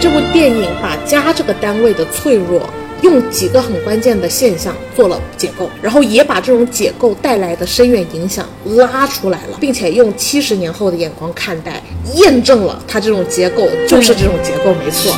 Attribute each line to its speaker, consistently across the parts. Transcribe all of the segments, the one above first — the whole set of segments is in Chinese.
Speaker 1: 这部电影把家这个单位的脆弱，用几个很关键的现象做了解构，然后也把这种解构带来的深远影响拉出来了，并且用七十年后的眼光看待，验证了它这种结构就是这种结构，没错。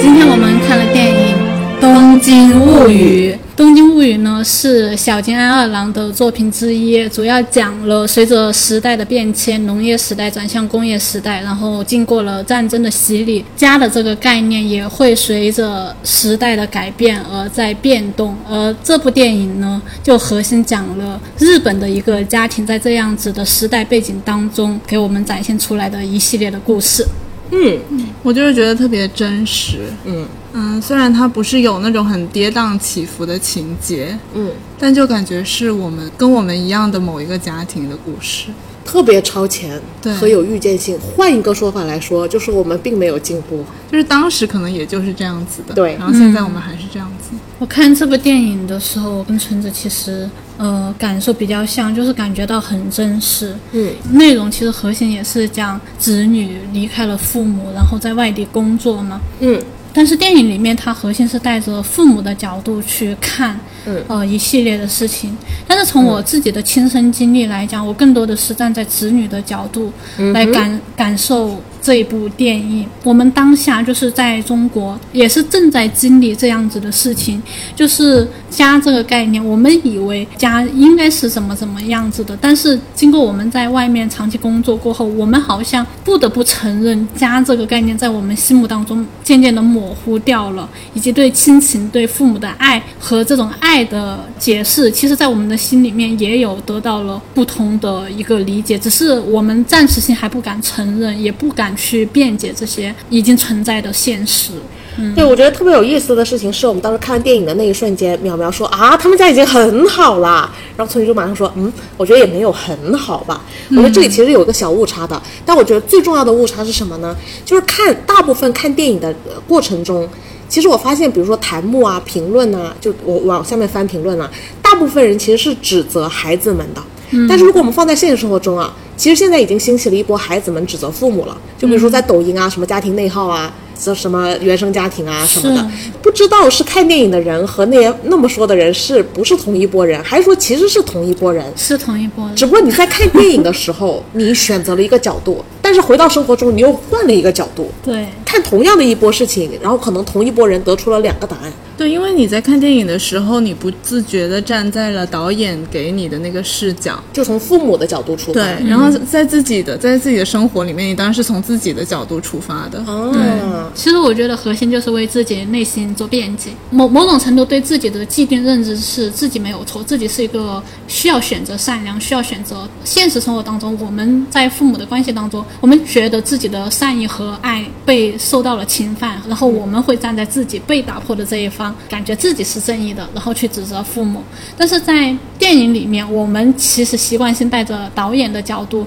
Speaker 2: 今天我们看了电影《东京物语》。《东京物语》呢是小津安二郎的作品之一，主要讲了随着时代的变迁，农业时代转向工业时代，然后经过了战争的洗礼，家的这个概念也会随着时代的改变而在变动。而这部电影呢，就核心讲了日本的一个家庭在这样子的时代背景当中，给我们展现出来的一系列的故事。
Speaker 1: 嗯
Speaker 3: 我就是觉得特别真实。嗯嗯，虽然它不是有那种很跌宕起伏的情节，
Speaker 1: 嗯，
Speaker 3: 但就感觉是我们跟我们一样的某一个家庭的故事。
Speaker 1: 特别超前
Speaker 3: 对
Speaker 1: 和有预见性。换一个说法来说，就是我们并没有进步。
Speaker 3: 就是当时可能也就是这样子的，
Speaker 1: 对
Speaker 3: 然后现在我们还是这样子。
Speaker 2: 我看这部电影的时候，我跟纯子其实呃感受比较像，就是感觉到很真实。
Speaker 1: 嗯，
Speaker 2: 内容其实核心也是讲子女离开了父母，然后在外地工作嘛。
Speaker 1: 嗯，
Speaker 2: 但是电影里面它核心是带着父母的角度去看，
Speaker 1: 嗯
Speaker 2: 呃一系列的事情。但是从我自己的亲身经历来讲，我更多的是站在子女的角度来感、感受这一部电影。我们当下就是在中国，也是正在经历这样子的事情，就是家这个概念，我们以为家应该是怎么怎么样子的，但是经过我们在外面长期工作过后，我们好像不得不承认家这个概念在我们心目当中渐渐的模糊掉了，以及对亲情、对父母的爱和这种爱的解释，其实在我们的心里面也有得到了不同的一个理解，只是我们暂时性还不敢承认，也不敢去辩解这些已经存在的现实。
Speaker 1: 对，我觉得特别有意思的事情是我们当时看完电影的那一瞬间，淼淼说啊，他们家已经很好啦，然后村里就马上说，嗯，我觉得也没有很好吧。我觉得这里其实有一个小误差的，但我觉得最重要的误差是什么呢？就是看大部分看电影的呃过程中，其实我发现，比如说弹幕啊、评论啊，就我往下面翻评论啊，大部分人其实是指责孩子们的。但是如果我们放在现实生活中啊，其实现在已经兴起了一波孩子们指责父母了，就比如说在抖音啊、什么家庭内耗啊、这什么原生家庭啊什么的，不知道是看电影的人和那些那么说的人是不是同一拨人，还是说其实是同一拨人？
Speaker 2: 是同一波的，
Speaker 1: 只不过你在看电影的时候， 你选择了一个角度，但是回到生活中，你又换了一个角度，
Speaker 2: 对。
Speaker 1: 看同样的一波事情，然后可能同一波人得出了两个答案。
Speaker 3: 对，因为你在看电影的时候，你不自觉的站在了导演给你的那个视角，
Speaker 1: 就从父母的角度出发，
Speaker 3: 对，然后在自己的在自己的生活里面，你当然是从自己的角度出发的，
Speaker 1: 哦，
Speaker 2: 其实我觉得核心就是为自己内心做辩解，某某种程度对自己的既定认知是自己没有错，自己是一个需要选择善良，需要选择现实生活当中，我们在父母的关系当中，我们觉得自己的善意和爱被受到了侵犯，然后我们会站在自己被打破的这一方，感觉自己是正义的，然后去指责父母。但是在电影里面，我们其实习惯性带着导演的角度，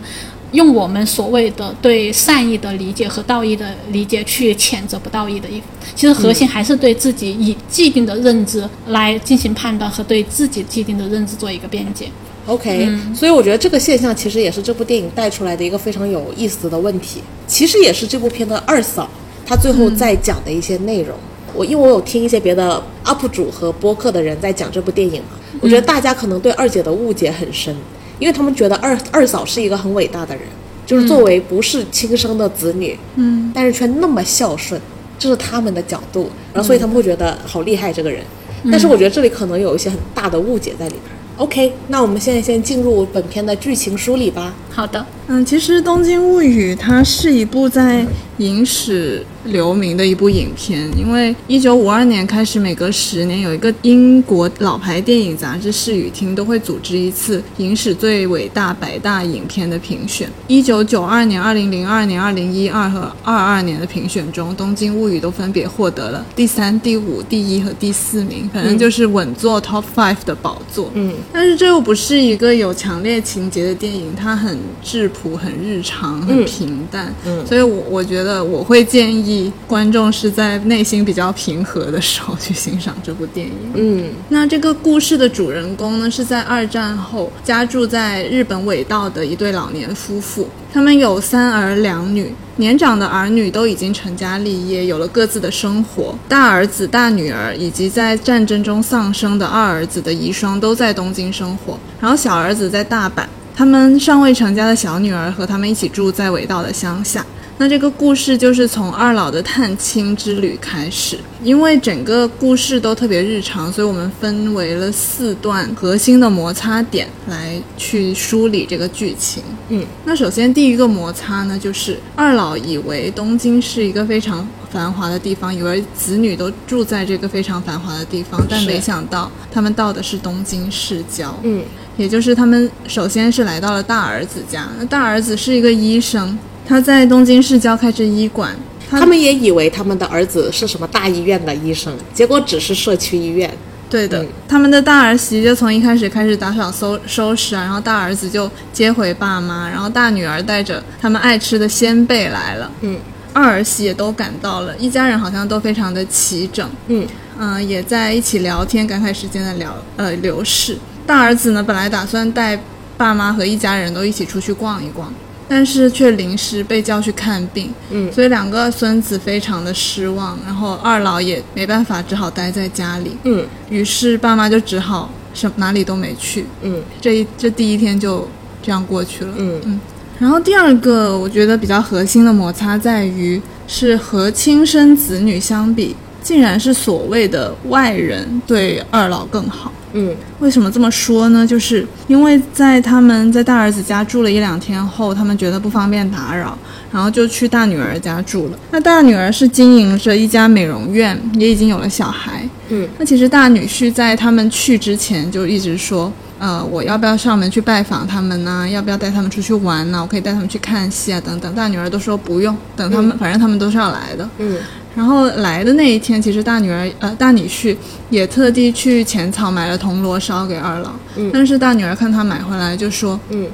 Speaker 2: 用我们所谓的对善意的理解和道义的理解去谴责不道义的一，其实核心还是对自己以既定的认知来进行判断和对自己既定的认知做一个辩解。
Speaker 1: OK，、所以我觉得这个现象其实也是这部电影带出来的一个非常有意思的问题，其实也是这部片的二嫂她最后在讲的一些内容。我因为我有听一些别的 UP 主和播客的人在讲这部电影嘛，我觉得大家可能对二姐的误解很深，因为他们觉得二二嫂是一个很伟大的人，就是作为不是亲生的子女，嗯，但是却那么孝顺，这是他们的角度，然后所以他们会觉得好厉害这个人。但是我觉得这里可能有一些很大的误解在里面。OK，那我们现在先进入本片的剧情梳理吧。
Speaker 2: 好的，
Speaker 3: 嗯，其实《东京物语》它是一部在影史留名的一部影片，因为一九五二年开始，每隔十年有一个英国老牌电影杂志《视与听》都会组织一次影史最伟大百大影片的评选。一九九二年、二零零二年、二零一二和二二年的评选中，《东京物语》都分别获得了第三、第五、第一和第四名，反正就是稳坐 Top Five 的宝座。嗯，但是这又不是一个有强烈情节的电影，它很质朴、很日常、很平淡。嗯，所以我我觉得我会建议观众是在内心比较平和的时候去欣赏这部电影。
Speaker 1: 嗯
Speaker 3: 那这个故事的主人公呢，是在二战后家住在日本尾道的一对老年夫妇，他们有三儿两女。年长的儿女都已经成家立业，有了各自的生活。大儿子、大女儿以及在战争中丧生的二儿子的遗孀都在东京生活，然后小儿子在大阪。他们尚未成家的小女儿和他们一起住在尾道的乡下。那这个故事就是从二老的探亲之旅开始，因为整个故事都特别日常，所以我们分为了四段核心的摩擦点来去梳理这个剧情。
Speaker 1: 嗯，
Speaker 3: 那首先第一个摩擦呢，就是二老以为东京是一个非常繁华的地方，以为子女都住在这个非常繁华的地方，但
Speaker 1: 是
Speaker 3: 没想到他们到的是东京市郊。
Speaker 1: 嗯
Speaker 3: 也就是他们首先是来到了大儿子家，那大儿子是一个医生，他在东京市郊开着医馆。他
Speaker 1: 他们也以为他们的儿子是什么大医院的医生，结果只是社区医院。
Speaker 3: 对的，
Speaker 1: 嗯
Speaker 3: 他们的大儿媳就从一开始开始打扫收收拾啊，然后大儿子就接回爸妈，然后大女儿带着他们爱吃的鲜贝来了，
Speaker 1: 嗯，
Speaker 3: 二儿媳也都赶到了，一家人好像都非常的齐整，
Speaker 1: 嗯
Speaker 3: 嗯、也在一起聊天，感慨时间的聊呃流逝。大儿子呢，本来打算带爸妈和一家人都一起出去逛一逛，但是却临时被叫去看病，
Speaker 1: 嗯
Speaker 3: 所以两个孙子非常的失望，然后二老也没办法，只好待在家里，
Speaker 1: 嗯
Speaker 3: 于是爸妈就只好什哪里都没去，
Speaker 1: 嗯
Speaker 3: 这一这第一天就这样过去了，
Speaker 1: 嗯
Speaker 3: 然后第二个，我觉得比较核心的摩擦在于是和亲生子女相比，竟然是所谓的外人对二老更好。
Speaker 1: 嗯
Speaker 3: 为什么这么说呢？就是因为在他们在大儿子家住了一两天后，他们觉得不方便打扰，然后就去大女儿家住了。那大女儿是经营着一家美容院，也已经有了小孩。
Speaker 1: 嗯，
Speaker 3: 那其实大女婿在他们去之前就一直说，呃，我要不要上门去拜访他们呢？要不要带他们出去玩呢？我可以带他们去看戏啊，等等。大女儿都说不用，等他们，反正他们都是要来的。
Speaker 1: 嗯
Speaker 3: 然后来的那一天，其实大女儿呃大女婿也特地去浅草买了铜锣烧给二老，
Speaker 1: 嗯
Speaker 3: 但是大女儿看他买回来就说
Speaker 1: 嗯，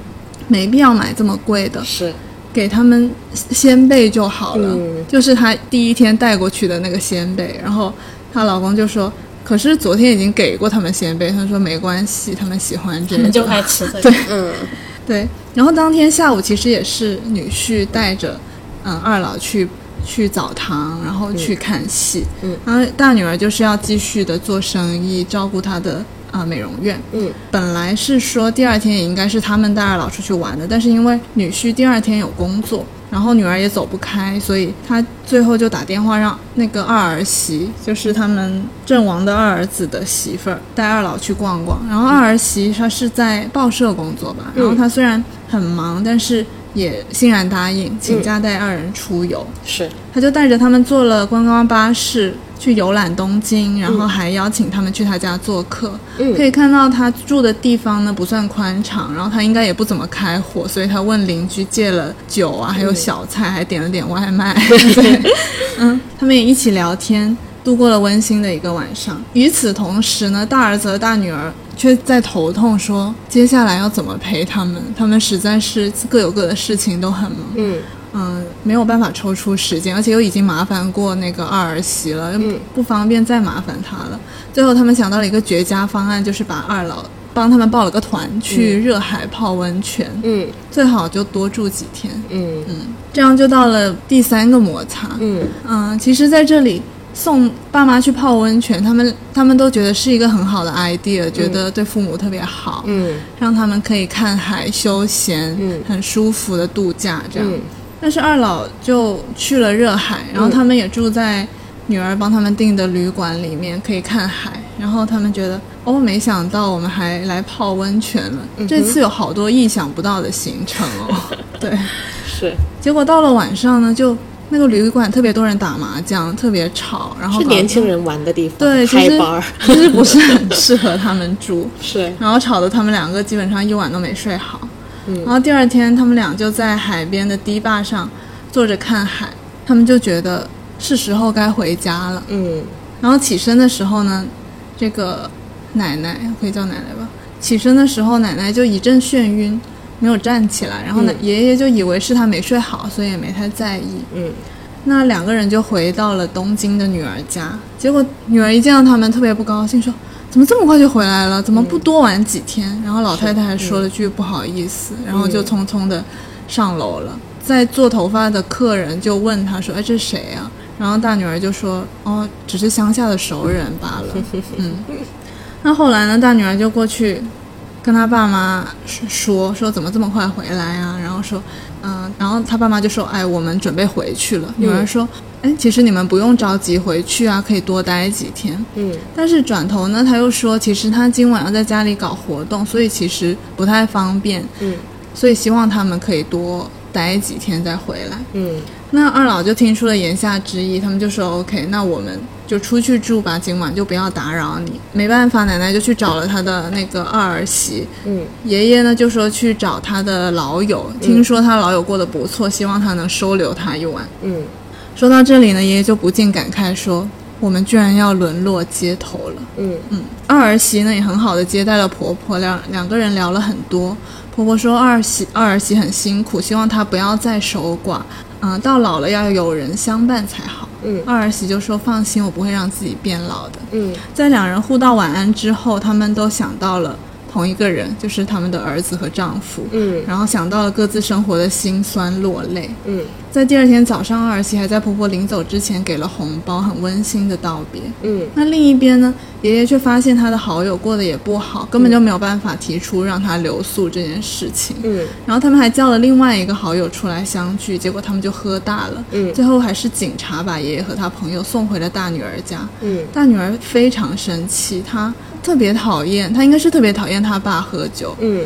Speaker 3: 没必要买这么贵的，
Speaker 1: 是
Speaker 3: 给他们鲜贝就好了。
Speaker 1: 嗯
Speaker 3: 就是她第一天带过去的那个鲜贝，然后她老公就说。可是昨天已经给过他们鲜贝，她说没关系，他们喜欢这
Speaker 2: 他
Speaker 3: 个。
Speaker 2: 们就爱吃这个。
Speaker 1: 嗯
Speaker 3: 对，然后当天下午其实也是女婿带着，嗯，二老去去澡堂，然后去看戏，
Speaker 1: 嗯，
Speaker 3: 然后大女儿就是要继续的做生意，照顾她的啊、呃美容院，
Speaker 1: 嗯
Speaker 3: 本来是说第二天也应该是他们带二老出去玩的，但是因为女婿第二天有工作，然后女儿也走不开，所以他最后就打电话让那个二儿媳，就是他们阵亡的二儿子的媳妇儿，带二老去逛逛。然后二儿媳她是在报社工作吧，
Speaker 1: 嗯
Speaker 3: 然后她虽然很忙，但是也欣然答应
Speaker 1: 嗯
Speaker 3: 请假带二人出游。
Speaker 1: 是
Speaker 3: 他就带着他们坐了观光巴士去游览东京，然后还邀请他们去他家做客。
Speaker 1: 嗯
Speaker 3: 可以看到他住的地方呢不算宽敞，然后他应该也不怎么开火，所以他问邻居借了酒啊，还有小菜，还点了点外卖。对，嗯，他们也一起聊天。度过了温馨的一个晚上。与此同时呢，大儿子和大女儿却在头痛说，接下来要怎么陪他们？他们实在是各有各的事情，都很忙。
Speaker 1: 嗯
Speaker 3: 嗯，没有办法抽出时间，而且又已经麻烦过那个二儿媳了，
Speaker 1: 嗯
Speaker 3: 不方便再麻烦她了。最后他们想到了一个绝佳方案，就是把二老帮他们报了个团去热海泡温泉，
Speaker 1: 嗯
Speaker 3: 最好就多住几天，
Speaker 1: 嗯
Speaker 3: 这样就到了第三个摩擦。
Speaker 1: 嗯
Speaker 3: 嗯，其实在这里送爸妈去泡温泉，他们他们都觉得是一个很好的 idea，、觉得对父母特别好，
Speaker 1: 嗯
Speaker 3: 让他们可以看海休闲，
Speaker 1: 嗯
Speaker 3: 很舒服的度假这样。
Speaker 1: 嗯
Speaker 3: 但是二老就去了热海，然后他们也住在女儿帮他们订的旅馆里面，可以看海。然后他们觉得，哦，没想到我们还来泡温泉了，
Speaker 1: 嗯
Speaker 3: 这次有好多意想不到的行程 哦。对，
Speaker 1: 是
Speaker 3: 结果到了晚上呢，就那个旅馆特别多人打麻将，特别吵，然后
Speaker 1: 是
Speaker 3: 搞
Speaker 1: 年轻人玩的地方，
Speaker 3: 对，其
Speaker 1: 嗨
Speaker 3: 实
Speaker 1: bar
Speaker 3: 其实不是很适合他们住。
Speaker 1: 是
Speaker 3: 然后吵得他们两个基本上一晚都没睡好。
Speaker 1: 嗯
Speaker 3: 然后第二天他们俩就在海边的堤坝上坐着看海，他们就觉得是时候该回家了。
Speaker 1: 嗯
Speaker 3: 然后起身的时候呢，这个奶奶可以叫奶奶吧，起身的时候奶奶就一阵眩晕，没有站起来，然后呢，爷爷就以为是他没睡好，所以也没太在意。
Speaker 1: 嗯，
Speaker 3: 那两个人就回到了东京的女儿家，结果女儿一见到他们特别不高兴，说：“怎么这么快就回来了？怎么不多玩几天？”然后老太太还说了句不好意思，然后就匆匆的上楼了。在做头发的客人就问她说：“哎，这是谁啊？”然后大女儿就说：“哦，只是乡下的熟人 罢了。”嗯，那后来呢，大女儿就过去跟他爸妈说说怎么这么快回来啊？然后说，嗯、然后他爸妈就说，哎，我们准备回去了。女
Speaker 1: 嗯
Speaker 3: 儿说，哎，其实你们不用着急回去啊，可以多待几天。
Speaker 1: 嗯，
Speaker 3: 但是转头呢，他又说，其实他今晚要在家里搞活动，所以其实不太方便。
Speaker 1: 嗯，
Speaker 3: 所以希望他们可以多待几天再回来。
Speaker 1: 嗯
Speaker 3: 那二老就听出了言下之意，他们就说 OK，那我们就出去住吧，今晚就不要打扰你。没办法，奶奶就去找了她的那个二儿媳，
Speaker 1: 嗯，
Speaker 3: 爷爷呢就说去找他的老友，听说他老友过得不错，希望他能收留他一晚。
Speaker 1: 嗯
Speaker 3: 说到这里呢，爷爷就不禁感慨说：“我们居然要沦落街头了。”
Speaker 1: 嗯
Speaker 3: 嗯，二儿媳呢也很好的接待了婆婆，两两个人聊了很多。婆婆说二儿媳二儿媳很辛苦，希望她不要再守寡，嗯、到老了要有人相伴才好。
Speaker 1: 嗯
Speaker 3: 二儿媳就说放心，我不会让自己变老的。
Speaker 1: 嗯
Speaker 3: 在两人互道晚安之后，他们都想到了同一个人，就是他们的儿子和丈夫，
Speaker 1: 嗯
Speaker 3: 然后想到了各自生活的辛酸落泪。
Speaker 1: 嗯
Speaker 3: 在第二天早上，二儿媳还在婆婆临走之前给了红包，很温馨的道别。
Speaker 1: 嗯
Speaker 3: 那另一边呢，爷爷却发现他的好友过得也不好，根本就没有办法提出让他留宿这件事情。
Speaker 1: 嗯
Speaker 3: 然后他们还叫了另外一个好友出来相聚，结果他们就喝大了。
Speaker 1: 嗯
Speaker 3: 最后还是警察把爷爷和他朋友送回了大女儿家。
Speaker 1: 嗯
Speaker 3: 大女儿非常生气，她特别讨厌，她应该是特别讨厌她爸喝酒。
Speaker 1: 嗯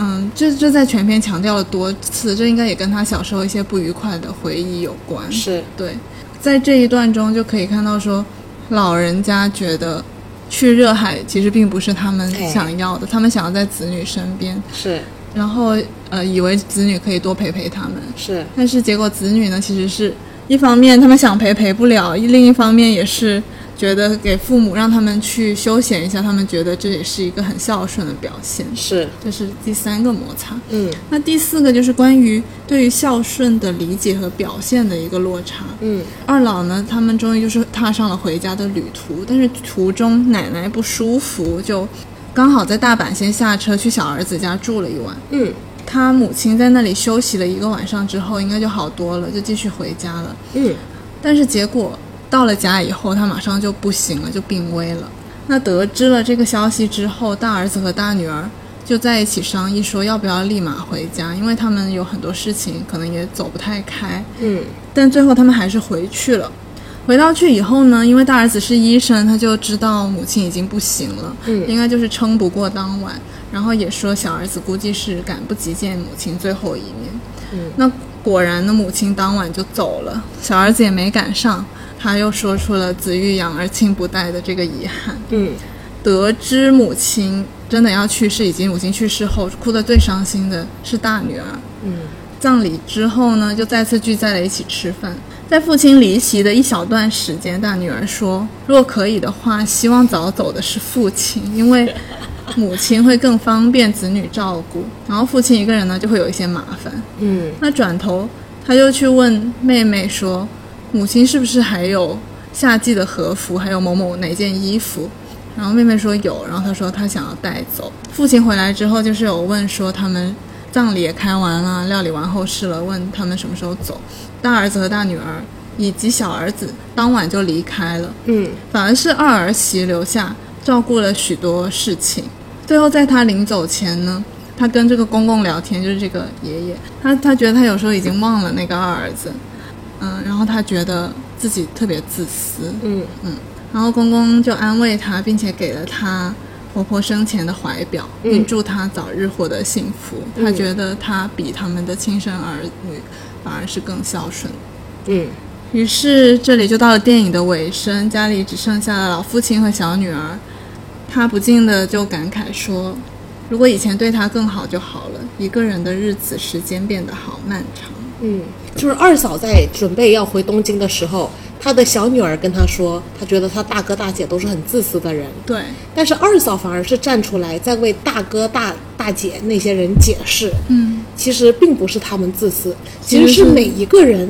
Speaker 3: 嗯，这这在全篇强调了多次，这应该也跟她小时候一些不愉快的回忆有关。
Speaker 1: 是
Speaker 3: 对，在这一段中就可以看到说，老人家觉得去热海其实并不是他们
Speaker 1: 哎
Speaker 3: 想要的，他们想要在子女身边，
Speaker 1: 是
Speaker 3: 然后呃以为子女可以多陪陪他们，
Speaker 1: 是
Speaker 3: 但是结果子女呢其实是一方面他们想陪陪不了，另一方面也是。觉得给父母让他们去休闲一下，他们觉得这也是一个很孝顺的表现，
Speaker 1: 是
Speaker 3: 这是第三个摩擦。
Speaker 1: 嗯
Speaker 3: 那第四个就是关于对于孝顺的理解和表现的一个落差。
Speaker 1: 嗯
Speaker 3: 二老呢，他们终于就是踏上了回家的旅途，但是途中奶奶不舒服，就刚好在大阪先下车去小儿子家住了一晚。
Speaker 1: 嗯
Speaker 3: 他母亲在那里休息了一个晚上之后，应该就好多了，就继续回家了。
Speaker 1: 嗯
Speaker 3: 但是结果到了家以后，他马上就不行了，就病危了。那得知了这个消息之后，大儿子和大女儿就在一起商议说要不要立马回家，因为他们有很多事情可能也走不太开。
Speaker 1: 嗯
Speaker 3: 但最后他们还是回去了。回到去以后呢，因为大儿子是医生，他就知道母亲已经不行了，
Speaker 1: 嗯
Speaker 3: 应该就是撑不过当晚。然后也说小儿子估计是赶不及见母亲最后一面。
Speaker 1: 嗯
Speaker 3: 那果然呢，母亲当晚就走了，小儿子也没赶上。他又说出了“子欲养而亲不待”的这个遗憾。
Speaker 1: 嗯
Speaker 3: 得知母亲真的要去世，以及母亲去世后哭得最伤心的是大女儿。
Speaker 1: 嗯
Speaker 3: 葬礼之后呢，就再次聚在了一起吃饭。在父亲离席的一小段时间，大女儿说：“若可以的话，希望早走的是父亲，因为母亲会更方便子女照顾，然后父亲一个人呢就会有一些麻烦。”
Speaker 1: 嗯
Speaker 3: 那转头他又去问妹妹说：“母亲是不是还有夏季的和服，还有某某哪件衣服？”然后妹妹说有，然后他说他想要带走。父亲回来之后，就是有问说他们葬礼也开完了，料理完后事了，问他们什么时候走。大儿子和大女儿以及小儿子当晚就离开了。
Speaker 1: 嗯
Speaker 3: 反而是二儿媳留下照顾了许多事情。最后在她临走前呢，她跟这个公公聊天，就是这个爷爷，她她觉得她有时候已经忘了那个二儿子，嗯，然后她觉得自己特别自私，
Speaker 1: 嗯
Speaker 3: 然后公公就安慰她，并且给了她婆婆生前的怀表，
Speaker 1: 嗯
Speaker 3: 并祝她早日获得幸福。她觉得她比他们的亲生儿女反而是更孝顺的
Speaker 1: 嗯
Speaker 3: 于是这里就到了电影的尾声，家里只剩下了老父亲和小女儿。他不禁的就感慨说：“如果以前对他更好就好了，一个人的日子时间变得好漫长。
Speaker 1: 嗯，就是二嫂在准备要回东京的时候，她的小女儿跟她说，她觉得她大哥大姐都是很自私的人，”
Speaker 3: 对，
Speaker 1: 但是二嫂反而是站出来在为大哥大大大姐那些人解释，
Speaker 2: 嗯，
Speaker 1: 其实并不是他们自私，其实是每一个人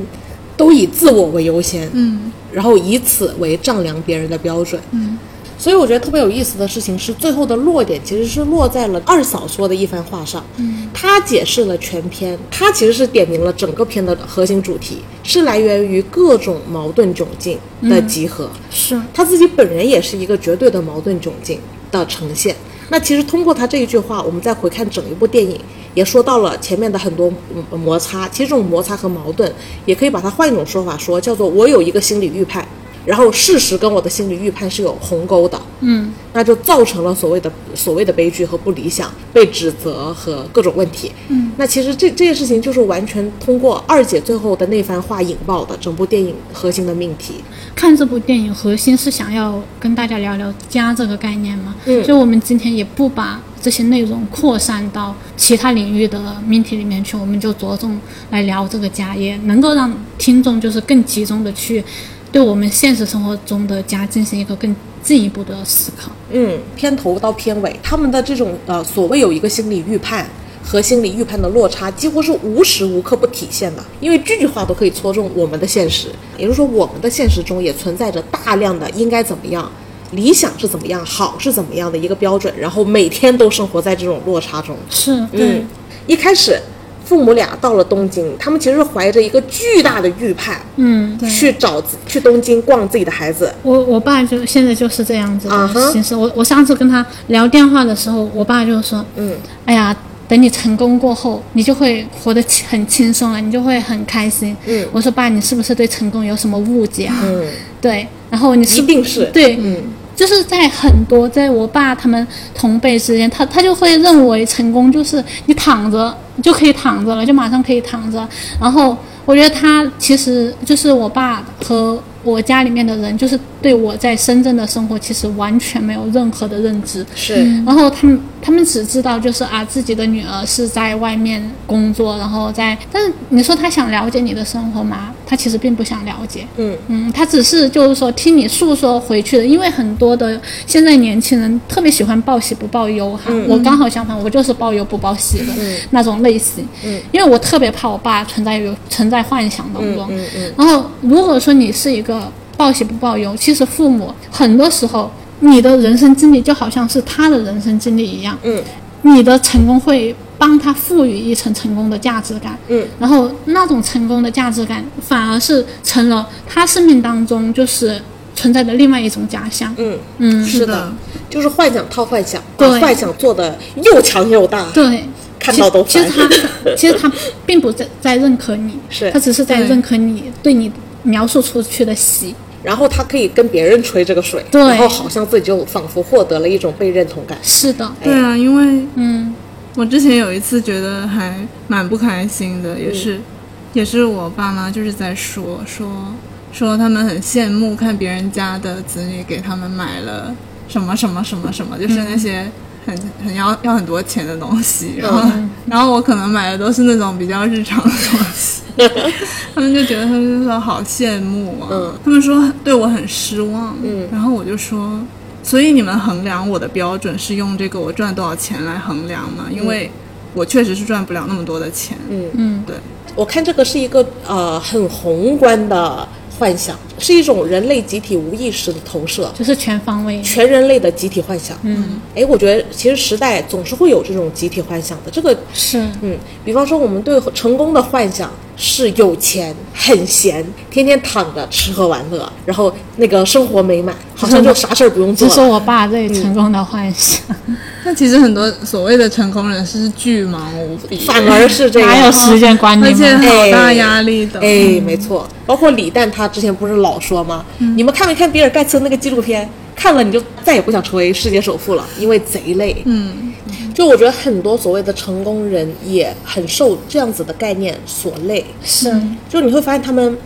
Speaker 1: 都以自我为优先，
Speaker 2: 嗯
Speaker 1: 然后以此为丈量别人的标准。
Speaker 2: 嗯
Speaker 1: 所以我觉得特别有意思的事情是，最后的落点其实是落在了二嫂说的一番话上。
Speaker 2: 嗯，
Speaker 1: 她解释了全篇，她其实是点明了整个篇的核心主题，是来源于各种矛盾窘境
Speaker 2: 嗯
Speaker 1: 的集合。
Speaker 2: 是，
Speaker 1: 他自己本人也是一个绝对的矛盾窘境的呈现。那其实通过他这一句话，我们再回看整一部电影，也说到了前面的很多嗯摩擦。其实这种摩擦和矛盾，也可以把它换一种说法说，叫做我有一个心理预判，然后事实跟我的心理预判是有鸿沟的，
Speaker 2: 嗯
Speaker 1: 那就造成了所谓的所谓的悲剧和不理想、被指责和各种问题。
Speaker 2: 嗯，
Speaker 1: 那其实这这件事情就是完全通过二姐最后的那番话引爆的整部电影核心的命题。
Speaker 2: 看这部电影核心是想要跟大家聊聊家这个概念嘛，
Speaker 1: 嗯
Speaker 2: 所以我们今天也不把这些内容扩散到其他领域的命题里面去，我们就着重来聊这个家，也能够让听众就是更集中的去对我们现实生活中的家进行一个更进一步的思考。
Speaker 1: 嗯，片头到片尾，他们的这种呃所谓有一个心理预判和心理预判的落差，几乎是无时无刻不体现的，因为句句话都可以戳中我们的现实。也就是说，我们的现实中也存在着大量的应该怎么样。理想是怎么样，好是怎么样的一个标准，然后每天都生活在这种落差中。
Speaker 2: 是，
Speaker 1: 嗯，一开始父母俩到了东京，他们其实是怀着一个巨大的预判，
Speaker 2: 嗯，
Speaker 1: 去找自去东京逛自己的孩子，
Speaker 2: 我我爸就现在就是这样子
Speaker 1: 啊哈
Speaker 2: 的形式。我我上次跟他聊电话的时候，我爸就说：“
Speaker 1: 嗯，
Speaker 2: 哎呀，等你成功过后，你就会活得轻很轻松啊了，你就会很开心。”
Speaker 1: 嗯
Speaker 2: 我说：“爸，你是不是对成功有什么误解啊？”
Speaker 1: 嗯，
Speaker 2: 对，然后你是
Speaker 1: 一定是
Speaker 2: 对，
Speaker 1: 嗯，
Speaker 2: 就是在很多在我爸他们同辈之间，他他就会认为成功就是你躺着就可以躺着了，就马上可以躺着。然后我觉得他其实就是我爸和我家里面的人，就是对我在深圳的生活其实完全没有任何的认知。
Speaker 1: 是，
Speaker 2: 然后他们他们只知道就是啊，自己的女儿是在外面工作，然后在，但是你说他想了解你的生活吗？他其实并不想了解，
Speaker 1: 嗯
Speaker 2: 嗯，他只是就是说听你诉说回去的，因为很多的现在年轻人特别喜欢报喜不报忧哈，
Speaker 1: 嗯
Speaker 2: 我刚好相反，我就是报忧不报喜的、那种类型，
Speaker 1: 嗯，
Speaker 2: 因为我特别怕我爸存在有存在幻想当中，
Speaker 1: 嗯嗯
Speaker 2: 然后，如果说你是一个报喜不报忧，其实父母很多时候，你的人生经历就好像是他的人生经历一样，
Speaker 1: 嗯
Speaker 2: 你的成功会帮他赋予一层成功的价值感，
Speaker 1: 嗯，
Speaker 2: 然后那种成功的价值感反而是成了他生命当中就是存在的另外一种假象，
Speaker 1: 嗯。
Speaker 2: 嗯，
Speaker 1: 是的
Speaker 3: 的，
Speaker 1: 就是幻想套幻想，把
Speaker 2: 对
Speaker 1: 幻想做的又强又大。
Speaker 2: 对。
Speaker 1: 看到都
Speaker 2: 其实
Speaker 1: 烦
Speaker 2: 其 实他其实他并不在在认可你，
Speaker 1: 是
Speaker 2: 他只是在
Speaker 3: 对
Speaker 2: 认可你对你描述出去的喜，
Speaker 1: 然后他可以跟别人吹这个水，
Speaker 2: 对
Speaker 1: 然后好像自己就仿佛获得了一种被认同感。
Speaker 2: 是的，
Speaker 1: 哎
Speaker 3: 对啊，因为
Speaker 2: 嗯
Speaker 3: 我之前有一次觉得还蛮不开心的，也是，也是我爸妈就是在说说说他们很羡慕看别人家的子女给他们买了什么什么什么什么，就是那些很很要要很多钱的东西，然后、 然后我可能买的都是那种比较日常的东西，他们就觉得他们就说好羡慕啊，
Speaker 1: 嗯
Speaker 3: 他们说对我很失望，然后我就说。所以你们衡量我的标准是用这个我赚多少钱来衡量吗？因为我确实是赚不了那么多的钱。嗯
Speaker 2: 嗯，
Speaker 3: 对，
Speaker 1: 我看这个是一个呃很宏观的幻想，是一种人类集体无意识的投射，
Speaker 2: 就是全方位，
Speaker 1: 全人类的集体幻想。嗯，哎，我觉得其实时代总是会有这种集体幻想的，这个
Speaker 2: 是，
Speaker 1: 嗯，比方说我们对成功的幻想是有钱、很闲，天天躺着吃喝玩乐，然后那个生活美满，好
Speaker 3: 嗯
Speaker 1: 像就啥事儿不用做
Speaker 2: 只
Speaker 1: 了。
Speaker 2: 是我爸对成功的幻想，
Speaker 3: 那其实很多所谓的成功人士是巨忙无比，
Speaker 1: 反而是这样。啊
Speaker 2: 哪有时间管
Speaker 3: 而
Speaker 2: 你
Speaker 3: 且
Speaker 2: 吗？
Speaker 3: 好大压力的。
Speaker 1: 哎，没错，包括李诞他之前不是老说吗？
Speaker 3: 嗯
Speaker 1: 你们看没看比尔盖茨那个纪录片？看了你就再也不想成为世界首富了，因为贼累。
Speaker 3: 嗯，
Speaker 1: 就我觉得很多所谓的成功人也很受这样子的概念所累。
Speaker 2: 是，
Speaker 1: 就你会发现他们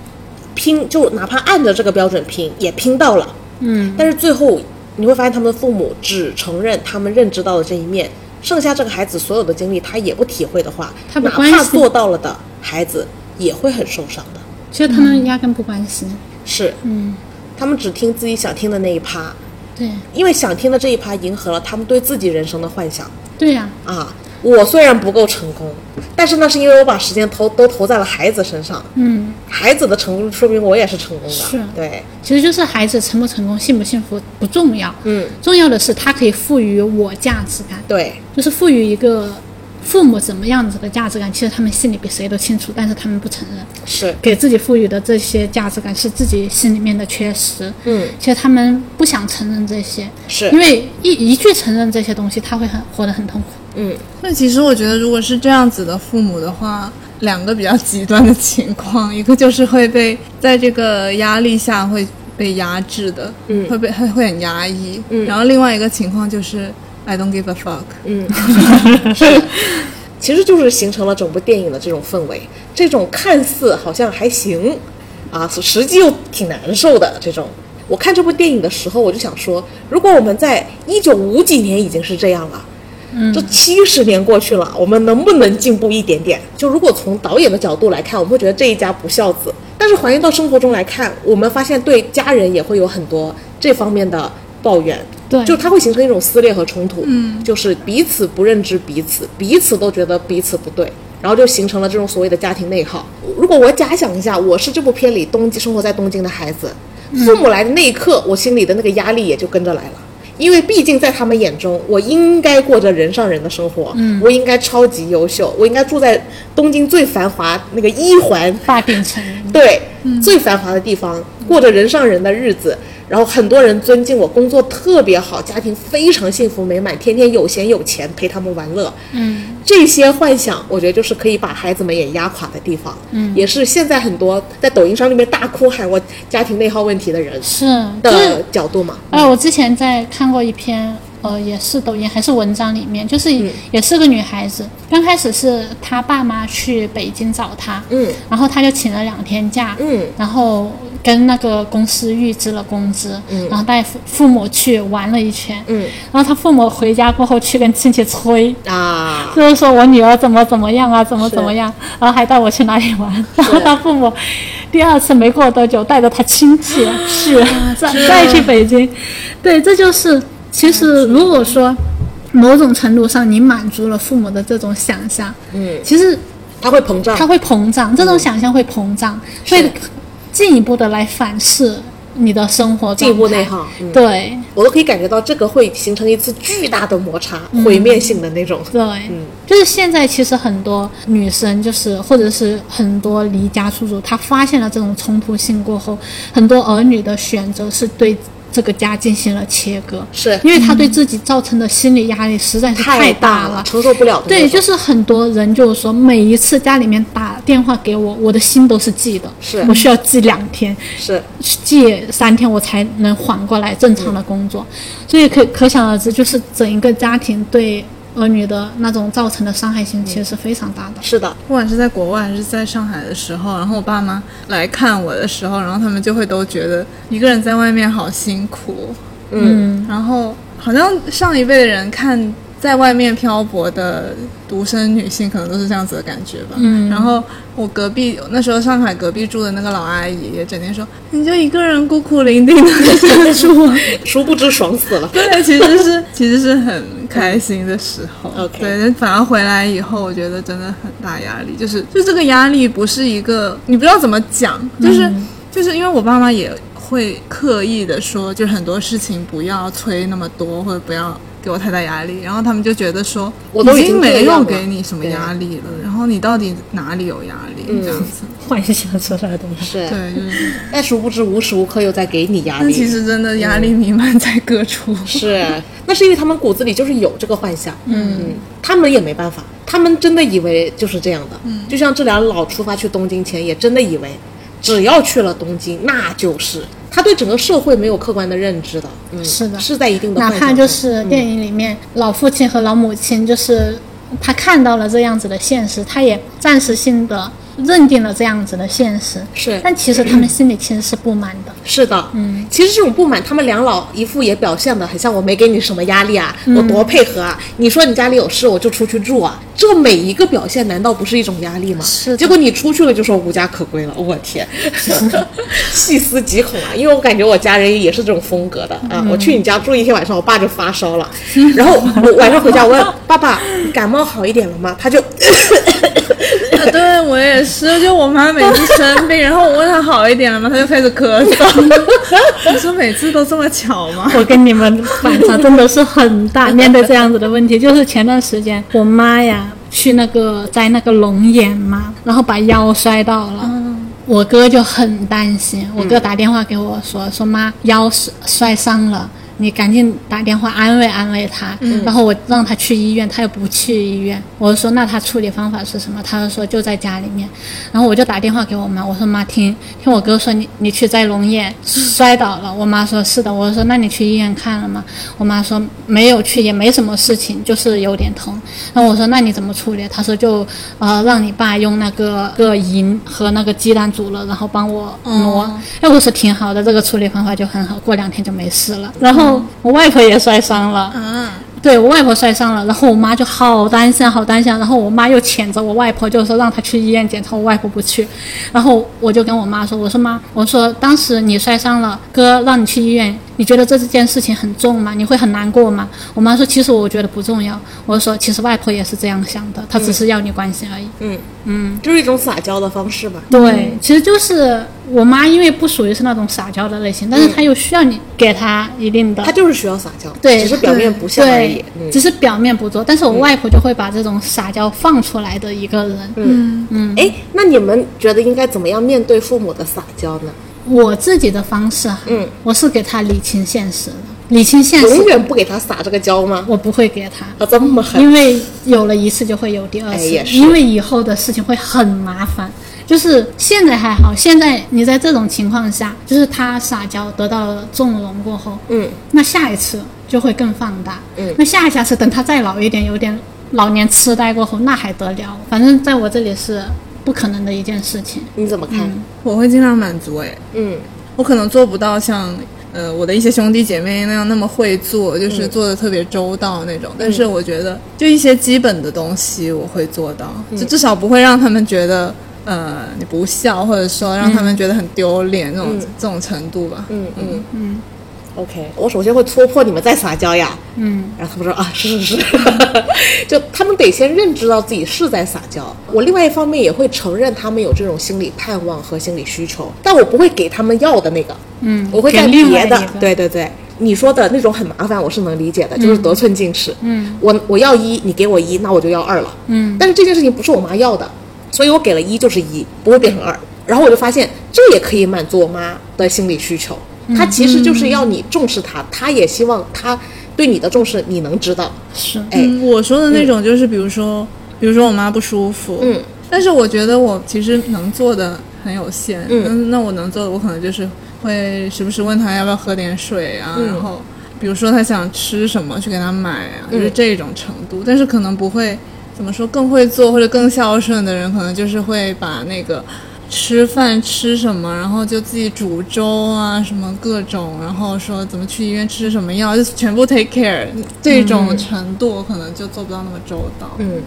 Speaker 1: 拼，就哪怕按着这个标准拼，也拼到了，
Speaker 2: 嗯，
Speaker 1: 但是最后你会发现他们的父母只承认他们认知到的这一面，剩下这个孩子所有的经历他也不体会的话，
Speaker 2: 他没
Speaker 1: 哪
Speaker 2: 关系
Speaker 1: 怕做到了的孩子也会很受伤的。
Speaker 2: 其实他们压根不关心，
Speaker 1: 是，
Speaker 2: 嗯，
Speaker 1: 他们只听自己想听的那一趴，
Speaker 2: 对，
Speaker 1: 因为想听的这一趴迎合了他们对自己人生的幻想
Speaker 2: 对呀、
Speaker 1: 啊。我虽然不够成功，但是那是因为我把时间投都投在了孩子身上。
Speaker 2: 嗯，
Speaker 1: 孩子的成功，说明我也是成功的。
Speaker 2: 是
Speaker 1: 对，
Speaker 2: 其实就是孩子成不成功、幸不幸福不重要，
Speaker 1: 嗯，
Speaker 2: 重要的是他可以赋予我价值感，
Speaker 1: 对，
Speaker 2: 就是赋予一个父母怎么样子的价值感，其实他们心里比谁都清楚，但是他们不承认，
Speaker 1: 是，
Speaker 2: 给自己赋予的这些价值感是自己心里面的缺失。
Speaker 1: 嗯，
Speaker 2: 其实他们不想承认这些，
Speaker 1: 是
Speaker 2: 因为一一去承认这些东西，他会很活得很痛苦。
Speaker 1: 嗯，
Speaker 3: 那其实我觉得，如果是这样子的父母的话，两个比较极端的情况，一个就是会被在这个压力下会被压制的，
Speaker 1: 嗯
Speaker 3: 会被会会很压抑，
Speaker 1: 嗯
Speaker 3: 然后另外一个情况就是 I don't give a fuck，
Speaker 1: 嗯，其实就是形成了整部电影的这种氛围，这种看似好像还行，啊，实际又挺难受的这种。我看这部电影的时候，我就想说，如果我们在一九五几年已经是这样了。
Speaker 2: 嗯
Speaker 1: 这七十年过去了，我们能不能进步一点点？就如果从导演的角度来看，我们会觉得这一家不孝子；但是还原到生活中来看，我们发现对家人也会有很多这方面的抱怨。
Speaker 2: 对
Speaker 1: 就它会形成一种撕裂和冲突，嗯，就是彼此不认知彼此，彼此都觉得彼此不对，然后就形成了这种所谓的家庭内耗。如果我假想一下，我是这部片里东京生活在东京的孩子，父母来的那一刻，我心里的那个压力也就跟着来了。因为毕竟在他们眼中，我应该过着人上人的生活，嗯，我应该超级优秀，我应该住在东京最繁华那个一环
Speaker 2: 大饼城，
Speaker 1: 对，
Speaker 2: 嗯
Speaker 1: 最繁华的地方，过着人上人的日子，然后很多人尊敬我，工作特别好，家庭非常幸福美满，天天有闲有钱陪他们玩乐。
Speaker 2: 嗯，
Speaker 1: 这些幻想，我觉得就是可以把孩子们也压垮的地方。嗯，也是现在很多在抖音上那边大哭喊我家庭内耗问题的人
Speaker 2: 是，就是
Speaker 1: 的角度嘛。
Speaker 2: 哎，我之前在看过一篇，呃，也是抖音还是文章里面，就是、
Speaker 1: 嗯
Speaker 2: 也是个女孩子，刚开始是她爸妈去北京找她，
Speaker 1: 嗯，
Speaker 2: 然后她就请了两天假，
Speaker 1: 嗯，
Speaker 2: 然后跟那个公司预支了工资，嗯，然后带父父母去玩了一圈，
Speaker 1: 嗯，
Speaker 2: 然后她父母回家过后去跟亲戚催。
Speaker 1: 啊，
Speaker 2: 就是说我女儿怎么怎么样啊，怎么怎么样，然后还带我去哪里玩，然后她父母第二次没过多久带着她亲戚去，再再去北京，对，这就是其实如果说某种程度上你满足了父母的这种想象，
Speaker 1: 嗯，
Speaker 2: 其实
Speaker 1: 他会膨胀
Speaker 2: 它。会膨
Speaker 1: 嗯
Speaker 2: 胀，这种想象会膨胀，会进一步的来反噬你的生活状态，
Speaker 1: 进一步内耗嗯
Speaker 2: 对
Speaker 1: 我都可以感觉到这个会形成一次巨大的摩擦，
Speaker 2: 嗯
Speaker 1: 毁灭性的那种。
Speaker 2: 对，就是现在其实很多女生就是或者是很多离家出走，她发现了这种冲突性过后，很多儿女的选择是对这个家进行了切割，
Speaker 1: 是
Speaker 2: 因为她对自己造成的心理压力实在是大
Speaker 1: 大
Speaker 2: 了。
Speaker 1: 承受不了的那种。
Speaker 2: 对，就是很多人就是说，每一次家里面打电话给我，我的心都是记的，
Speaker 1: 是
Speaker 2: 我需要记两天，
Speaker 1: 是
Speaker 2: 记三天我才能缓过来正常的工作，所以可可想而知，就是整一个家庭对儿女的那种造成的伤害性其实是非常大的。
Speaker 1: 是的，
Speaker 3: 不管是在国外还是在上海的时候，然后我爸妈来看我的时候，然后他们就会都觉得一个人在外面好辛苦，嗯，然后好像上一辈的人看在外面漂泊的独生女性，可能都是这样子的感觉吧，嗯，然后我隔壁那时候上海隔壁住的那个老阿姨也整天说，你就一个人孤苦伶仃的 住啊，
Speaker 1: 殊不知爽死了。
Speaker 3: 对，其实是其实是很开心的时候。
Speaker 1: OK
Speaker 3: 对，反而回来以后，我觉得真的很大压力，就是就这个压力不是一个你不知道怎么讲，就是、
Speaker 1: 嗯
Speaker 3: 就是因为我爸妈也会刻意的说，就是很多事情不要催那么多，或者不要。给我太大压力，然后他们就觉得说，
Speaker 1: 我都已经
Speaker 3: 经没
Speaker 1: 这样
Speaker 3: 有
Speaker 1: 了
Speaker 3: 给你什么
Speaker 1: 对嗯
Speaker 3: 压力了，然后你到底哪里有压力、这样子？
Speaker 2: 幻想出来的
Speaker 1: 是，
Speaker 3: 对，就是，
Speaker 1: 但殊不知无时无刻又在给你压
Speaker 3: 但其
Speaker 1: 力。嗯
Speaker 3: 实真的压力弥漫在各处。
Speaker 1: 是，那是因为他们骨子里就是有这个幻想，嗯，他们也没办法，他们真的以为就是这样的，嗯，就像这俩老出发去东京前，也真的以为只要去了东京，那就是他对整个社会没有客观的认知的，嗯，
Speaker 2: 是的
Speaker 1: 是在一定的
Speaker 2: 哪
Speaker 1: 幻想中，
Speaker 2: 怕就是电影里面、老父亲和老母亲，就是他看到了这样子的现实，他也暂时性的认定了这样子的现实，
Speaker 1: 是
Speaker 2: 但其实他们心里其实是不满的。
Speaker 1: 是的，嗯，其实这种不满，他们两老一副也表现的很像我没给你什么压力啊，
Speaker 2: 嗯
Speaker 1: 我多配合啊，你说你家里有事我就出去住啊，这每一个表现难道不是一种压力吗？
Speaker 2: 是的
Speaker 1: 结果你出去了就说无家可归了，我天， 细思极恐啊！因为我感觉我家人也是这种风格的
Speaker 2: 嗯
Speaker 1: 啊，我去你家住一天晚上，我爸就发烧 了，然后我晚上回家问爸爸感冒好一点了吗？他就
Speaker 2: 嗯
Speaker 3: 对我也是，就我妈每次生病，然后我问她好一点了吗，她就开始咳嗽。 我说每次都这么巧吗？
Speaker 2: 我跟你们反差真的是很大。面对这样子的问题，就是前段时间我妈呀去那个摘那个龙眼嘛，然后把腰摔到了。我哥就很担心，我哥打电话给我说：“说妈，腰摔摔伤了，你赶紧打电话安慰安慰他。然后我让他去医院，他又不去医院。我就说：“那他处理方法是什么？”他就说：“就在家里面。”然后我就打电话给我妈，我说：“妈，听听我哥说你你去摘龙眼摔倒了。”我妈说：“是的。”我说：“那你去医院看了吗？”我妈说：“没有去，也没什么事情，就是有点疼。”然后我说：“那你怎么处理？”他说就：“呃，让你爸用那个个银和那个鸡蛋煮了，然后帮我挪。哎，我说挺好的，这个处理方法就很好，过两天就没事了。然后我外婆也摔伤了。
Speaker 3: 啊，
Speaker 2: 对我外婆摔伤了，然后我妈就好担心，好担心。然后我妈又谴责我外婆，就说让她去医院检查，我外婆不去。然后我就跟我妈说：“我说妈，我说当时你摔伤了，哥让你去医院，你觉得这件事情很重吗？你会很难过吗？”我妈说：“其实我觉得不重要。”我说：“其实外婆也是这样想的，她只是要你关心而已。
Speaker 1: 就是一种撒娇的方式嘛。
Speaker 2: 对，其实就是我妈，因为不属于是那种撒娇的类型，但是她又需要你给她一定的
Speaker 1: 他就是需要撒娇，
Speaker 2: 对
Speaker 1: 只是表面不像而已嗯
Speaker 2: 对。，只是表面不做。但是我外婆就会把这种撒娇放出来的一个人。
Speaker 1: 嗯嗯，哎，那你们觉得应该怎么样面对父母的撒娇呢？
Speaker 2: 我自己的方式啊，
Speaker 1: 嗯，
Speaker 2: 我是给她理清现实的，理清现
Speaker 1: 永
Speaker 2: 实，
Speaker 1: 远不给他撒这个娇吗？
Speaker 2: 我不会给她。
Speaker 1: 啊，这么狠，
Speaker 2: 因为有了一次就会有第二
Speaker 1: 哎
Speaker 2: 次，
Speaker 1: 也是
Speaker 2: 因为以后的事情会很麻烦。就是现在还好，现在你在这种情况下，就是他撒娇得到了纵容过后，
Speaker 1: 嗯，
Speaker 2: 那下一次就会更放大，嗯，那下一下次等他再老一点，有点老年痴呆过后，那还得了？反正在我这里是不可能的一件事情。
Speaker 1: 你怎么看？
Speaker 3: 我会尽量满足哎，
Speaker 1: 嗯
Speaker 3: 我可能做不到像呃我的一些兄弟姐妹那样那么会做，
Speaker 1: 嗯
Speaker 3: 就是做的特别周到那种。但是我觉得就一些基本的东西我会做到，
Speaker 1: 嗯
Speaker 3: 就至少不会让他们觉得呃你不孝，或者说让他们觉得很丢脸那种、这种程度吧。
Speaker 1: 嗯嗯嗯。OK，我首先会戳破你们再撒娇呀，
Speaker 2: 嗯，
Speaker 1: 然后他们说啊，是是是， 就他们得先认知到自己是在撒娇。我另外一方面也会承认他们有这种心理盼望和心理需求，但我不会给他们要的那个，
Speaker 2: 嗯
Speaker 1: 我会在
Speaker 2: 给另
Speaker 1: 别
Speaker 2: 外
Speaker 1: 的
Speaker 2: 一个，
Speaker 1: 对对对，你说的那种很麻烦，我是能理解的，就是得寸进尺。嗯，我我要一，你给我一，那我就要二了。
Speaker 2: 嗯，
Speaker 1: 但是这件事情不是我妈要的，所以我给了一就是一，不会变成二。然后我就发现，这也可以满足我妈的心理需求。她其实就是要你重视她，她也希望她对你的重视你能知道。
Speaker 2: 是，
Speaker 1: 哎，
Speaker 3: 嗯，我说的那种就是，比如说，比如说我妈不舒服，
Speaker 1: 嗯，
Speaker 3: 但是我觉得我其实能做的很有限，
Speaker 1: 嗯
Speaker 3: 那我能做的，我可能就是会时不时问她要不要喝点水啊，然后比如说她想吃什么去给她买啊，就是这种程度，但是可能不会怎么说，更会做或者更孝顺的人，可能就是会把那个。吃饭吃什么，然后就自己煮粥啊，什么各种，然后说怎么去医院吃什么药，就全部 take care 这种程度，我可能就做不到那么周到。嗯，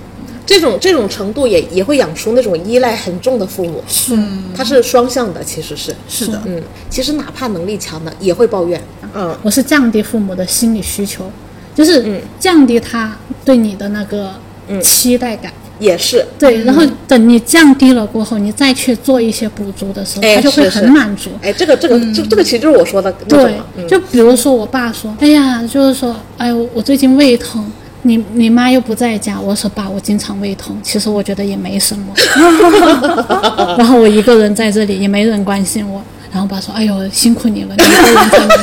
Speaker 1: 这种这种程度也也会养出那种依赖很重的父母。是，它是双向的，其实是。
Speaker 3: 嗯是的，
Speaker 1: 嗯，其实哪怕能力强的也会抱怨。嗯，
Speaker 2: 我是降低父母的心理需求，就是降低他对你的那个
Speaker 1: 嗯
Speaker 2: 期待感。
Speaker 1: 也是。
Speaker 2: 对，然后等你降低了过后，你再去做一些补足的时候，
Speaker 1: 哎
Speaker 2: 他就会
Speaker 1: 是是
Speaker 2: 很满足。
Speaker 1: 哎，这个这个这、这个其实就是我说的那种
Speaker 2: 嗯对
Speaker 1: 嘛，，嗯
Speaker 2: 就比如说我爸说，哎呀，就是说，哎，我我最近胃痛，你你妈又不在家，我说爸，我经常胃痛，其实我觉得也没什 么， 然后我一个人在这里也没人关心我，然后爸说，哎呦，辛苦你了，你一个人在那里。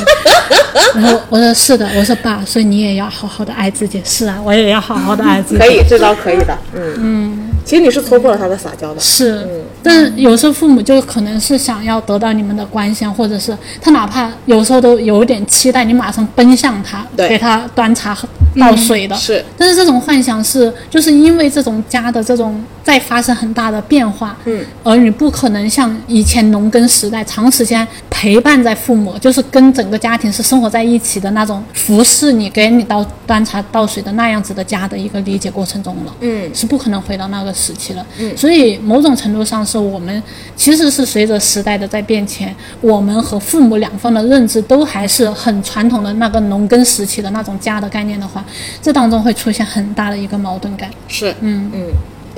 Speaker 2: 然后我说是的，我说爸，所以你也要好好的爱自己。是啊，我也要好好的爱自己
Speaker 1: 可。以，这招可以的，嗯嗯。其实你是戳破了他的撒娇的，嗯
Speaker 2: 是，但有时候父母就可能是想要得到你们的关心，或者是他哪怕有时候都有点期待你马上奔向他，
Speaker 1: 对嗯
Speaker 2: 给他端茶倒水的。
Speaker 1: 是
Speaker 2: 但是这种幻想是，就是因为这种家的这种在发生很大的变化，
Speaker 1: 嗯，
Speaker 2: 儿女不可能像以前农耕时代长时间陪伴在父母，就是跟整个家庭是生活在一起的那种服侍你、给你倒端茶倒水的那样子的家的一个理解过程中了，
Speaker 1: 嗯，
Speaker 2: 是不可能回到那个时期了，嗯，所以某种程度上是我们其实是随着时代的在变迁，我们和父母两方的认知都还是很传统的那个农耕时期的那种家的概念的话，这当中会出现很大的一个矛盾感，
Speaker 1: 是，
Speaker 2: 嗯
Speaker 1: 嗯。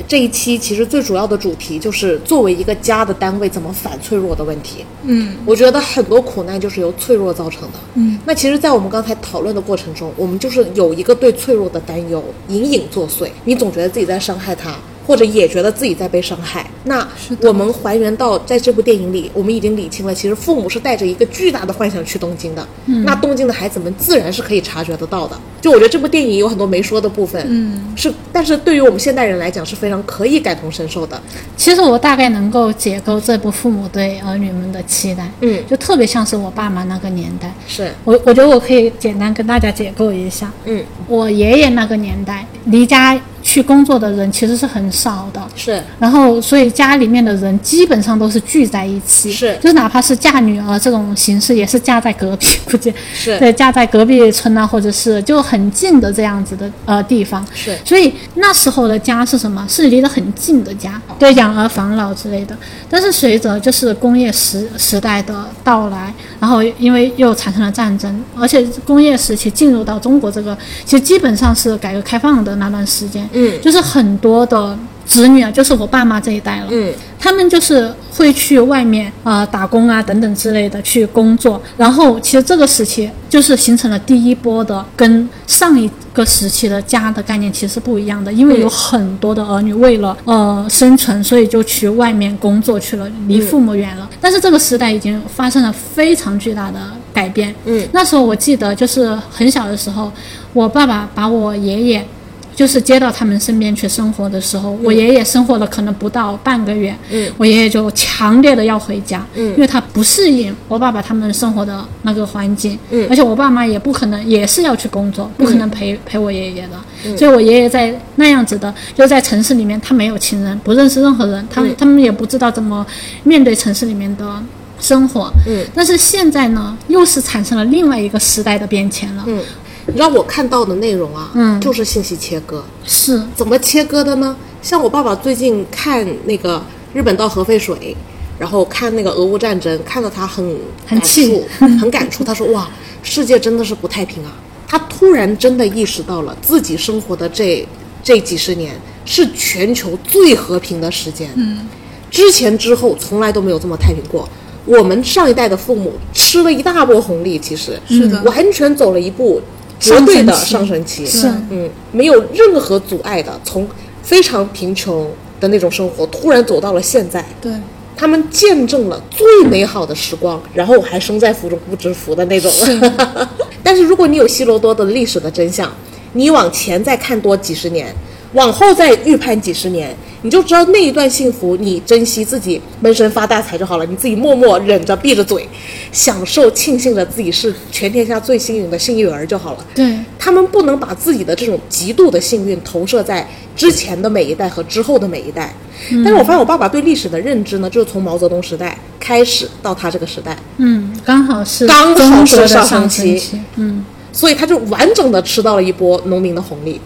Speaker 1: 这一期其实最主要的主题就是作为一个家的单位怎么反脆弱的问题。
Speaker 3: 嗯，
Speaker 1: 我觉得很多苦难就是由脆弱造成的。嗯，那其实，在我们刚才讨论的过程中，我们就是有一个对脆弱的担忧隐隐作祟，你总觉得自己在伤害他。或者也觉得自己在被伤害。那我们还原到在这部电影里，我们已经理清了，其实父母是带着一个巨大的幻想去东京的。那东京的孩子们自然是可以察觉得到的。就我觉得这部电影有很多没说的部分，嗯，是，但是对于我们现代人来讲是非常可以感同身受的。
Speaker 2: 其实我大概能够解构这部父母对儿女们的期待，
Speaker 1: 嗯
Speaker 2: 就特别像是我爸妈那个年代。
Speaker 1: 是，
Speaker 2: 我我觉得我可以简单跟大家解构一下，
Speaker 1: 嗯，
Speaker 2: 我爷爷那个年代离家去工作的人其实是很少的，
Speaker 1: 是，
Speaker 2: 然后所以家里面的人基本上都是聚在一起，
Speaker 1: 是
Speaker 2: 就是哪怕是嫁女儿这种形式，也是嫁在隔壁， 估计
Speaker 1: 是
Speaker 2: 对，嫁在隔壁村啊，或者是就很近的这样子的呃地方，
Speaker 1: 是
Speaker 2: 所以那时候的家是什么？是离得很近的家，
Speaker 1: 哦
Speaker 2: 对，养儿防老之类的。但是随着就是工业时时代的到来，然后因为又产生了战争，而且工业时期进入到中国这个，其实基本上是改革开放的那段时间，
Speaker 1: 嗯
Speaker 2: 就是很多的子女啊，就是我爸妈这一代了，
Speaker 1: 嗯，
Speaker 2: 他们就是会去外面啊、呃打工啊等等之类的去工作，然后其实这个时期就是形成了第一波的跟上一个时期的家的概念其实是不一样的，
Speaker 1: 嗯
Speaker 2: 因为有很多的儿女为了呃生存，所以就去外面工作去了，
Speaker 1: 嗯
Speaker 2: 离父母远了。但是这个时代已经发生了非常巨大的改变。
Speaker 1: 嗯，
Speaker 2: 那时候我记得就是很小的时候，我爸爸把我爷爷。就是接到他们身边去生活的时候，我爷爷生活了可能不到半个月，
Speaker 1: 嗯
Speaker 2: 我爷爷就强烈的要回家，
Speaker 1: 嗯
Speaker 2: 因为他不适应我爸爸他们生活的那个环境，
Speaker 1: 嗯
Speaker 2: 而且我爸妈也不可能也是要去工作，不可能陪、陪我爷爷的，
Speaker 1: 嗯
Speaker 2: 所以我爷爷在那样子的，就在城市里面，他没有亲人，不认识任何人，他、
Speaker 1: 嗯
Speaker 2: 他们也不知道怎么面对城市里面的。生活，
Speaker 1: 嗯，
Speaker 2: 但是现在呢，又是产生了另外一个时代的变迁了，嗯，
Speaker 1: 你知道我看到的内容啊，
Speaker 2: 嗯
Speaker 1: 就是信息切割。
Speaker 2: 是，
Speaker 1: 怎么切割的呢？像我爸爸最近看那个日本到核废水，然后看那个俄乌战争，看到他很
Speaker 2: 很
Speaker 1: 感
Speaker 2: 气
Speaker 1: 触，很感触。他说：“哇，世界真的是不太平啊！”他突然真的意识到了自己生活的这这几十年是全球最和平的时间。嗯，之前之后从来都没有这么太平过。我们上一代的父母吃了一大波红利，其实
Speaker 3: 是的
Speaker 1: 完全走了一步绝对的
Speaker 2: 上
Speaker 1: 上
Speaker 2: 升
Speaker 1: 升期，
Speaker 2: 是啊
Speaker 1: 嗯，没有任何阻碍的，从非常贫穷的那种生活，突然走到了现在。
Speaker 3: 对，
Speaker 1: 他们见证了最美好的时光，然后还身在福中不知福的那种。
Speaker 2: 啊
Speaker 1: 但是如果你有希罗多德历史的真相，你往前再看多几十年，往后再预判几十年，你就知道那一段幸福，你珍惜自己闷声发大财就好了，你自己默默忍着闭着嘴，享受庆幸着自己是全天下最幸运的幸运儿就好了。
Speaker 2: 对，
Speaker 1: 他们不能把自己的这种极度的幸运投射在之前的每一代和之后的每一代。但是我发现我爸爸对历史的认知呢，就是从毛泽东时代开始到他这个时代，
Speaker 2: 嗯，刚好是
Speaker 1: 刚好
Speaker 2: 中国
Speaker 1: 是
Speaker 2: 的
Speaker 1: 上
Speaker 2: 上
Speaker 1: 升期
Speaker 2: 期，嗯，
Speaker 1: 所以他就完整的吃到了一波农民的红利，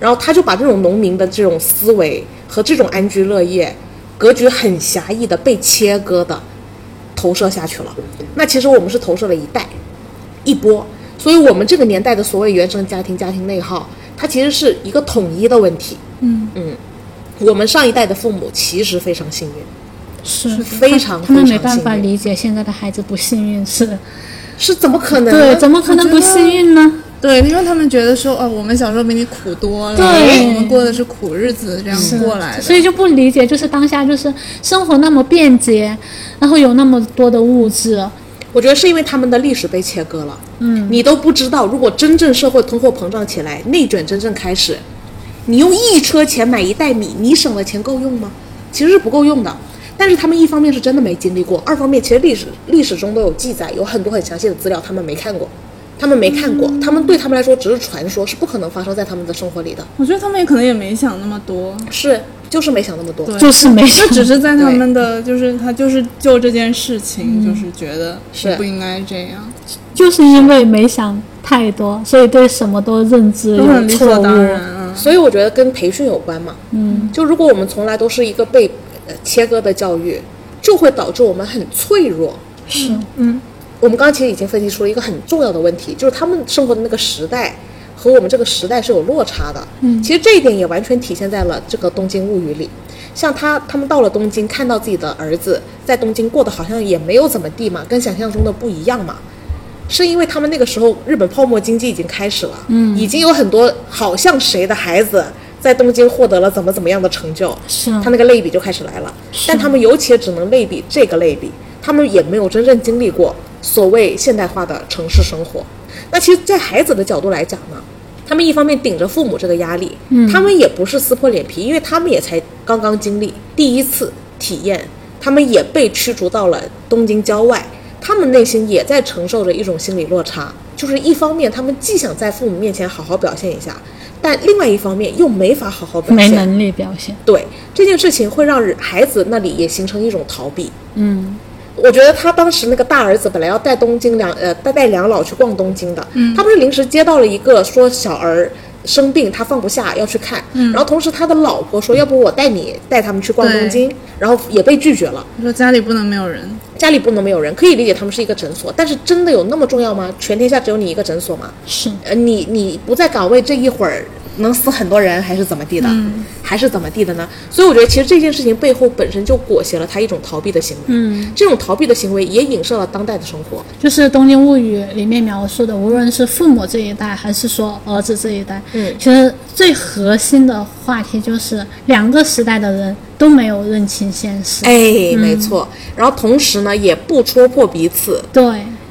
Speaker 1: 然后他就把这种农民的这种思维和这种安居乐业、格局很狭义的被切割的投射下去了。那其实我们是投射了一代，一波，所以我们这个年代的所谓原生家庭、家庭内耗，它其实是一个统一的问题。
Speaker 3: 嗯
Speaker 1: 嗯，我们上一代的父母其实非常幸运，
Speaker 2: 是
Speaker 1: 非常
Speaker 2: 他们
Speaker 1: 非
Speaker 2: 没
Speaker 1: 常
Speaker 2: 办
Speaker 1: 幸
Speaker 2: 法
Speaker 1: 运
Speaker 2: 理解现在的孩子不幸运是，
Speaker 1: 是怎么可能呢？
Speaker 2: 对，怎么可能不幸运呢？
Speaker 3: 对，因为他们觉得说，哦，我们小时候比你苦多了，
Speaker 2: 对
Speaker 3: 我们过的是苦日子，这样过来的，
Speaker 2: 所以就不理解，就是当下就是生活那么便捷，然后有那么多的物质，
Speaker 1: 我觉得是因为他们的历史被切割了，嗯，你都不知道，如果真正社会通货膨胀起来，内卷真正开始，你用一车钱买一袋米，你省的钱够用吗？其实是不够用的。但是他们一方面是真的没经历过，二方面其实历史历史中都有记载，有很多很详细的资料他们没看过，他们没看过，他们对他们来说只是传说，是不可能发生在他们的生活里的。
Speaker 3: 我觉得他们也可能也没想那么 多，
Speaker 1: 是，就是没想那么多。
Speaker 3: 对
Speaker 2: 就是没事
Speaker 3: 这。只是在他们的就是他就是就这件事情，就是觉得
Speaker 1: 是
Speaker 3: 不应该这样，
Speaker 2: 就是因为没想太多，所以对什么都认知
Speaker 3: 都
Speaker 2: 有
Speaker 3: 很理
Speaker 2: 嗯错
Speaker 3: 所当然
Speaker 2: 误。
Speaker 3: 啊。
Speaker 1: 所以我觉得跟培训有关嘛。嗯，就如果我们从来都是一个被呃切割的教育，就会导致我们很脆弱。嗯
Speaker 2: 是，
Speaker 1: 我们刚刚其实已经分析出了一个很重要的问题，就是他们生活的那个时代和我们这个时代是有落差的。嗯，其实这一点也完全体现在了这个《东京物语》里。像他，他们到了东京，看到自己的儿子在东京过得好像也没有怎么地嘛，跟想象中的不一样嘛。是因为他们那个时候日本泡沫经济已经开始了，嗯，已经有很多好像谁的孩子在东京获得了怎么怎么样的成就，
Speaker 2: 是啊
Speaker 1: 他那个类比就开始来了。但他们尤其只能类比这个类比，他们也没有真正经历过所谓现代化的城市生活。那其实，在孩子的角度来讲呢，他们一方面顶着父母这个压力，嗯，他们也不是撕破脸皮，因为他们也才刚刚经历第一次体验，他们也被驱逐到了东京郊外，他们内心也在承受着一种心理落差。就是一方面，他们既想在父母面前好好表现一下，但另外一方面又没法好好表现，
Speaker 2: 没能力表现。
Speaker 1: 对这件事情会让人孩子那里也形成一种逃避。嗯，我觉得他当时那个大儿子本来要带东京两呃带带两老去逛东京的，嗯、他不是临时接到了一个说小儿。生病，他放不下，要去看。嗯、然后同时，他的老婆说：“要不我带你带他们去逛
Speaker 3: 对
Speaker 1: 东京。”然后也被拒绝了。
Speaker 3: 你说家里不能没有人，
Speaker 1: 家里不能没有人，可以理解他们是一个诊所，但是真的有那么重要吗？全天下只有你一个诊所吗？
Speaker 2: 是，
Speaker 1: 呃，你你不在岗位这一会儿能死很多人，还是怎么地的？还是怎么地的呢？所以我觉得其实这件事情背后本身就裹挟了他一种逃避的行为。嗯，这种逃避的行为也影射了当代的生活。
Speaker 2: 就是《东京物语》里面描述的，无论是父母这一代，还是说儿子这一代，
Speaker 1: 嗯
Speaker 2: 其实最核心的话题就是两个时代的人都没有认清现实。
Speaker 1: 哎，没错。然后同时呢，也不戳破彼此，
Speaker 2: 对，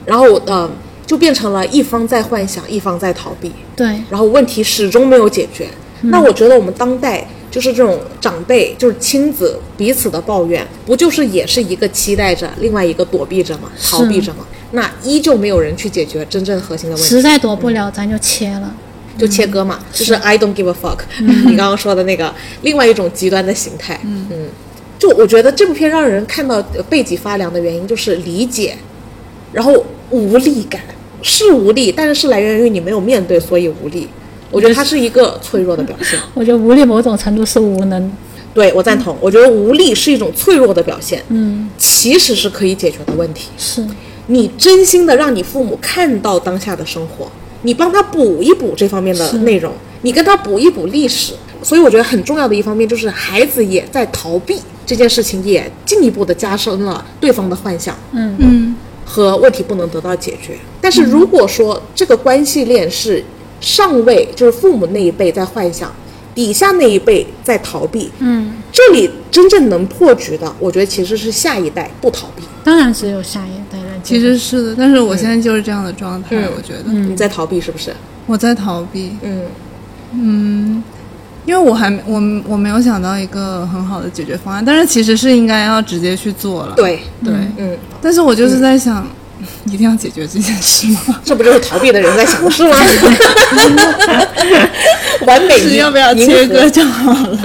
Speaker 1: 然后呃，就变成了一方在幻想，一方在逃避。
Speaker 2: 对，
Speaker 1: 然后问题始终没有解决。那我觉得我们当代就是这种长辈，就是亲子彼此的抱怨，不就是也是一个期待着，另外一个躲避着吗？逃避着吗？那依旧没有人去解决真正核心的问题，
Speaker 2: 实在躲不了，咱就切了。
Speaker 1: 就切割嘛，就是 I don't give a fuck，、你 刚刚说的那个另外一种极端的形态。嗯就我觉得这部片让人看到呃背脊发凉的原因就是理解，然后无力感是无力，但是是来源于你没有面对，所以无力。我觉得它是一个脆弱的表现。
Speaker 2: 我觉得无力某种程度是无能。
Speaker 1: 对我赞同，我觉得无力是一种脆弱的表现，嗯，其实是可以解决的问题。
Speaker 2: 是，
Speaker 1: 你真心的让你父母看到当下的生活，你帮他补一补这方面的内容，你跟他补一补历史。所以我觉得很重要的一方面就是孩子也在逃避这件事情，也进一步的加深了对方的幻想，
Speaker 3: 嗯，
Speaker 1: 和问题不能得到解决。但是如果说这个关系链是上位，就是父母那一辈在幻想，底下那一辈在逃避，嗯，这里真正能破局的，我觉得其实是下一代不逃避，
Speaker 2: 当然只有下一代来解
Speaker 3: 其
Speaker 2: 决。
Speaker 3: 实是的，但是我现在就是这样的状态，我觉
Speaker 2: 嗯
Speaker 3: 得
Speaker 1: 你在逃避是不是？
Speaker 3: 我在逃避，
Speaker 1: 嗯，
Speaker 3: 因为我还没我我没有想到一个很好的解决方案，但是其实是应该要直接去做了。
Speaker 1: 对，
Speaker 3: 对，
Speaker 1: 嗯，
Speaker 3: 但是我就是在想， 一定要解决这件事 吗？
Speaker 1: 这不就是逃避的人在想的事 吗？完美
Speaker 3: 是
Speaker 1: 迎
Speaker 3: 要不要切割？就好了？
Speaker 1: 迎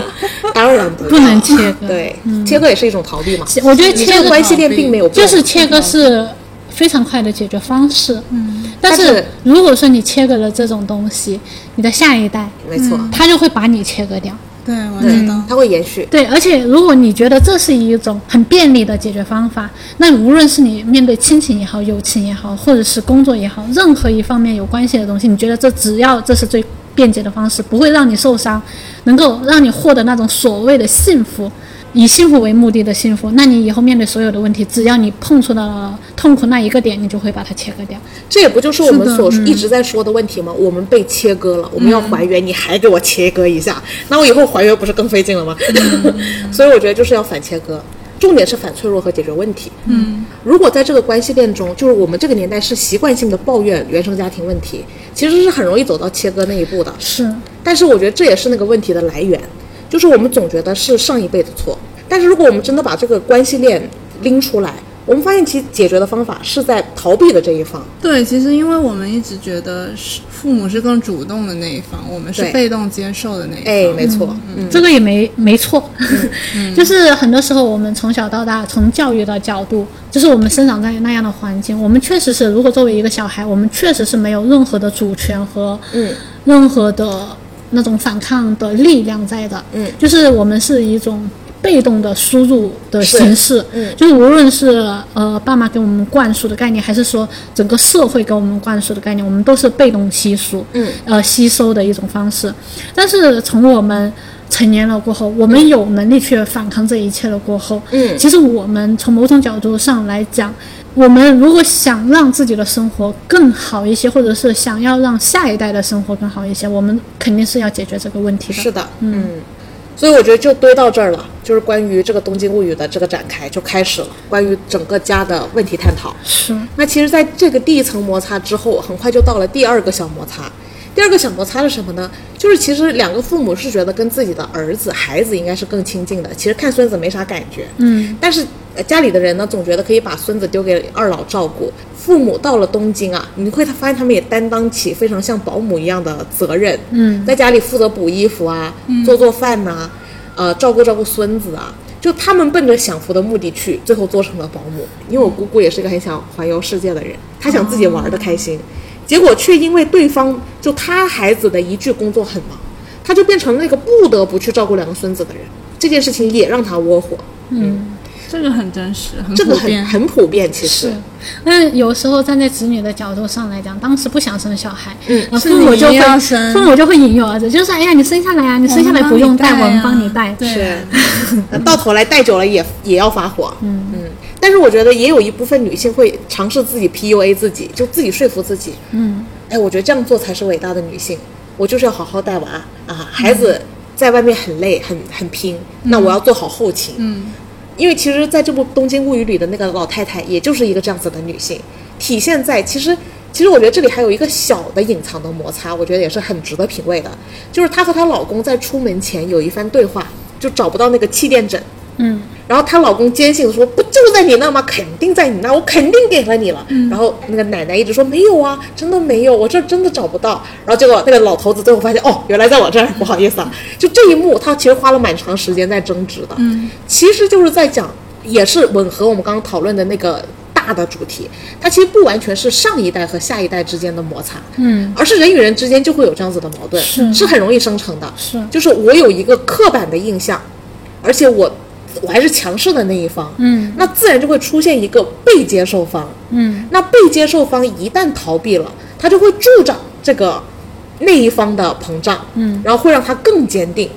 Speaker 1: 合当然不要
Speaker 2: 不能切割
Speaker 1: 对，切割也是一种逃避嘛。
Speaker 2: 其我觉得
Speaker 1: 你
Speaker 2: 切
Speaker 1: 这
Speaker 2: 割
Speaker 1: 个关系链并没有
Speaker 2: 就是
Speaker 1: 变
Speaker 2: 切割是非常快的解决方式。嗯，但
Speaker 1: 但
Speaker 2: 是
Speaker 1: 是
Speaker 2: 如果说你切割了这种东西，你的下一代
Speaker 1: 没错，
Speaker 2: 他就会把你切割掉。
Speaker 3: 对，我
Speaker 2: 嗯
Speaker 3: 知道。
Speaker 1: 它会延续。
Speaker 2: 对，而且如果你觉得这是一种很便利的解决方法，那无论是你面对亲情也好、友情也好，或者是工作也好，任何一方面有关系的东西，你觉得这只要这是最便捷的方式，不会让你受伤，能够让你获得那种所谓的幸福，以幸福为目的的幸福，那你以后面对所有的问题，只要你碰触到了痛苦那一个点，你就会把它切割掉。
Speaker 1: 这也不就是我们所一直在说的嗯问题吗？我们被切割了，我们要还原，你还给我切割一下，那我以后还原不是更费劲了吗？ 所以我觉得就是要反切割，重点是反脆弱和解决问题。嗯，如果在这个关系链中，就是我们这个年代是习惯性的抱怨原生家庭问题，其实是很容易走到切割那一步的。
Speaker 2: 是，
Speaker 1: 但是我觉得这也是那个问题的来源，就是我们总觉得是上一辈的错。但是如果我们真的把这个关系链拎出来，我们发现其实解决的方法是在逃避的这一方。
Speaker 3: 对，其实因为我们一直觉得是父母是更主动的那一方，我们是
Speaker 1: 对
Speaker 3: 被动接受的那一方。
Speaker 1: 哎，没错，
Speaker 2: 这个也没没错，
Speaker 1: 嗯
Speaker 2: 就是很多时候我们从小到大，从教育的角度，就是我们生长在那样的环境，我们确实是，如果作为一个小孩，我们确实是没有任何的主权和
Speaker 1: 嗯
Speaker 2: 任何的那种反抗的力量在的，
Speaker 1: 嗯
Speaker 2: 就是我们是一种。被动的输入的
Speaker 1: 是
Speaker 2: 形式，
Speaker 1: 嗯
Speaker 2: 就是无论是呃爸妈给我们灌输的概念，还是说整个社会给我们灌输的概念，我们都是被动吸收，
Speaker 1: 嗯，
Speaker 2: 呃吸收的一种方式。但是从我们成年了过后，我们有能力去反抗这一切了过后，
Speaker 1: 嗯
Speaker 2: 其实我们从某种角度上来讲，我们如果想让自己的生活更好一些，或者是想要让下一代的生活更好一些，我们肯定是要解决这个问题的。
Speaker 1: 是的，嗯。所以我觉得就堆到这儿了，就是关于这个《东京物语》的这个展开就开始了，关于整个家的问题探讨。
Speaker 2: 是
Speaker 1: 那其实，在这个第一层摩擦之后，很快就到了第二个小摩擦。第二个小摩擦是什么呢？就是其实两个父母是觉得跟自己的儿子、孩子应该是更亲近的，其实看孙子没啥感觉。嗯，但是呃家里的人呢，总觉得可以把孙子丢给二老照顾。父母到了东京啊，你会发现他们也担当起非常像保姆一样的责任。嗯，在家里负责补衣服啊，做做饭呐、呃，照顾照顾孙子啊。就他们奔着享福的目的去，最后做成了保姆。因为我姑姑也是一个很想环游世界的人，她想自己玩的开心，结果却因为对方就她孩子的一句工作很忙，她就变成那个不得不去照顾两个孙子的人。这件事情也让她窝火，
Speaker 3: 这个很真实，很
Speaker 1: 这个
Speaker 3: 普
Speaker 1: 很
Speaker 3: 遍。
Speaker 1: 很普遍。其实
Speaker 2: 是，那有时候站在子女的角度上来讲，当时不想生小孩，嗯，
Speaker 3: 是
Speaker 2: 父母
Speaker 3: 你
Speaker 2: 就会
Speaker 3: 要生
Speaker 2: 父母就会引诱儿子，就是哎呀，你生下来呀、你生下来不用带，我们帮你带，
Speaker 3: 对
Speaker 1: 是，到头来带久了也也要发火。嗯嗯，但是我觉得也有一部分女性会尝试自己 PUA 自己，就自己说服自己。嗯，哎，我觉得这样做才是伟大的女性。我就是要好好带娃啊，孩子在外面很累，很很拼，那我要做好后勤。嗯，因为其实在这部《东京物语》里的那个老太太，也就是一个这样子的女性，体现在其实。其实我觉得这里还有一个小的隐藏的摩擦，我觉得也是很值得品味的，就是她和她老公在出门前有一番对话，就找不到那个气垫枕，
Speaker 2: 嗯，
Speaker 1: 然后她老公坚信地说：“不就在你那吗？肯定在你那，我肯定给了你了。然后那个奶奶一直说：“没有啊，真的没有，我这儿真的找不到。”然后结果那个老头子最后发现：“哦，原来在我这儿，不好意思啊。”就这一幕，他其实花了蛮长时间在争执的，嗯，其实就是在讲，也是吻合我们刚刚讨论的那个。大的主题，它其实不完全是上一代和下一代之间的摩擦，
Speaker 2: 嗯，
Speaker 1: 而是人与人之间就会有这样子的矛盾，
Speaker 2: 是
Speaker 1: 很容易生成的。
Speaker 2: 是
Speaker 1: 就是我有一个刻板的印象，而且我我还是强势的那一方，
Speaker 2: 嗯，
Speaker 1: 那自然就会出现一个被接受方，
Speaker 2: 嗯，
Speaker 1: 那被接受方一旦逃避了，他就会助长这个那一方的膨胀，嗯，然后会让他更坚定。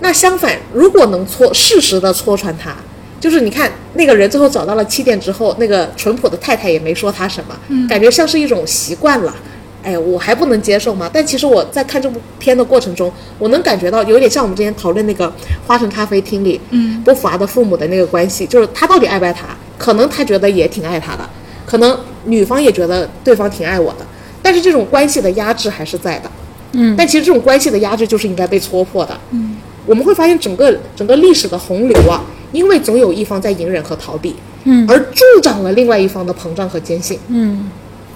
Speaker 1: 那相反，如果能戳适时的戳穿他，就是你看那个人最后找到了气垫之后，那个淳朴的太太也没说他什么，感觉像是一种习惯了。哎，我还不能接受吗？但其实我在看这部片的过程中，我能感觉到有点像我们之前讨论那个花城咖啡厅里，嗯，波伏娃的父母的那个关系，就是他到底爱不爱他？可能他觉得也挺爱他的，可能女方也觉得对方挺爱我的，但是这种关系的压制还是在的。
Speaker 2: 嗯
Speaker 1: 但其实这种关系的压制就是应该被戳破的。嗯，我们会发现整个整个历史的洪流啊，因为总有一方在隐忍和逃避，
Speaker 2: 嗯
Speaker 1: 而助长了另外一方的膨胀和坚信。
Speaker 2: 嗯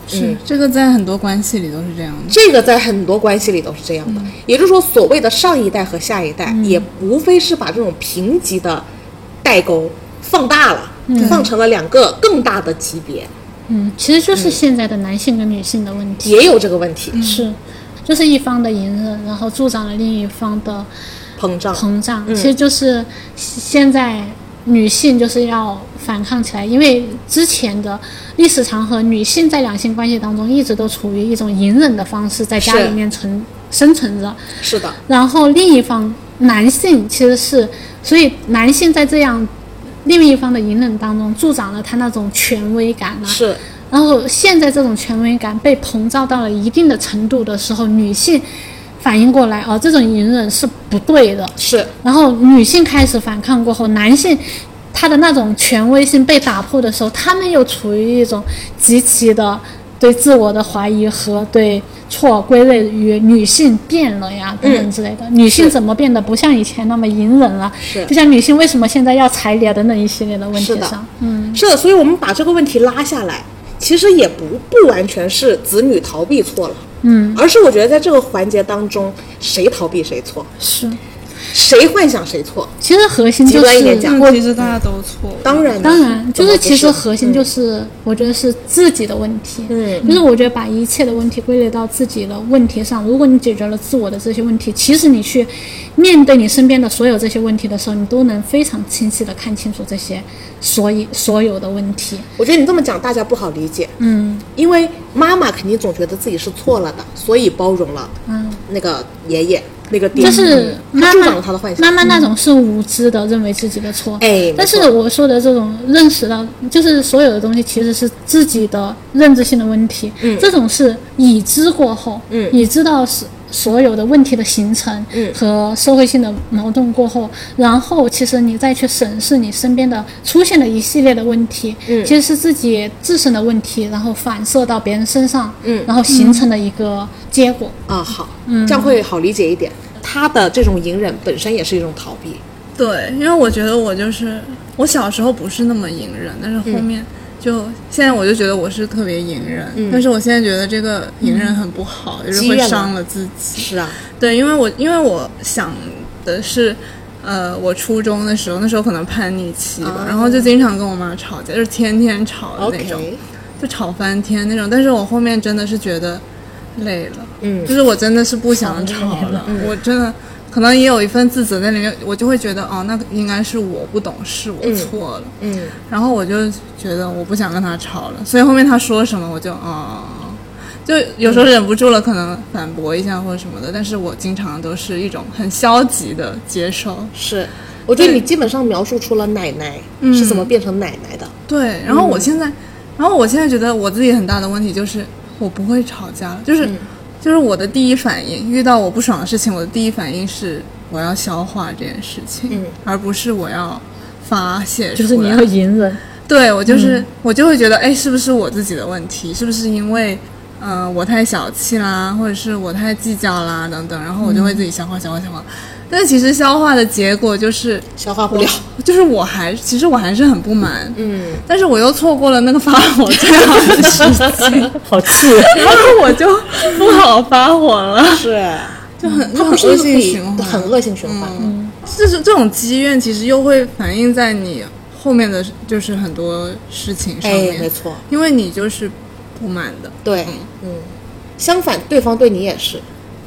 Speaker 3: 是这个在很多关系里都是这样的。
Speaker 1: 这个在很多关系里都是这样的，
Speaker 2: 嗯
Speaker 1: 也就是说，所谓的上一代和下一代，也无非是把这种评级的代沟放大了，放成了两个更大的级别，
Speaker 2: 嗯，其实就是现在的男性跟女性的问题，
Speaker 1: 也有这个问题，
Speaker 2: 是，就是一方的隐忍，然后助长了另一方的
Speaker 1: 膨胀。
Speaker 2: 膨胀，其实就是现在女性就是要反抗起来，因为之前的历史长河，女性在两性关系当中一直都处于一种隐忍的方式，在家
Speaker 1: 是
Speaker 2: 里面存生存着，
Speaker 1: 是的，
Speaker 2: 然后另一方男性其实是，所以男性在这样另一方的隐忍当中，助长了他那种权威感啊嘛、
Speaker 1: 是
Speaker 2: 然后现在这种权威感被膨胀到了一定的程度的时候，女性反应过来，哦，这种隐忍是不对的。
Speaker 1: 是
Speaker 2: 然后女性开始反抗过后，男性他的那种权威性被打破的时候，他们又处于一种极其的对自我的怀疑和对错归类于女性变了
Speaker 1: 嗯
Speaker 2: 呀等等之类的。女性怎么变得不像以前那么隐忍了？
Speaker 1: 是
Speaker 2: 就像女性为什么现在要彩礼啊等等一系列的问
Speaker 1: 是
Speaker 2: 题
Speaker 1: 的
Speaker 2: 上，嗯，
Speaker 1: 是的，所以我们把这个问题拉下来，其实也不不完全是子女逃避错了，嗯，而是我觉得在这个环节当中，谁逃避谁错，
Speaker 2: 是，
Speaker 1: 谁幻想谁错，
Speaker 2: 其实核心
Speaker 1: 极
Speaker 2: 就
Speaker 1: 端一点
Speaker 2: 是
Speaker 1: 讲
Speaker 3: 但其实大家都错了。
Speaker 1: 当然
Speaker 2: 当然，
Speaker 1: 怎
Speaker 2: 就
Speaker 1: 么
Speaker 2: 是
Speaker 1: 不
Speaker 2: 其实核心就是，我觉得是自己的问题。
Speaker 1: 嗯，
Speaker 2: 就是我觉得把一切的问题归类到自己的问题上。如果你解决了自我的这些问题，其实你去面对你身边的所有这些问题的时候，你都能非常清晰的看清楚这些所以所有的问题。
Speaker 1: 我觉得你这么讲大家不好理解，
Speaker 2: 嗯
Speaker 1: 因为妈妈肯定总觉得自己是错了的，所以包容了
Speaker 2: 嗯，
Speaker 1: 那个爷爷那个爹，
Speaker 2: 就是妈
Speaker 1: 他助长
Speaker 2: 妈
Speaker 1: 了他的幻想，嗯
Speaker 2: 妈妈那种是无知的，认为自己的错。
Speaker 1: 哎，
Speaker 2: 但是我说的这种认识到，就是所有的东西其实是自己的认知性的问题，
Speaker 1: 嗯
Speaker 2: 这种是已知过后，
Speaker 1: 嗯
Speaker 2: 已知道是所有的问题的形成，
Speaker 1: 嗯
Speaker 2: 和社会性的矛盾过后，然后其实你再去审视你身边的出现的一系列的问题，
Speaker 1: 嗯
Speaker 2: 其实是自己自身的问题，然后反射到别人身上，
Speaker 1: 嗯
Speaker 2: 然后形成的一个结果，
Speaker 1: 啊好，
Speaker 2: 嗯
Speaker 1: 这样会好理解一点。他的这种隐忍本身也是一种逃避，
Speaker 3: 对，因为我觉得我就是我小时候不是那么隐忍，但是
Speaker 1: 嗯
Speaker 3: 后面就、现在我就觉得我是特别隐忍，
Speaker 1: 嗯
Speaker 3: 但是我现在觉得这个隐忍很不好，就是
Speaker 1: 积
Speaker 3: 会
Speaker 1: 嗯怨了
Speaker 3: 伤了自己。
Speaker 1: 是啊，
Speaker 3: 对，因为我因为我想的是，呃，我初中的时候，那时候可能叛逆期吧，
Speaker 1: 哦
Speaker 3: 然后就经常跟我妈吵架，就是天天吵的那种
Speaker 1: OK
Speaker 3: 就吵翻天那种。但是我后面真的是觉得累了，
Speaker 1: 嗯
Speaker 3: 就是我真的是不想吵
Speaker 2: 累
Speaker 3: 了，嗯我真的。可能也有一份自责在里面，我就会觉得哦，那应该是我不懂事，我错了。
Speaker 1: 嗯，
Speaker 3: 然后我就觉得我不想跟他吵了，所以后面他说什么我就哦哦，哦就有时候忍不住了，可能反驳一下或者什么的，但是我经常都是一种很消极的接受。
Speaker 1: 是。我觉得你基本上描述出了奶奶是怎么变成奶奶的，
Speaker 3: 对，然后我现在，然后我现在觉得我自己很大的问题就是我不会吵架了，就是、
Speaker 2: 嗯
Speaker 3: 就是我的第一反应，遇到我不爽的事情，我的第一反应是我要消化这件事情，
Speaker 1: 嗯
Speaker 3: 而不是我要发泄出来。
Speaker 2: 就是你嗯要隐忍，
Speaker 3: 对我就是、我就会觉得，哎，是不是我自己的问题？是不是因为，呃，我太小气啦，或者是我太计较啦等等，然后我就会自己消化消化消化。但其实消化的结果就是，
Speaker 1: 消化不了。
Speaker 3: 就是我还其实我还是很不满，
Speaker 1: 嗯，
Speaker 3: 但是我又错过了那个发火最好的时机，
Speaker 2: 好气。
Speaker 3: 然后我就不好发火了。
Speaker 1: 嗯是，
Speaker 3: 就很
Speaker 1: 它
Speaker 3: 就
Speaker 1: 不
Speaker 3: 很
Speaker 1: 是
Speaker 3: 恶
Speaker 1: 一个可
Speaker 3: 性
Speaker 1: 以
Speaker 3: 循环，
Speaker 1: 很恶性循环。
Speaker 3: 嗯，就是这种积怨，其实又会反映在你后面的就是很多事情上
Speaker 1: 哎
Speaker 3: 面，，
Speaker 1: 没错，
Speaker 3: 因为你就是不满的，
Speaker 1: 对，嗯。相反，对方对你也是，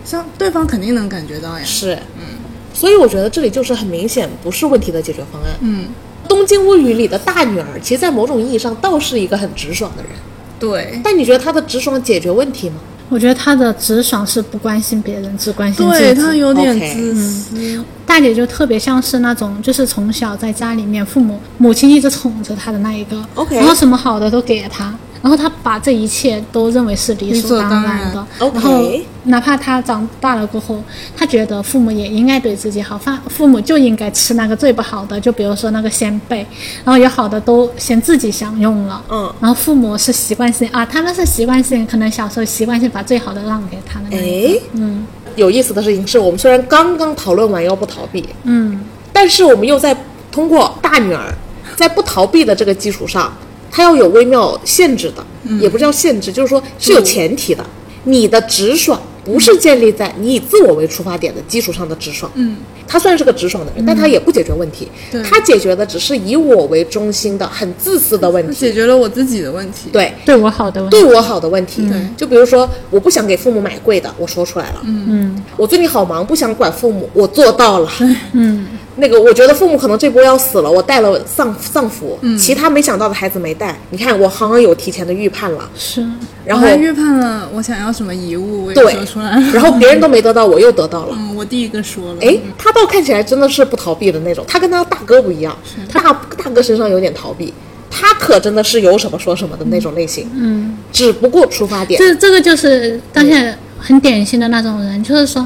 Speaker 3: 像对方肯定能感觉到呀。
Speaker 1: 是，嗯。所以我觉得这里就是很明显不是问题的解决方案。
Speaker 3: 嗯，
Speaker 1: 《东京物语》里的大女儿，其实，在某种意义上倒是一个很直爽的人。
Speaker 3: 对，
Speaker 1: 但你觉得她的直爽解决问题吗？
Speaker 2: 我觉得他的直爽是不关心别人，只关心自己。
Speaker 3: 对他有点
Speaker 1: OK，嗯
Speaker 3: 自私，
Speaker 2: 大姐就特别像是那种，就是从小在家里面父母母亲一直宠着她的那一个
Speaker 1: OK
Speaker 2: 然后什么好的都给了她，然后她把这一切都认为是理
Speaker 3: 理所
Speaker 2: 所
Speaker 3: 当
Speaker 2: 然的
Speaker 3: 然。
Speaker 1: OK
Speaker 2: 然后哪怕她长大了过后，她觉得父母也应该对自己好，父父母就应该吃那个最不好的，就比如说那个鲜贝，然后有好的都先自己享用了。
Speaker 1: 嗯
Speaker 2: 然后父母是习惯性啊，他们是习惯性，可能小时候习惯性把最好的让给她的那一个
Speaker 1: 哎，
Speaker 2: 嗯
Speaker 1: 有意思的事情是我们虽然刚刚讨论完要不逃避，
Speaker 2: 嗯，
Speaker 1: 但是我们又在通过大女儿，在不逃避的这个基础上，她要有微妙限制的，
Speaker 3: 嗯
Speaker 1: 也不是叫限制，就是说是有前提的。你的直爽不是建立在你以自我为出发点的基础上的直爽。
Speaker 3: 嗯，
Speaker 1: 他虽然是个直爽的人，但他也不解决问题
Speaker 3: 对，
Speaker 1: 他解决的只是以我为中心的很自私的问题。
Speaker 3: 解决了我自己的问题。，
Speaker 1: 对，
Speaker 2: 对我好的问题。
Speaker 1: 对我好的问题，
Speaker 3: 嗯
Speaker 1: 就比如说我不想给父母买贵的，我说出来了，嗯，我最近好忙，不想管父母，我做到了，
Speaker 2: 嗯，
Speaker 1: 那个我觉得父母可能这波要死了，我带了丧丧服，其他没想到的孩子没带，你看我行行有提前的预判了，
Speaker 2: 是，
Speaker 1: 然后
Speaker 3: 我还预判了我想要什么遗物，我也
Speaker 1: 对
Speaker 3: 说出来了。
Speaker 1: 然后别人都没得到，我又得到了。
Speaker 3: 嗯，我第一个说了。
Speaker 1: 哎，他倒看起来真的是不逃避的那种，他跟他大哥不一样，大大哥身上有点逃避，他可真的是有什么说什么的那种类型，
Speaker 2: 嗯，
Speaker 1: 只不过出发点
Speaker 2: 这这个就是当下很典型的那种人，就是说，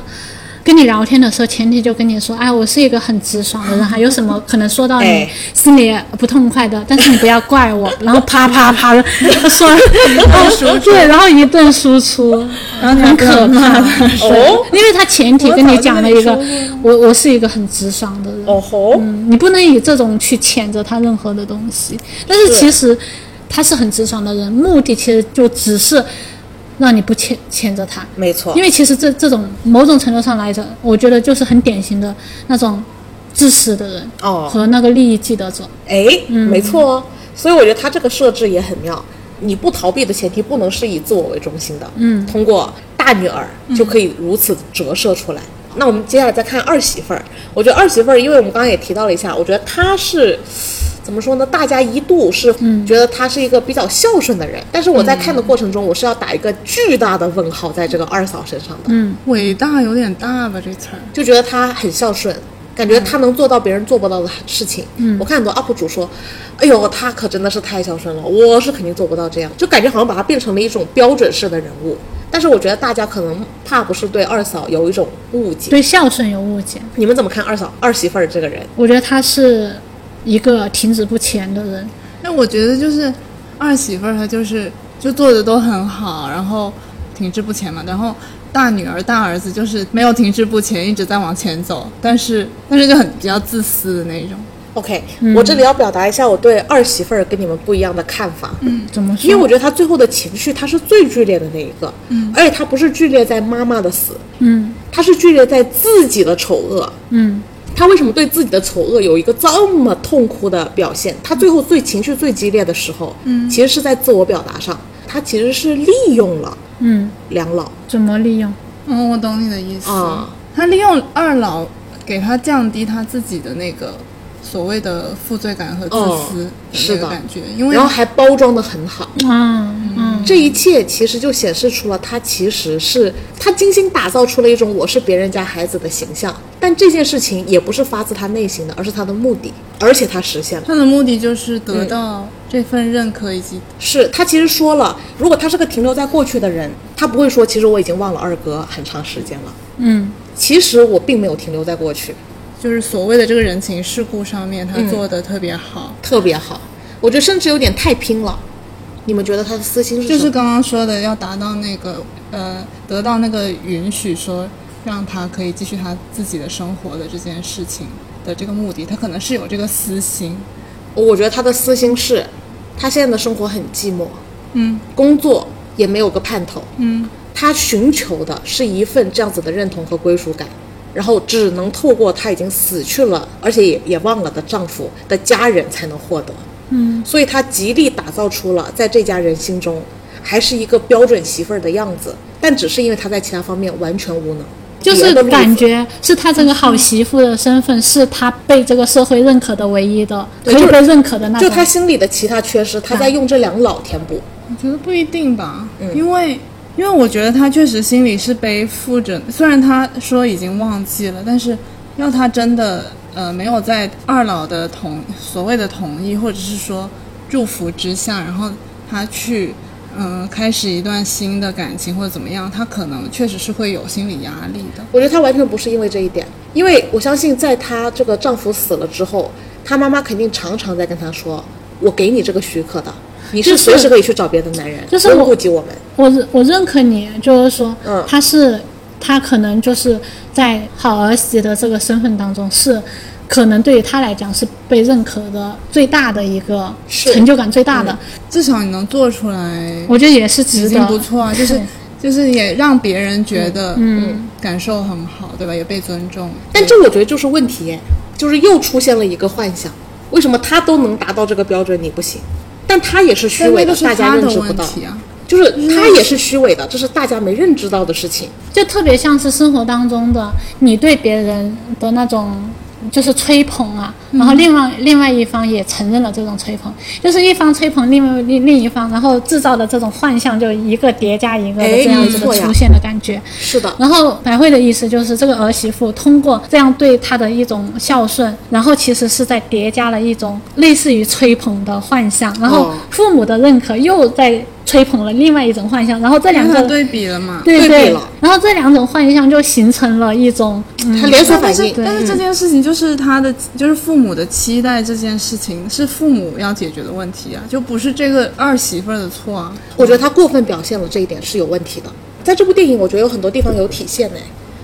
Speaker 2: 跟你聊天的时候，前提就跟你说，哎，我是一个很直爽的人，还有什么可能说到你
Speaker 1: 哎
Speaker 2: 心里不痛快的，但是你不要怪 我。然后啪啪啪的说，哦，对，然后一顿输出，
Speaker 3: 然后你
Speaker 2: 很
Speaker 3: 还
Speaker 2: 可怕。
Speaker 1: 哦
Speaker 2: 因为他前提跟你讲了一个
Speaker 3: 我早就跟你说，
Speaker 2: 我我是一个很直爽的人，
Speaker 1: 哦吼，
Speaker 2: 嗯，你不能以这种去谴责他任何的东西。但是其实他是很直爽的人，目的其实就只是让你不谴谴责他，
Speaker 1: 没错
Speaker 2: 因，为其实这这种某种程度上来讲，我觉得就是很典型的那种自私的人
Speaker 1: 哦
Speaker 2: 和那个利益既得者。
Speaker 1: 哎，没错哦。所以我觉得他这个设置也很妙。你不逃避的前提不能是以自我为中心的，嗯，通过大女儿就可以如此折射出来。那我们接下来再看二媳妇儿，我觉得二媳妇儿，因为我们刚刚也提到了一下，我觉得她是怎么说呢？大家一度是觉得她是一个比较孝顺的人，但是我在看的过程中，我是要打一个巨大的问号在这个二嫂身上的，嗯，
Speaker 3: 伟大有点大吧这词儿。
Speaker 1: 就觉得她很孝顺，感觉她能做到别人做不到的事情。嗯，我看很多 UP 主说，哎呦，她可真的是太孝顺了，我是肯定做不到这样，就感觉好像把她变成了一种标准式的人物。但是我觉得大家可能怕不是对二嫂有一种误解，
Speaker 2: 对孝顺有误解，
Speaker 1: 你们怎么看二嫂二媳妇儿这个人？
Speaker 2: 我觉得他是一个停止不前的人。
Speaker 3: 那我觉得就是二媳妇儿，她就是就做的都很好，然后停滞不前嘛。然后大女儿、大儿子就是没有停滞不前，一直在往前走，但是但是就很比较自私的那一种。
Speaker 1: OK，、我这里要表达一下我对二媳妇儿跟你们不一样的看法。嗯，
Speaker 2: 怎么
Speaker 1: 因
Speaker 2: 说？
Speaker 1: 为我觉得她最后的情绪，她是最剧烈的那一个。嗯，而且她不是剧烈在妈妈的死，
Speaker 2: 嗯
Speaker 1: 她是剧烈在自己的丑恶。
Speaker 2: 嗯
Speaker 1: 她为什么对自己的丑恶有一个这么痛苦的表现？她最后最情绪最激烈的时候，嗯，其实是在自我表达上，她其实是利用了
Speaker 2: 嗯，
Speaker 1: 梁老
Speaker 2: 怎么利用？
Speaker 3: 嗯，我懂你的意思。
Speaker 1: 啊
Speaker 3: 她利用二老给她降低她自己的那个所谓的负罪感和
Speaker 1: 哦
Speaker 3: 自私
Speaker 1: 是
Speaker 3: 那个
Speaker 1: 的
Speaker 3: 感觉，因为
Speaker 1: 然后还包装的很好。
Speaker 2: 啊嗯
Speaker 1: 这一切其实就显示出了他其实是他精心打造出了一种我是别人家孩子的形象，但这件事情也不是发自他内心的，而是他的目的，而且他实现了。
Speaker 3: 她的目的就是得到这份认可以及
Speaker 1: 是他其实说了，如果他是个停留在过去的人，他不会说其实我已经忘了二哥很长时间了，
Speaker 2: 嗯
Speaker 1: 其实我并没有停留在过去，
Speaker 3: 就是所谓的这个人情世故上面，她做的特别好。
Speaker 1: 特别好。我觉得甚至有点太拼了，你们觉得他的私心是什
Speaker 3: 就
Speaker 1: 么？
Speaker 3: 是刚刚说的，要达到那个呃，得到那个允许说，让他可以继续他自己的生活的这件事情的这个目的，他可能是有这个私心。
Speaker 1: 我觉得他的私心是，他现在的生活很寂寞，
Speaker 3: 嗯，
Speaker 1: 工作也没有个盼头，
Speaker 3: 嗯，
Speaker 1: 他寻求的是一份这样子的认同和归属感，然后只能透过他已经死去了，而且也也忘了的丈夫的家人才能获得，
Speaker 2: 嗯，
Speaker 1: 所以他极力打造出了在这家人心中还是一个标准媳妇儿的样子，但只是因为他在其他方面完全无能，
Speaker 2: 就是
Speaker 1: 别的路
Speaker 2: 感觉是她这个好媳妇的身份，是她被这个社会认可的唯一的，可以被认可的那
Speaker 1: 就
Speaker 2: 种。
Speaker 1: 他心里的其他缺失，他在用这两老填补。
Speaker 3: 我觉得不一定吧，因为因为我觉得他确实心里是背负着，虽然他说已经忘记了，但是要他真的呃没有在二老的同所谓的同意或者是说祝福之下，然后他去嗯、呃开始一段新的感情或者怎么样，他可能确实是会有心理压力的。
Speaker 1: 我觉得她完全不是因为这一点，因为我相信在她这个丈夫死了之后，她妈妈肯定常常在跟她说：“我给你这个许可的，你是
Speaker 2: 就是
Speaker 1: 随时可以去找别的男人，
Speaker 2: 就是
Speaker 1: 不用
Speaker 2: 我
Speaker 1: 顾及我们。
Speaker 2: 我认我认可你，就是说
Speaker 1: 嗯，
Speaker 2: 她是她可能就是在好儿媳的这个身份当中是。可能对于她来讲是被认可的最大的一个
Speaker 1: 是
Speaker 2: 成就感最大的，
Speaker 3: 至少你能做出来，
Speaker 2: 我觉得也是
Speaker 3: 嗯已
Speaker 2: 值
Speaker 3: 经
Speaker 2: 得。
Speaker 3: 不错啊，就是
Speaker 2: 对
Speaker 3: 就是也让别人觉得嗯感受很好，对吧？也被尊重。
Speaker 1: 但这我觉得就是问题耶，就是又出现了一个幻想：为什么她都能达到这个标准，你不行？但她也是虚
Speaker 3: 但
Speaker 1: 伪
Speaker 3: 那个是
Speaker 1: 大家
Speaker 3: 他
Speaker 1: 认
Speaker 3: 的
Speaker 1: 知不
Speaker 3: 问
Speaker 1: 到，
Speaker 3: 题啊。
Speaker 1: 就是她也是虚伪的，这是大家没认知到的事情。
Speaker 2: 就特别像是生活当中的你对别人的那种就是吹捧啊，
Speaker 1: 嗯
Speaker 2: 然后另外另外一方也承认了这种吹捧，就是一方吹捧另外另另一方，然后制造的这种幻象就一个叠加一个的
Speaker 1: 哎
Speaker 2: 这样
Speaker 1: 没
Speaker 2: 子的
Speaker 1: 错呀
Speaker 2: 出现的感觉。
Speaker 1: 是的，
Speaker 2: 然后白慧的意思就是，这个儿媳妇通过这样对她的一种孝顺，然后其实是在叠加了一种类似于吹捧的幻象，然后
Speaker 1: 哦
Speaker 2: 父母的认可又在吹捧了另外一种幻象，然后这两
Speaker 3: 因为
Speaker 1: 啊
Speaker 2: 个
Speaker 3: 它对比了嘛。
Speaker 2: 对
Speaker 1: 对比
Speaker 2: 对
Speaker 1: 了，
Speaker 2: 然后这两种幻象就形成了一种，嗯，
Speaker 1: 它连锁
Speaker 3: 但
Speaker 1: 反
Speaker 3: 是
Speaker 1: 应，嗯
Speaker 2: 对
Speaker 3: 但是这件事情就是他的，就是父母的期待这件事情是父母要解决的问题啊，就不是这个二媳妇儿的错啊。
Speaker 1: 我觉得他过分表现了这一点是有问题的。在这部电影，我觉得有很多地方有体现呢，哎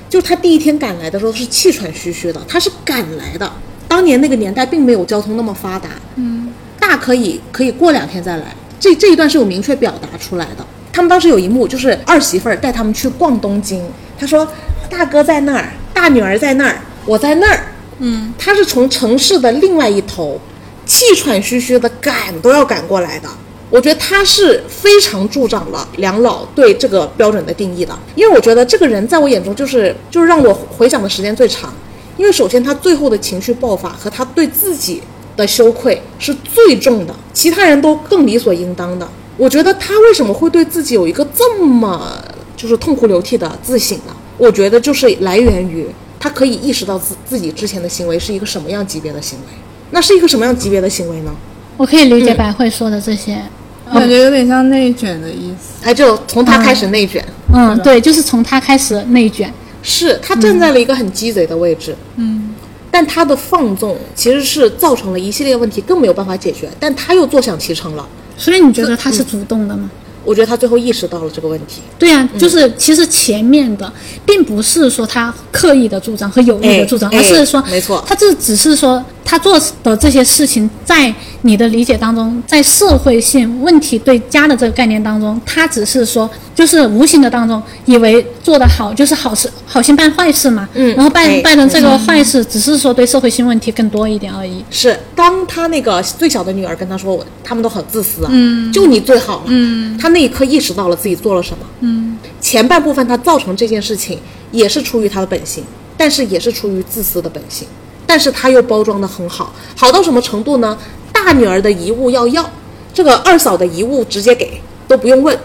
Speaker 1: 就是他第一天赶来的时候是气喘吁吁的，他是赶来的。当年那个年代并没有交通那么发达，嗯，大可以可以过两天再来，这这一段是有明确表达出来的。他们当时有一幕就是二媳妇儿带他们去逛东京，她说大哥在那儿，大女儿在那儿，我在那儿，嗯，她是从城市的另外一头气喘吁吁的赶都要赶过来的。我觉得他是非常助长了两老对这个标准的定义的，因为我觉得这个人在我眼中就是就是让我回想的时间最长，因为首先他最后的情绪爆发和他对自己的羞愧是最重的，其他人都更理所应当的。我觉得他为什么会对自己有一个这么就是痛哭流涕的自省呢？我觉得就是来源于他可以意识到自自己之前的行为是一个什么样级别的行为，那是一个什么样级别的行为呢？
Speaker 2: 我可以理解百惠说的这些，
Speaker 1: 嗯
Speaker 3: 感觉有点像内卷的意思。
Speaker 1: 哎，就从他开始内卷。
Speaker 2: 嗯，对，就是从他开始内卷，
Speaker 1: 是他站在了一个很鸡贼的位置，嗯，但他的放纵其实是造成了一系列问题，更没有办法解决，但他又坐享其成了。
Speaker 2: 所以你觉得他是主动的吗？
Speaker 1: 我觉得他最后意识到了这个问题，
Speaker 2: 对呀、就是其实前面的并不是说他刻意的助长和有意的助长，
Speaker 1: 哎
Speaker 2: 而是说，
Speaker 1: 哎没错
Speaker 2: 他这只是说他做的这些事情，在你的理解当中，在社会性问题对家的这个概念当中，他只是说就是无形的当中以为做得好就是好事，好心办坏事嘛，
Speaker 1: 嗯
Speaker 2: 然后办、
Speaker 1: 哎
Speaker 2: 办的这个坏事，只是说对社会性问题更多一点而已。
Speaker 1: 是当他那个最小的女儿跟他说：“我他们都很自私啊，嗯，就你最好了。”嗯，他那一刻意识到了自己做了什么。嗯，前半部分他造成这件事情也是出于他的本性，但是也是出于自私的本性，但是他又包装的很好，好到什么程度呢？大女儿的遗物要要，这个二嫂的遗物直接给，都不用问，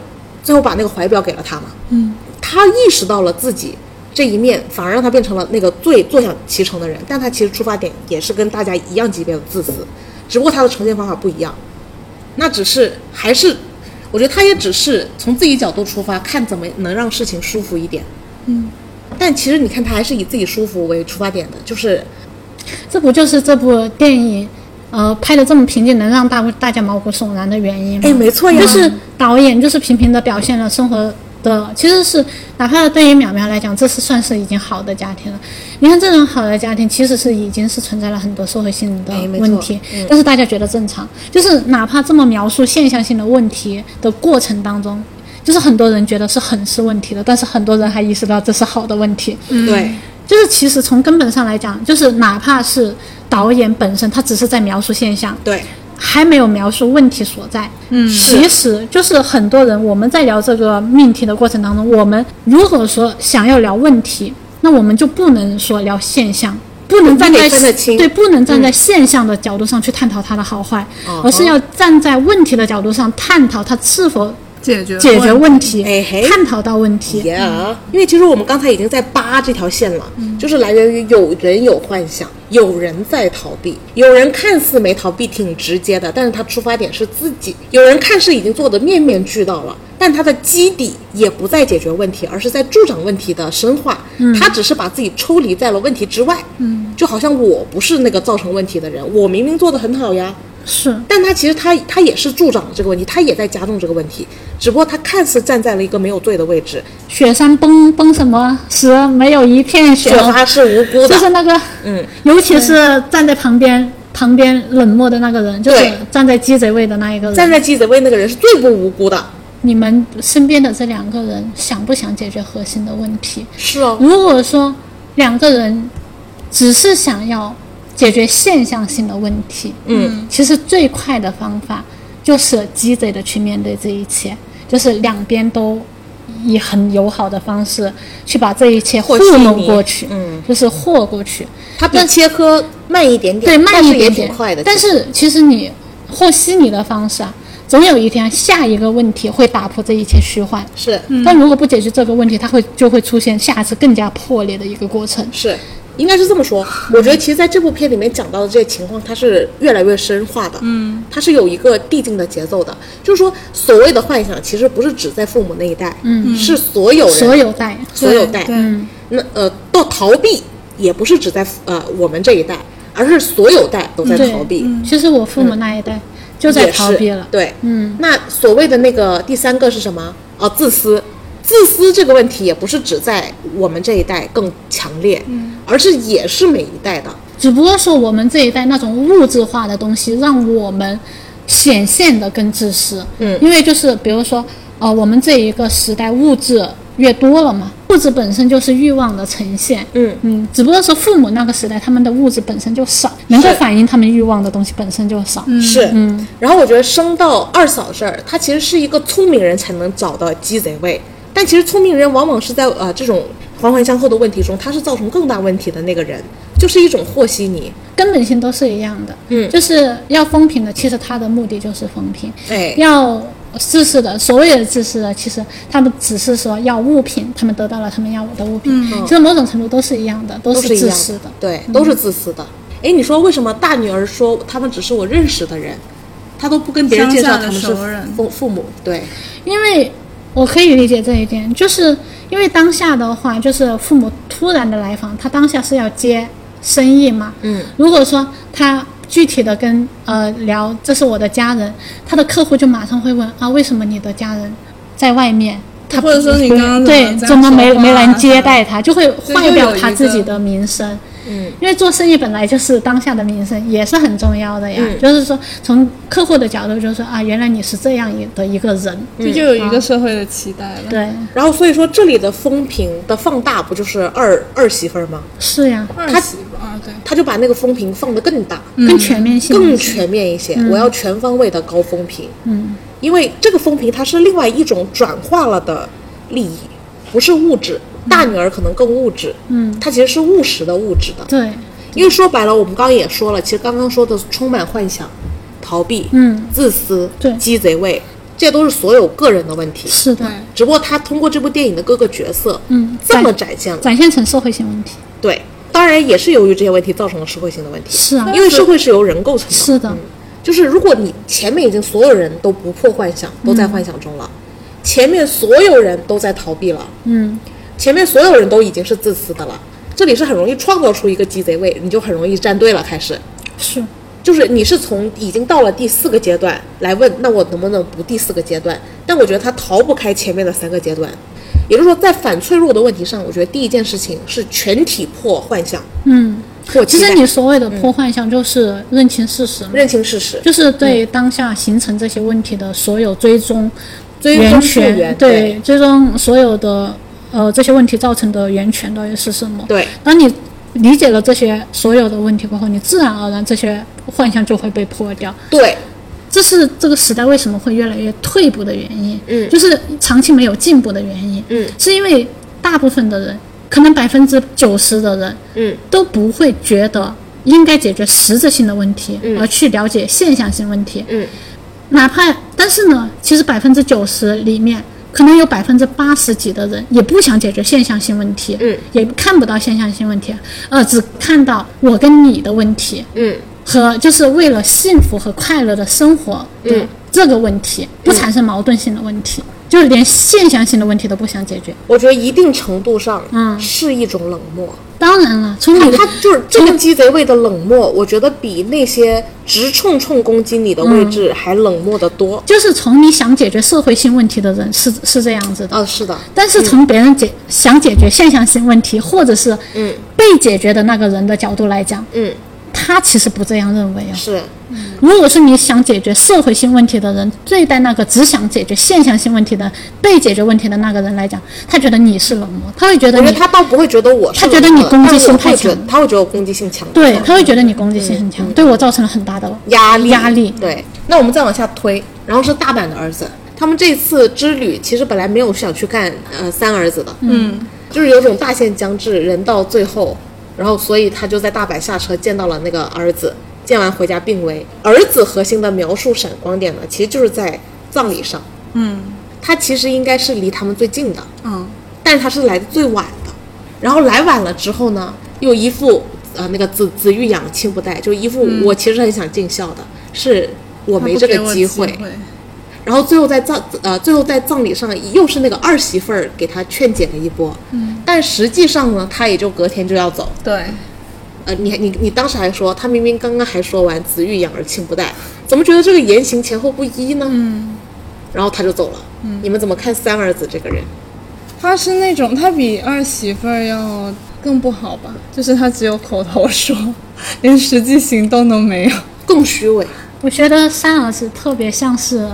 Speaker 1: 最后把那个怀表给了他嘛。他意识到了自己这一面，反而让他变成了那个最坐享其成的人。但他其实出发点也是跟大家一样级别的自私，只不过他的呈现方法不一样。那只是还是，我觉得他也只是从自己角度出发，看怎么能让事情舒服一点。嗯，但其实你看，他还是以自己舒服为出发点的，就是
Speaker 2: 这不就是这部电影，呃，拍的这么平静，能让大大家毛骨悚然的原因吗？
Speaker 1: 哎没错呀
Speaker 2: 就是导演就是平平的表现了生活的，其实是哪怕对于淼淼来讲，这是算是已经好的家庭了。你看这种好的家庭，其实是已经是存在了很多社会性的
Speaker 1: 哎没错
Speaker 2: 问题，但是大家觉得正常，就是哪怕这么描述现象性的问题的过程当中。就是很多人觉得是很是问题的，但是很多人还意识到这是好的问题。
Speaker 1: 对。
Speaker 2: 就是其实从根本上来讲，就是哪怕是导演本身，他只是在描述现象，
Speaker 1: 对，
Speaker 2: 还没有描述问题所在。嗯，其实就是很多人我们在聊这个命题的过程当中，我们如果说想要聊问题，那我们就不能说聊现象。不能站在
Speaker 1: 你得分得清
Speaker 2: 对，不能站
Speaker 1: 嗯
Speaker 2: 在现象的角度上去探讨它的好坏，
Speaker 1: 哦
Speaker 2: 而是要站在问题的角度上探讨它是否
Speaker 3: 解决
Speaker 2: 解决
Speaker 3: 问
Speaker 2: 问题，
Speaker 1: 哎嘿
Speaker 2: 探讨到问题。
Speaker 1: Yeah，因啊为其实我们刚才已经在扒这条线了，就是来源于有人有幻想，有人在逃避，有人看似没逃避，挺直接的，但是他出发点是自己；有人看似已经做的面面俱到了，但他的基底也不在解决问题，而是在助长问题的深化。他只是把自己抽离在了问题之外。嗯，就好像我不是那个造成问题的人，我明明做的很好呀，
Speaker 2: 是，
Speaker 1: 但他其实他他也是助长了这个问题，他也在加重这个问题，只不过他看似站在了一个没有罪的位置。
Speaker 2: 雪山崩崩什么石，没有一片雪哦
Speaker 1: 雪，花是无辜
Speaker 2: 就是
Speaker 1: 的，
Speaker 2: 那个，
Speaker 1: 嗯，
Speaker 2: 尤其是站在旁边旁边冷漠的那个人，就是
Speaker 1: 对
Speaker 2: 站在鸡贼位的那一个人。
Speaker 1: 站在记者位那个人是最不无辜的。
Speaker 2: 你们身边的这两个人想不想解决核心的问题？
Speaker 1: 是哦，
Speaker 2: 如果说两个人只是想要解决现象性的问题，嗯，其实最快的方法就是鸡贼的去面对这一切，就是两边都以很友好的方式去把这一切糊弄过去，嗯，就是和过去，
Speaker 1: 他比切科嗯慢一点点，
Speaker 2: 对，慢
Speaker 1: 但
Speaker 2: 一
Speaker 1: 是也
Speaker 2: 点点，
Speaker 1: 挺快的。
Speaker 2: 但
Speaker 1: 其实
Speaker 2: 是其实你和稀泥的方式啊，总有一天下一个问题会打破这一切虚幻。
Speaker 1: 是
Speaker 2: 但如果不解决这个问题，它会就会出现下一次更加破裂的一个过程。
Speaker 1: 是，应该是这么说。我觉得其实在这部片里面讲到的这些情况，它是越来越深化的，嗯，它是有一个递进的节奏的。就是说，所谓的幻想，其实不是只在父母那一代，嗯，是所有人
Speaker 2: 所有代，
Speaker 1: 所有代，
Speaker 3: 对
Speaker 1: 那呃，到逃避也不是只在呃我们这一代，而是所有代都在
Speaker 2: 嗯对
Speaker 1: 逃避，
Speaker 2: 其实我父母那一代就在
Speaker 1: 也是
Speaker 2: 逃避了，
Speaker 1: 对，
Speaker 2: 嗯，
Speaker 1: 那所谓的那个第三个是什么？哦，自私。自私这个问题也不是只在我们这一代更强烈，
Speaker 2: 嗯
Speaker 1: 而是也是每一代的。
Speaker 2: 只不过说我们这一代那种物质化的东西，让我们显现的更自私。
Speaker 1: 嗯
Speaker 2: 因为就是比如说，呃，我们这一个时代物质越多了嘛，物质本身就是欲望的呈现。
Speaker 1: 嗯
Speaker 2: 嗯，只不过说父母那个时代，他们的物质本身就少，能够
Speaker 1: 是
Speaker 2: 反映他们欲望的东西本身就少。嗯，
Speaker 1: 是，然后我觉得升到二嫂这儿，她其实是一个聪明人才能找到鸡贼位，但其实聪明人往往是在呃这种环环相扣的问题中，他是造成更大问题的那个人，就是一种和稀泥。
Speaker 2: 根本性都是一样的。
Speaker 1: 嗯
Speaker 2: 就是要风评的，其实他的目的就是风评。
Speaker 1: 哎，
Speaker 2: 要自私的，所谓的自私的，其实他们只是说要物品，他们得到了他们要的物品，其实某种程度都是一样的，都
Speaker 1: 嗯都是一
Speaker 2: 自
Speaker 1: 样
Speaker 2: 私的。
Speaker 1: 对，都是自私的。哎，你说为什么大女儿说他们只是我认识的人，她都不跟别人介绍他们
Speaker 3: 乡下
Speaker 1: 是
Speaker 3: 的熟人
Speaker 1: 父父母？对，
Speaker 2: 因为我可以理解这一点，就是因为当下的话，就是父母突然的来访，他当下是要接生意嘛。
Speaker 1: 嗯，
Speaker 2: 如果说他具体的跟呃聊，这是我的家人，他的客户就马上会问啊，为什么你的家人在外面？他
Speaker 3: 或者说你刚刚怎么
Speaker 2: 对
Speaker 3: 这样
Speaker 2: 怎么没
Speaker 3: 说话
Speaker 2: 没人
Speaker 3: 啊
Speaker 2: 接待他，就会
Speaker 3: 这
Speaker 2: 坏
Speaker 3: 又
Speaker 2: 掉
Speaker 3: 有一
Speaker 2: 他自己
Speaker 3: 个
Speaker 2: 的名声。
Speaker 1: 嗯，
Speaker 2: 因为做生意本来就是当下的名声，也是很重要的呀。
Speaker 1: 嗯
Speaker 2: 就是说，从客户的角度，就是说啊，原来你是这样一的一个人。
Speaker 3: 这就有一个社会的期待
Speaker 1: 嗯
Speaker 3: 了。
Speaker 2: 对，
Speaker 1: 然后所以说这里的风评的放大不就是二二媳妇儿吗？
Speaker 2: 是呀，
Speaker 3: 二
Speaker 1: 他
Speaker 3: 媳妇啊，对，
Speaker 1: 她就把那个风评放得更大，
Speaker 2: 更全面性，
Speaker 1: 更全面一些，我要全方位的高风评。
Speaker 2: 嗯，
Speaker 1: 因为这个风评它是另外一种转化了的利益，不是物质。大女儿可能更物质，
Speaker 2: 嗯，
Speaker 1: 她其实是务实的物质的。
Speaker 2: 对，
Speaker 1: 因为说白了，我们刚刚也说了，其实刚刚说的充满幻想、逃避、
Speaker 2: 嗯，
Speaker 1: 自私、
Speaker 2: 对
Speaker 1: 鸡贼味，这都是所有个人的问题。
Speaker 2: 是的，
Speaker 3: 对
Speaker 1: 只不过他通过这部电影的各个角色，
Speaker 2: 嗯
Speaker 1: 这么
Speaker 2: 展
Speaker 1: 展现了。
Speaker 2: 展现成社会性问题，
Speaker 1: 对，当然也是由于这些问题造成了社会性的问题，
Speaker 2: 是啊，
Speaker 1: 因为社会是由人构成的。
Speaker 2: 是的，
Speaker 1: 就是如果你前面已经所有人都不破幻想，都
Speaker 2: 嗯
Speaker 1: 在幻想中了，前面所有人都在逃避了，
Speaker 2: 嗯，
Speaker 1: 前面所有人都已经是自私的了，这里是很容易创造出一个鸡贼位，你就很容易站队了。开始
Speaker 2: 是，
Speaker 1: 就是你是从已经到了第四个阶段来问，那我能不能不第四个阶段？但我觉得他逃不开前面的三个阶段，也就是说，在反脆弱的问题上，我觉得第一件事情是全体破幻想，
Speaker 2: 嗯，
Speaker 1: 破
Speaker 2: 其
Speaker 1: 期
Speaker 2: 实
Speaker 1: 待
Speaker 2: 你所谓的破幻想就是认清事实嘛，
Speaker 1: 嗯认嗯清事实，
Speaker 2: 就是对当下形成这些问题的所有追踪、
Speaker 1: 追踪
Speaker 2: 源
Speaker 1: 溯源
Speaker 2: 泉，
Speaker 1: 对
Speaker 2: 追踪所有的呃这些问题造成的源泉到底是什么？
Speaker 1: 对，
Speaker 2: 当你理解了这些所有的问题过后，你自然而然这些幻象就会被破掉。
Speaker 1: 对，
Speaker 2: 这是这个时代为什么会越来越退步的原因，
Speaker 1: 嗯
Speaker 2: 就是长期没有进步的原因，
Speaker 1: 嗯
Speaker 2: 是因为大部分的人，可能百分之九十的人，
Speaker 1: 嗯，
Speaker 2: 都不会觉得应该解决实质性的问题，
Speaker 1: 嗯
Speaker 2: 而去了解现象性问题，
Speaker 1: 嗯，
Speaker 2: 哪怕但是呢，其实百分之九十里面。可能有百分之八十几的人也不想解决现象性问题，
Speaker 1: 嗯，
Speaker 2: 也看不到现象性问题，呃，只看到我跟你的问题，
Speaker 1: 嗯
Speaker 2: 和就是为了幸福和快乐的生活的
Speaker 1: 嗯
Speaker 2: 这个问题，不产生矛盾性的问题，就是连现象性的问题都不想解决。
Speaker 1: 我觉得一定程度上，
Speaker 2: 嗯
Speaker 1: 是一种冷漠。
Speaker 2: 当然了，从
Speaker 1: 他
Speaker 2: 你的
Speaker 1: 他就是这个鸡贼位的冷漠，我觉得比那些直冲冲攻击你的位置还冷漠的多。
Speaker 2: 就是从你想解决社会性问题的人是是这样子的，
Speaker 1: 啊，是的，
Speaker 2: 但是从别人解想解决现象性问题或者是
Speaker 1: 嗯
Speaker 2: 被解决的那个人的角度来讲，
Speaker 1: 嗯，
Speaker 2: 他其实不这样认为啊。
Speaker 1: 是
Speaker 2: 如果是你想解决社会性问题的人，对待那个只想解决现象性问题的被解决问题的那个人来讲，他觉得你是冷漠，他会觉得
Speaker 1: 我觉
Speaker 2: 你
Speaker 1: 得他倒不会觉得我是
Speaker 2: 他觉得
Speaker 1: 冷漠
Speaker 2: 你攻击
Speaker 1: 但我
Speaker 2: 性
Speaker 1: 会
Speaker 2: 太
Speaker 1: 觉得
Speaker 2: 强
Speaker 1: 他会觉得我攻击性强，
Speaker 2: 对他会觉得你攻击性很
Speaker 1: 嗯
Speaker 2: 强，对我造成了很大的
Speaker 1: 压力
Speaker 2: 压力。
Speaker 1: 对，那我们再往下推，然后是大阪的儿子，他们这次之旅其实本来没有想去干呃三儿子的，嗯，就是有种大限将至，人到最后，然后所以他就在大阪下车见到了那个儿子，见完回家病危。儿子核心的描述闪光点呢，其实就是在葬礼上，
Speaker 3: 嗯
Speaker 1: 他其实应该是离他们最近的，
Speaker 3: 嗯，
Speaker 1: 但是他是来的最晚的，然后来晚了之后呢，又一副啊、呃那个子子欲养亲不待，就一副我其实很想尽孝的，是我
Speaker 3: 我
Speaker 1: 没这个机
Speaker 3: 机
Speaker 1: 会。然后最后在葬呃，最后在葬礼上又是那个二媳妇儿给他劝解了一波，嗯，但实际上呢，他也就隔天就要走。
Speaker 3: 对，
Speaker 1: 呃，你你你当时还说他明明刚刚还说完“子欲养而亲不待”，怎么觉得这个言行前后不一呢？嗯，然后他就走了。嗯，你们怎么看三儿子这个人？
Speaker 3: 他是那种他比二媳妇儿要更不好吧，就是他只有口头说， 连实际行动都没有。
Speaker 1: 更虚伪。
Speaker 2: 我觉得三儿子特别像是《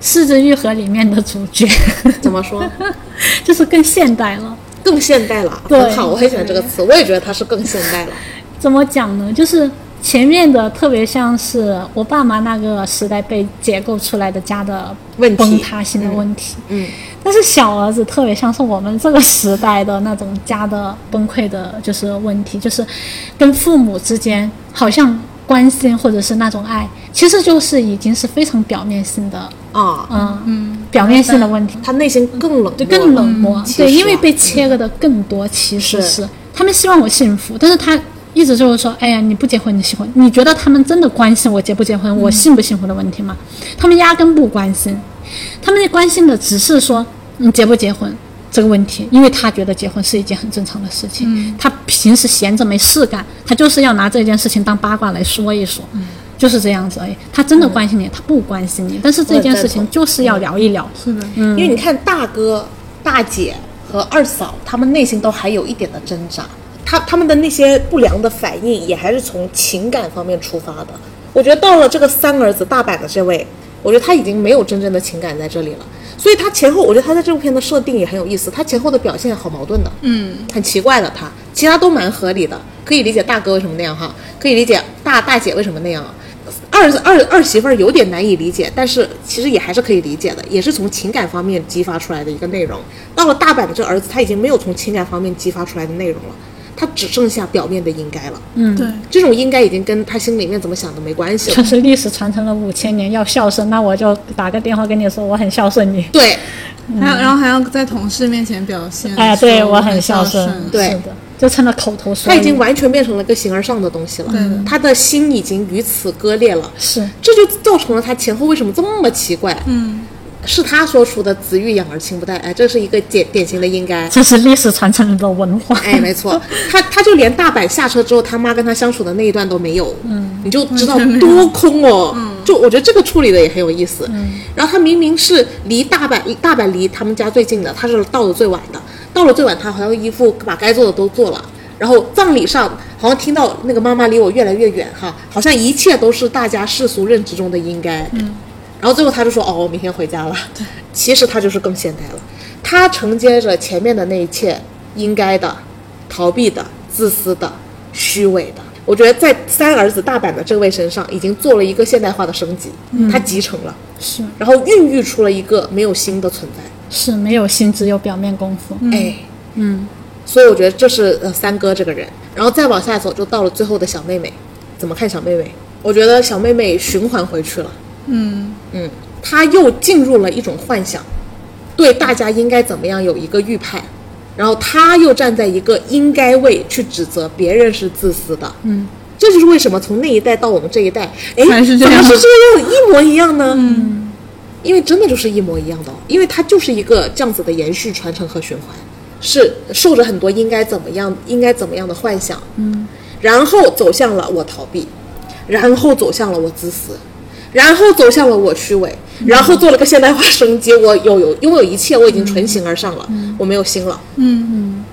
Speaker 2: 四肢愈合》里面的主角，
Speaker 1: 怎么说？
Speaker 2: 就是更现代了。
Speaker 1: 更现代了，
Speaker 2: 对
Speaker 1: 很好，我很喜欢这个词，我也觉得他是更现代了。
Speaker 2: 怎么讲呢？就是前面的特别像是我爸妈那个时代被解构出来的家的
Speaker 1: 问题
Speaker 2: 崩塌性的问题，
Speaker 1: 嗯，
Speaker 2: 但是小儿子特别像是我们这个时代的那种家的崩溃的，就是问题，就是跟父母之间好像关心或者是那种爱，其实就是已经是非常表面性的，
Speaker 1: 啊，
Speaker 2: 嗯嗯，表面性的问题。
Speaker 1: 他内心更冷漠，
Speaker 2: 对，更冷漠，
Speaker 1: 其
Speaker 2: 对，
Speaker 1: 实
Speaker 2: 因为
Speaker 1: 啊
Speaker 2: 被切割的更多，其实
Speaker 1: 是
Speaker 2: 是他们希望我幸福，但是他一直就是说，哎呀，你不结婚，你喜婚，你觉得他们真的关心我结不结婚，
Speaker 1: 嗯
Speaker 2: 我幸不幸福的问题吗？他们压根不关心，他们关心的只是说你结不结婚。这个问题，因为他觉得结婚是一件很正常的事情，
Speaker 1: 嗯
Speaker 2: 他平时闲着没事干，他就是要拿这件事情当八卦来说一说，
Speaker 1: 嗯
Speaker 2: 就是这样子而已。他真的关心你，他不关心你，但是这
Speaker 1: 我
Speaker 2: 件
Speaker 1: 赞
Speaker 2: 事情
Speaker 1: 同嗯
Speaker 2: 就是要聊一聊，
Speaker 3: 是的，
Speaker 1: 因为你看大哥、大姐和二嫂，他们内心都还有一点的挣扎，他他们的那些不良的反应也还是从情感方面出发的。我觉得到了这个三儿子大阪的这位，我觉得他已经没有真正的情感在这里了，所以他前后，我觉得他在这部片的设定也很有意思，他前后的表现好矛盾的，嗯，很奇怪的他，其他都蛮合理的，可以理解大哥为什么那样哈，可以理解大大姐为什么那样。二二二媳妇儿有点难以理解，但是其实也还是可以理解的，也是从情感方面激发出来的一个内容。到了大阪的这儿子，他已经没有从情感方面激发出来的内容了，他只剩下表面的应该了。
Speaker 2: 嗯，
Speaker 3: 对，
Speaker 1: 这种应该已经跟他心里面怎么想的没关系了。
Speaker 2: 就是历史传承了五千年，要孝顺，那我就打个电话跟你说，我很孝顺你。
Speaker 1: 对，嗯
Speaker 3: 还有然后还要在同事面前表现，
Speaker 2: 哎，对
Speaker 3: 说
Speaker 2: 我
Speaker 3: 很
Speaker 2: 很孝
Speaker 3: 顺，
Speaker 1: 对
Speaker 2: 是的，就成了口头说
Speaker 1: 他
Speaker 2: 语。
Speaker 1: 已经完全变成了一个形而上的东西了，他的心已经与此割裂了。
Speaker 2: 是
Speaker 1: 这就造成了他前后为什么这么奇怪？
Speaker 3: 嗯，
Speaker 1: 是他说出的“子欲养而亲不待”，哎，这是一个典典型的应该。
Speaker 2: 这是历史传承的文化。
Speaker 1: 哎，没错，他他就连大阪下车之后，他妈跟他相处的那一段都没有，嗯，你就知道多空哦。就我觉得这个处理的也很有意思。嗯，然后他明明是离大阪大阪离他们家最近的，他是到的最晚的，到了最晚，他好像一副把该做的都做了。然后葬礼上，好像听到那个妈妈离我越来越远哈，好像一切都是大家世俗认知中的应该。嗯，然后最后他就说：“哦，我明天回家了。”其实他就是更现代了，他承接着前面的那一切应该的、逃避的、自私的、虚伪的。我觉得在三儿子大阪的这位身上，已经做了一个现代化的升级，他集成了，
Speaker 2: 是
Speaker 1: 然后孕育出了一个没有心的存在。
Speaker 2: 是，没有心，只有表面功夫。
Speaker 1: 哎，嗯，所以我觉得这是呃三哥这个人，然后再往下走就到了最后的小妹妹，怎么看小妹妹？我觉得小妹妹循环回去了，嗯嗯，她又进入了一种幻想，对大家应该怎么样有一个预判，然后她又站在一个应该位去指责别人是自私的，嗯。这就是为什么从那一代到我们这一代，哎，
Speaker 3: 还是这样
Speaker 1: 怎么是这样一模一样呢？嗯，因为真的就是一模一样的哦，因为它就是一个这样子的延续、传承和循环，是受着很多应该怎么样、应该怎么样的幻想，嗯，然后走向了我逃避，然后走向了我自私，然后走向了我虚伪，然后做了个现代化升级，我有有拥有一切，我已经纯形而上了，我没有心了，嗯嗯。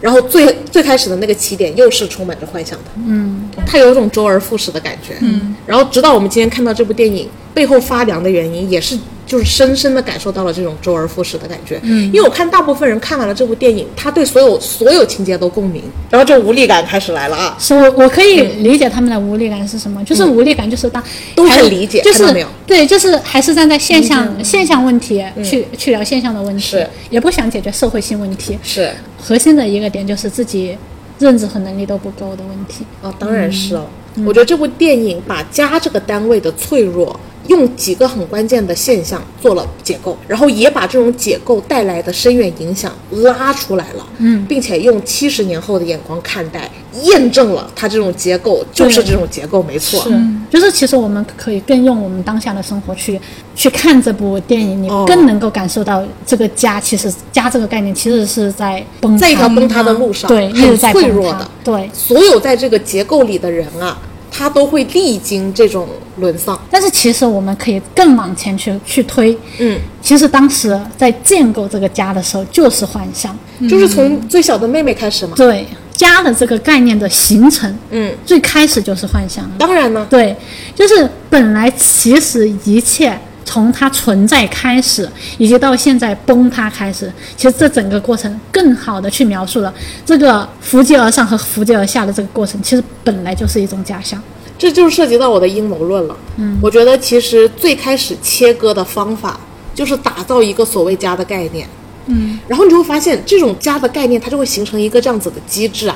Speaker 1: 然后最最开始的那个起点又是充满着幻想的，它有一种周而复始的感觉。嗯，然后直到我们今天看到这部电影背后发凉的原因，也是就是深深的感受到了这种周而复始的感觉。嗯，因为我看大部分人看完了这部电影，他对所有所有情节都共鸣，然后这无力感开始来了啊。
Speaker 2: 是我我可以理解他们的无力感是什么，就是无力感就是当
Speaker 1: 嗯都很
Speaker 2: 还
Speaker 1: 理解
Speaker 2: 就
Speaker 1: 看到
Speaker 2: 是
Speaker 1: 没有嗯
Speaker 2: 对，就是还是站在现象现象问题去去聊现象的问题
Speaker 1: 是，
Speaker 2: 也不想解决社会性问题。
Speaker 1: 是
Speaker 2: 核心的一个点就是自己认知和能力都不够的问题。
Speaker 1: 嗯啊，当然是哦。我觉得这部电影把家这个单位的脆弱用用几个很关键的现象做了解构，然后也把这种解构带来的深远影响拉出来了，嗯，并且用七十年后的眼光看待，验证了它这种结构就是这种结构，没错，
Speaker 2: 是，就是其实我们可以更用我们当下的生活去去看这部电影，你
Speaker 1: 哦
Speaker 2: 更能够感受到这个家其实家这个概念其实是在崩塌，
Speaker 1: 在一条崩塌的路上，
Speaker 2: 对，一直
Speaker 1: 很
Speaker 2: 在
Speaker 1: 脆
Speaker 2: 崩
Speaker 1: 弱
Speaker 2: 塌
Speaker 1: 的，
Speaker 2: 对。
Speaker 1: 所有在这个结构里的人啊，他都会历经这种沦丧。
Speaker 2: 但是其实我们可以更往前去去推，
Speaker 1: 嗯，
Speaker 2: 其实当时在建构这个家的时候就是幻象，
Speaker 1: 就是从最小的妹妹开始嘛。
Speaker 2: 对家的这个概念的形成，
Speaker 1: 嗯，
Speaker 2: 最开始就是幻象了。
Speaker 1: 当然呢，
Speaker 2: 对，就是本来其实一切从它存在开始，以及到现在崩塌开始，其实这整个过程更好的去描述了这个扶阶而上和扶阶而下的这个过程，其实本来就是一种假象。
Speaker 1: 这就是涉及到我的阴谋论了。嗯，我觉得其实最开始切割的方法就是打造一个所谓家的概念。嗯，然后你就会发现，这种家的概念它就会形成一个这样子的机制啊，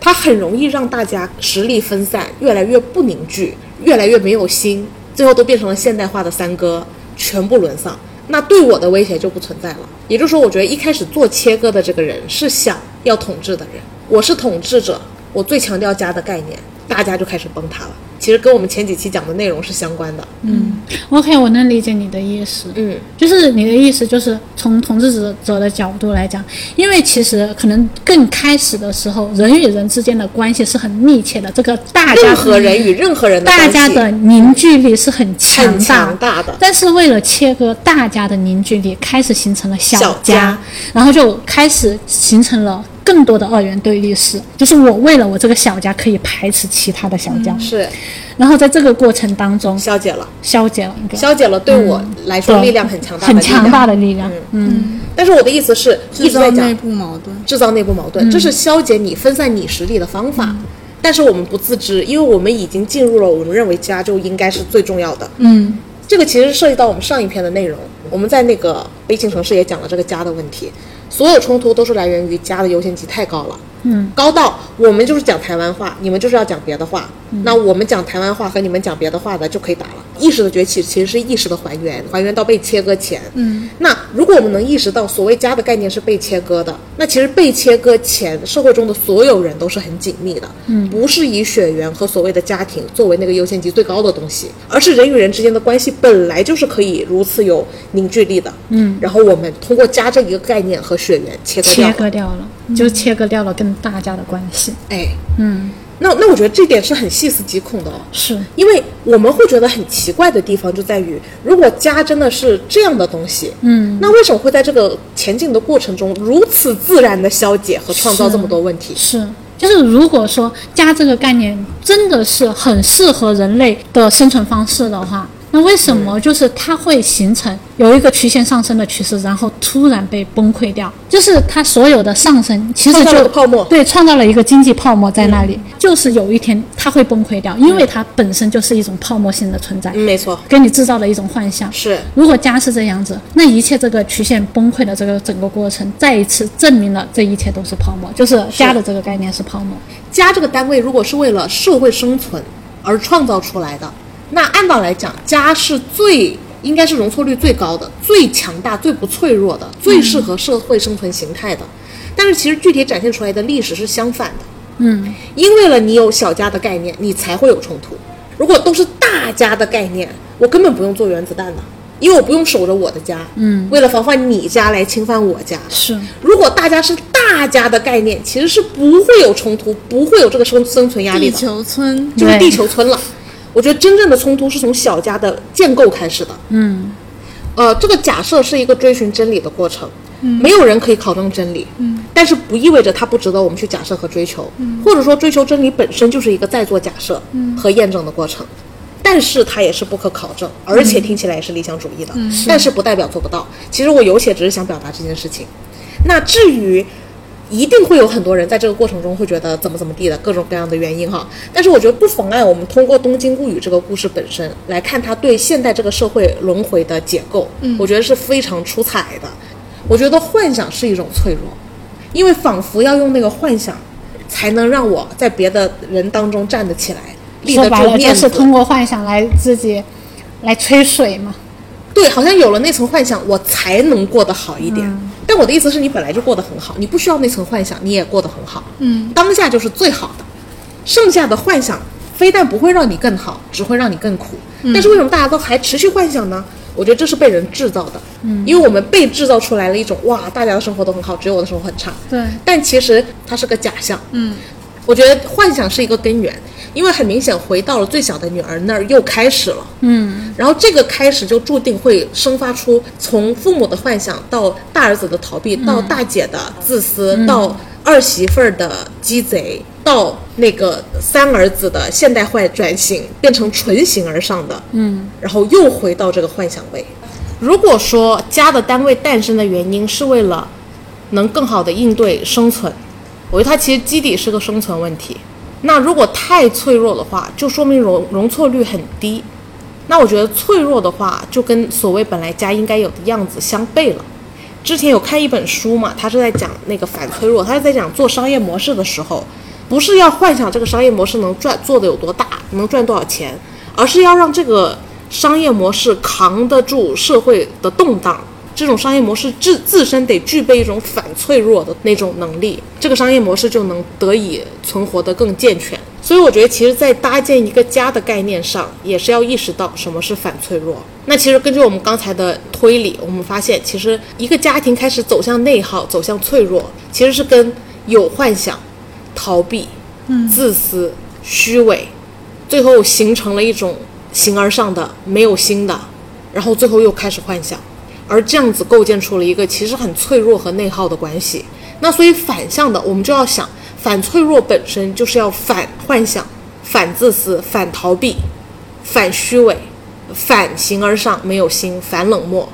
Speaker 1: 它很容易让大家实力分散，越来越不凝聚，越来越没有心，最后都变成了现代化的三哥，全部沦丧。那对我的威胁就不存在了。也就是说，我觉得一开始做切割的这个人是想要统治的人，我是统治者，我最强调家的概念，大家就开始崩塌了。其实跟我们前几期讲的内容是相关的。
Speaker 2: OK，我能理解你的意思。
Speaker 1: 嗯，
Speaker 2: 就是你的意思，就是从统治者者的角度来讲，因为其实可能更开始的时候，人与人之间的关系是很密切的，这个大家
Speaker 1: 任何人与任何人的
Speaker 2: 大
Speaker 1: 关系
Speaker 2: 家的凝聚力是很强
Speaker 1: 很
Speaker 2: 大
Speaker 1: 强大的，
Speaker 2: 但是为了切割大家的凝聚力，开始形成了小
Speaker 1: 小家
Speaker 2: 然后就开始形成了更多的二元对立式，就是我为了我这个小家可以排斥其他的小家，
Speaker 1: 是
Speaker 2: 然后在这个过程当中
Speaker 1: 消解了，
Speaker 2: 消解了一个
Speaker 1: 消解了对我来说
Speaker 2: 对
Speaker 1: 力量很强大的
Speaker 2: 很
Speaker 1: 力
Speaker 2: 强
Speaker 1: 量
Speaker 2: 大。的力量，嗯，
Speaker 1: 但是我的意思是，一直
Speaker 3: 制
Speaker 1: 在
Speaker 3: 造
Speaker 1: 讲
Speaker 3: 内部嗯矛盾。
Speaker 1: 制造内部矛盾，这是消解你、分散你实力的方法。但是我们不自知，因为我们已经进入了我们认为家就应该是最重要的。
Speaker 3: 嗯，
Speaker 1: 这个其实涉及到我们上一篇的内容，我们在那个《悲情城市》也讲了这个家的问题。所有冲突都是来源于家的优先级太高了，嗯，高到我们就是讲台湾话，你们就是要讲别的话，那我们讲台湾话和你们讲别的话的就可以打了。意识的崛起其实是意识的还原，还原到被切割前，嗯，那如果我们能意识到所谓家的概念是被切割的，那其实被切割前社会中的所有人都是很紧密的，嗯，不是以血缘和所谓的家庭作为那个优先级最高的东西，而是人与人之间的关系本来就是可以如此有凝聚力的，嗯，然后我们通过家这一个概念和血缘切割掉
Speaker 2: 切，割掉了，就切割掉了跟大家的关系，
Speaker 1: 哎，
Speaker 2: 嗯，
Speaker 1: 那那我觉得这点是很细思极恐的哦。
Speaker 2: 是
Speaker 1: 因为我们会觉得很奇怪的地方就在于，如果家真的是这样的东西，嗯，那为什么会在这个前进的过程中如此自然的消解和创造这么多问题？
Speaker 2: 是。就是如果说家这个概念真的是很适合人类的生存方式的话，那为
Speaker 1: 嗯
Speaker 2: 什么就是它会形成有一个曲线上升的趋势，然后突然被崩溃掉？就是它所有的上升其实
Speaker 1: 创造了
Speaker 2: 就
Speaker 1: 个泡沫嗯
Speaker 2: 对，创造了一个经济泡沫在那里，就是有一天它会崩溃掉，因为它本身就是一种泡沫性的存在
Speaker 1: 嗯，，没错，
Speaker 2: 给你制造了一种幻象。
Speaker 1: 是
Speaker 2: 如果家是这样子，那一切这个曲线崩溃的这个整个过程，再一次证明了这一切都是泡沫，就是家的这个概念是泡沫。
Speaker 1: 家这个单位如果是为了社会生存而创造出来的，那按道来讲，家是最应该是容错率最高的、最强大、最不脆弱的、最适合社会生存形态的。但是其实具体展现出来的历史是相反的。
Speaker 2: 嗯，
Speaker 1: 因为了你有小家的概念，你才会有冲突。如果都是大家的概念，我根本不用做原子弹了，因为我不用守着我的家，嗯，为了防范你家来侵犯我家。
Speaker 2: 是
Speaker 1: 如果大家是大家的概念，其实是不会有冲突，不会有这个生生存压力
Speaker 3: 地
Speaker 1: 的，
Speaker 3: 球村
Speaker 1: 就是
Speaker 2: 对
Speaker 1: 地球村了。我觉得真正的冲突是从小家的建构开始的。嗯，呃，这个假设是一个追寻真理的过程，没有人可以考证真理。嗯，但是不意味着它不值得我们去假设和追求，或者说追求真理本身就是一个在做假设和验证的过程。但是它也是不可考证，而且听起来也是理想主义的，但是不代表做不到。其实我有且只是想表达这件事情。那至于一定会有很多人在这个过程中会觉得怎么怎么地的各种各样的原因哈，但是我觉得不妨碍我们通过《东京物语》这个故事本身来看它对现代这个社会轮回的解构，嗯，我觉得是非常出彩的。我觉得幻想是一种脆弱，因为仿佛要用那个幻想，才能让我在别的人当中站得起来，立
Speaker 2: 说
Speaker 1: 得
Speaker 2: 白
Speaker 1: 住
Speaker 2: 了
Speaker 1: 面
Speaker 2: 就
Speaker 1: 子
Speaker 2: 是。通过幻想来自己来吹水嘛。
Speaker 1: 对，好像有了那层幻想，我才能过得好一点。
Speaker 2: 嗯
Speaker 1: 但我的意思是你本来就过得很好，你不需要那层幻想，你也过得很好。嗯，当下就是最好的，剩下的幻想非但不会让你更好，只会让你更苦。但是为什么大家都还持续幻想呢？我觉得这是被人制造的，嗯，因为我们被制造出来了一种哇，大家的生活都很好，只有我的生活很差。
Speaker 2: 对，
Speaker 1: 但其实它是个假象。嗯，我觉得幻想是一个根源，因为很明显回到了最小的女儿那儿又开始了。嗯，然后这个开始就注定会生发出从父母的幻想到大儿子的逃避，到大姐的自私，到二媳妇儿的鸡贼。到那个三儿子的现代化转型变成纯形而上的，嗯，然后又回到这个幻想位。如果说家的单位诞生的原因是为了能更好的应对生存，我觉得它其实基底是个生存问题。那如果太脆弱的话，就说明容容错率很低。那我觉得脆弱的话，就跟所谓本来家应该有的样子相悖了。之前有看一本书嘛，他是在讲那个反脆弱，他是在讲做商业模式的时候，不是要幻想这个商业模式能赚做的有多大，能赚多少钱，而是要让这个商业模式扛得住社会的动荡。这种商业模式自自身得具备一种反脆弱的那种能力，这个商业模式就能得以存活得更健全。所以我觉得，其实，在搭建一个家的概念上，也是要意识到什么是反脆弱。那其实根据我们刚才的推理，我们发现，其实一个家庭开始走向内耗、走向脆弱，其实是跟有幻想、逃避、自私、虚伪，最后形成了一种形而上的没有心的，然后最后又开始幻想，而这样子构建出了一个其实很脆弱和内耗的关系。那所以反向的，我们就要想，反脆弱本身就是要反幻想、反自私、反逃避、反虚伪、反形而上没有心、反冷漠。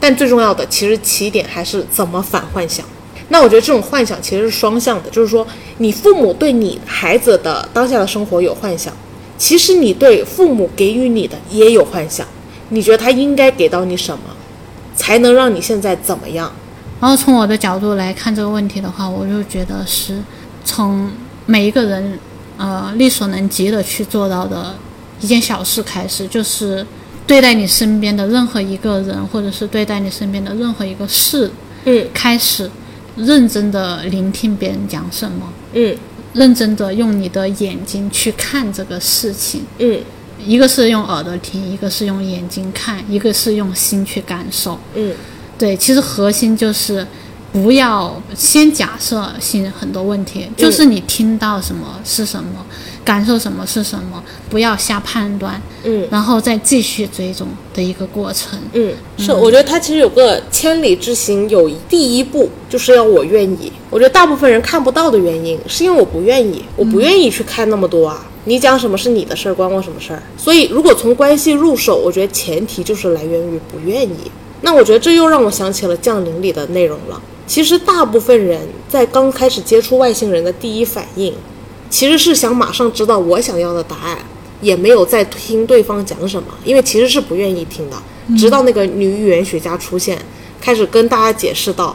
Speaker 1: 但最重要的，其实起点还是怎么反幻想。那我觉得这种幻想其实是双向的，就是说你父母对你孩子的当下的生活有幻想，其实你对父母给予你的也有幻想。你觉得他应该给到你什么，才能让你现在怎么样？
Speaker 2: 然后从我的角度来看这个问题的话，我就觉得是从每一个人呃力所能及的去做到的一件小事开始，就是对待你身边的任何一个人，或者是对待你身边的任何一个事，
Speaker 1: 嗯
Speaker 2: 开始认真的聆听别人讲什么，
Speaker 1: 嗯
Speaker 2: 认真的用你的眼睛去看这个事情，
Speaker 1: 嗯
Speaker 2: 一个是用耳朵听，一个是用眼睛看，一个是用心去感受。
Speaker 1: 嗯
Speaker 2: 对，其实核心就是不要先假设性很多问题，就是你听到什么是什么，感受什么是什么，不要瞎判断，
Speaker 1: 嗯
Speaker 2: 然后再继续追踪的一个过程。
Speaker 1: 嗯，是，我觉得他其实有个千里之行，有第一步就是要我愿意。我觉得大部分人看不到的原因，是因为我不愿意，我不愿意去看那么多啊。你讲什么是你的事儿，关我什么事儿？所以，如果从关系入手，我觉得前提就是来源于不愿意。那我觉得这又让我想起了《降临》里的内容了。其实，大部分人在刚开始接触外星人的第一反应，其实是想马上知道我想要的答案，也没有在听对方讲什么，因为其实是不愿意听的。直到那个女语言学家出现，开始跟大家解释到，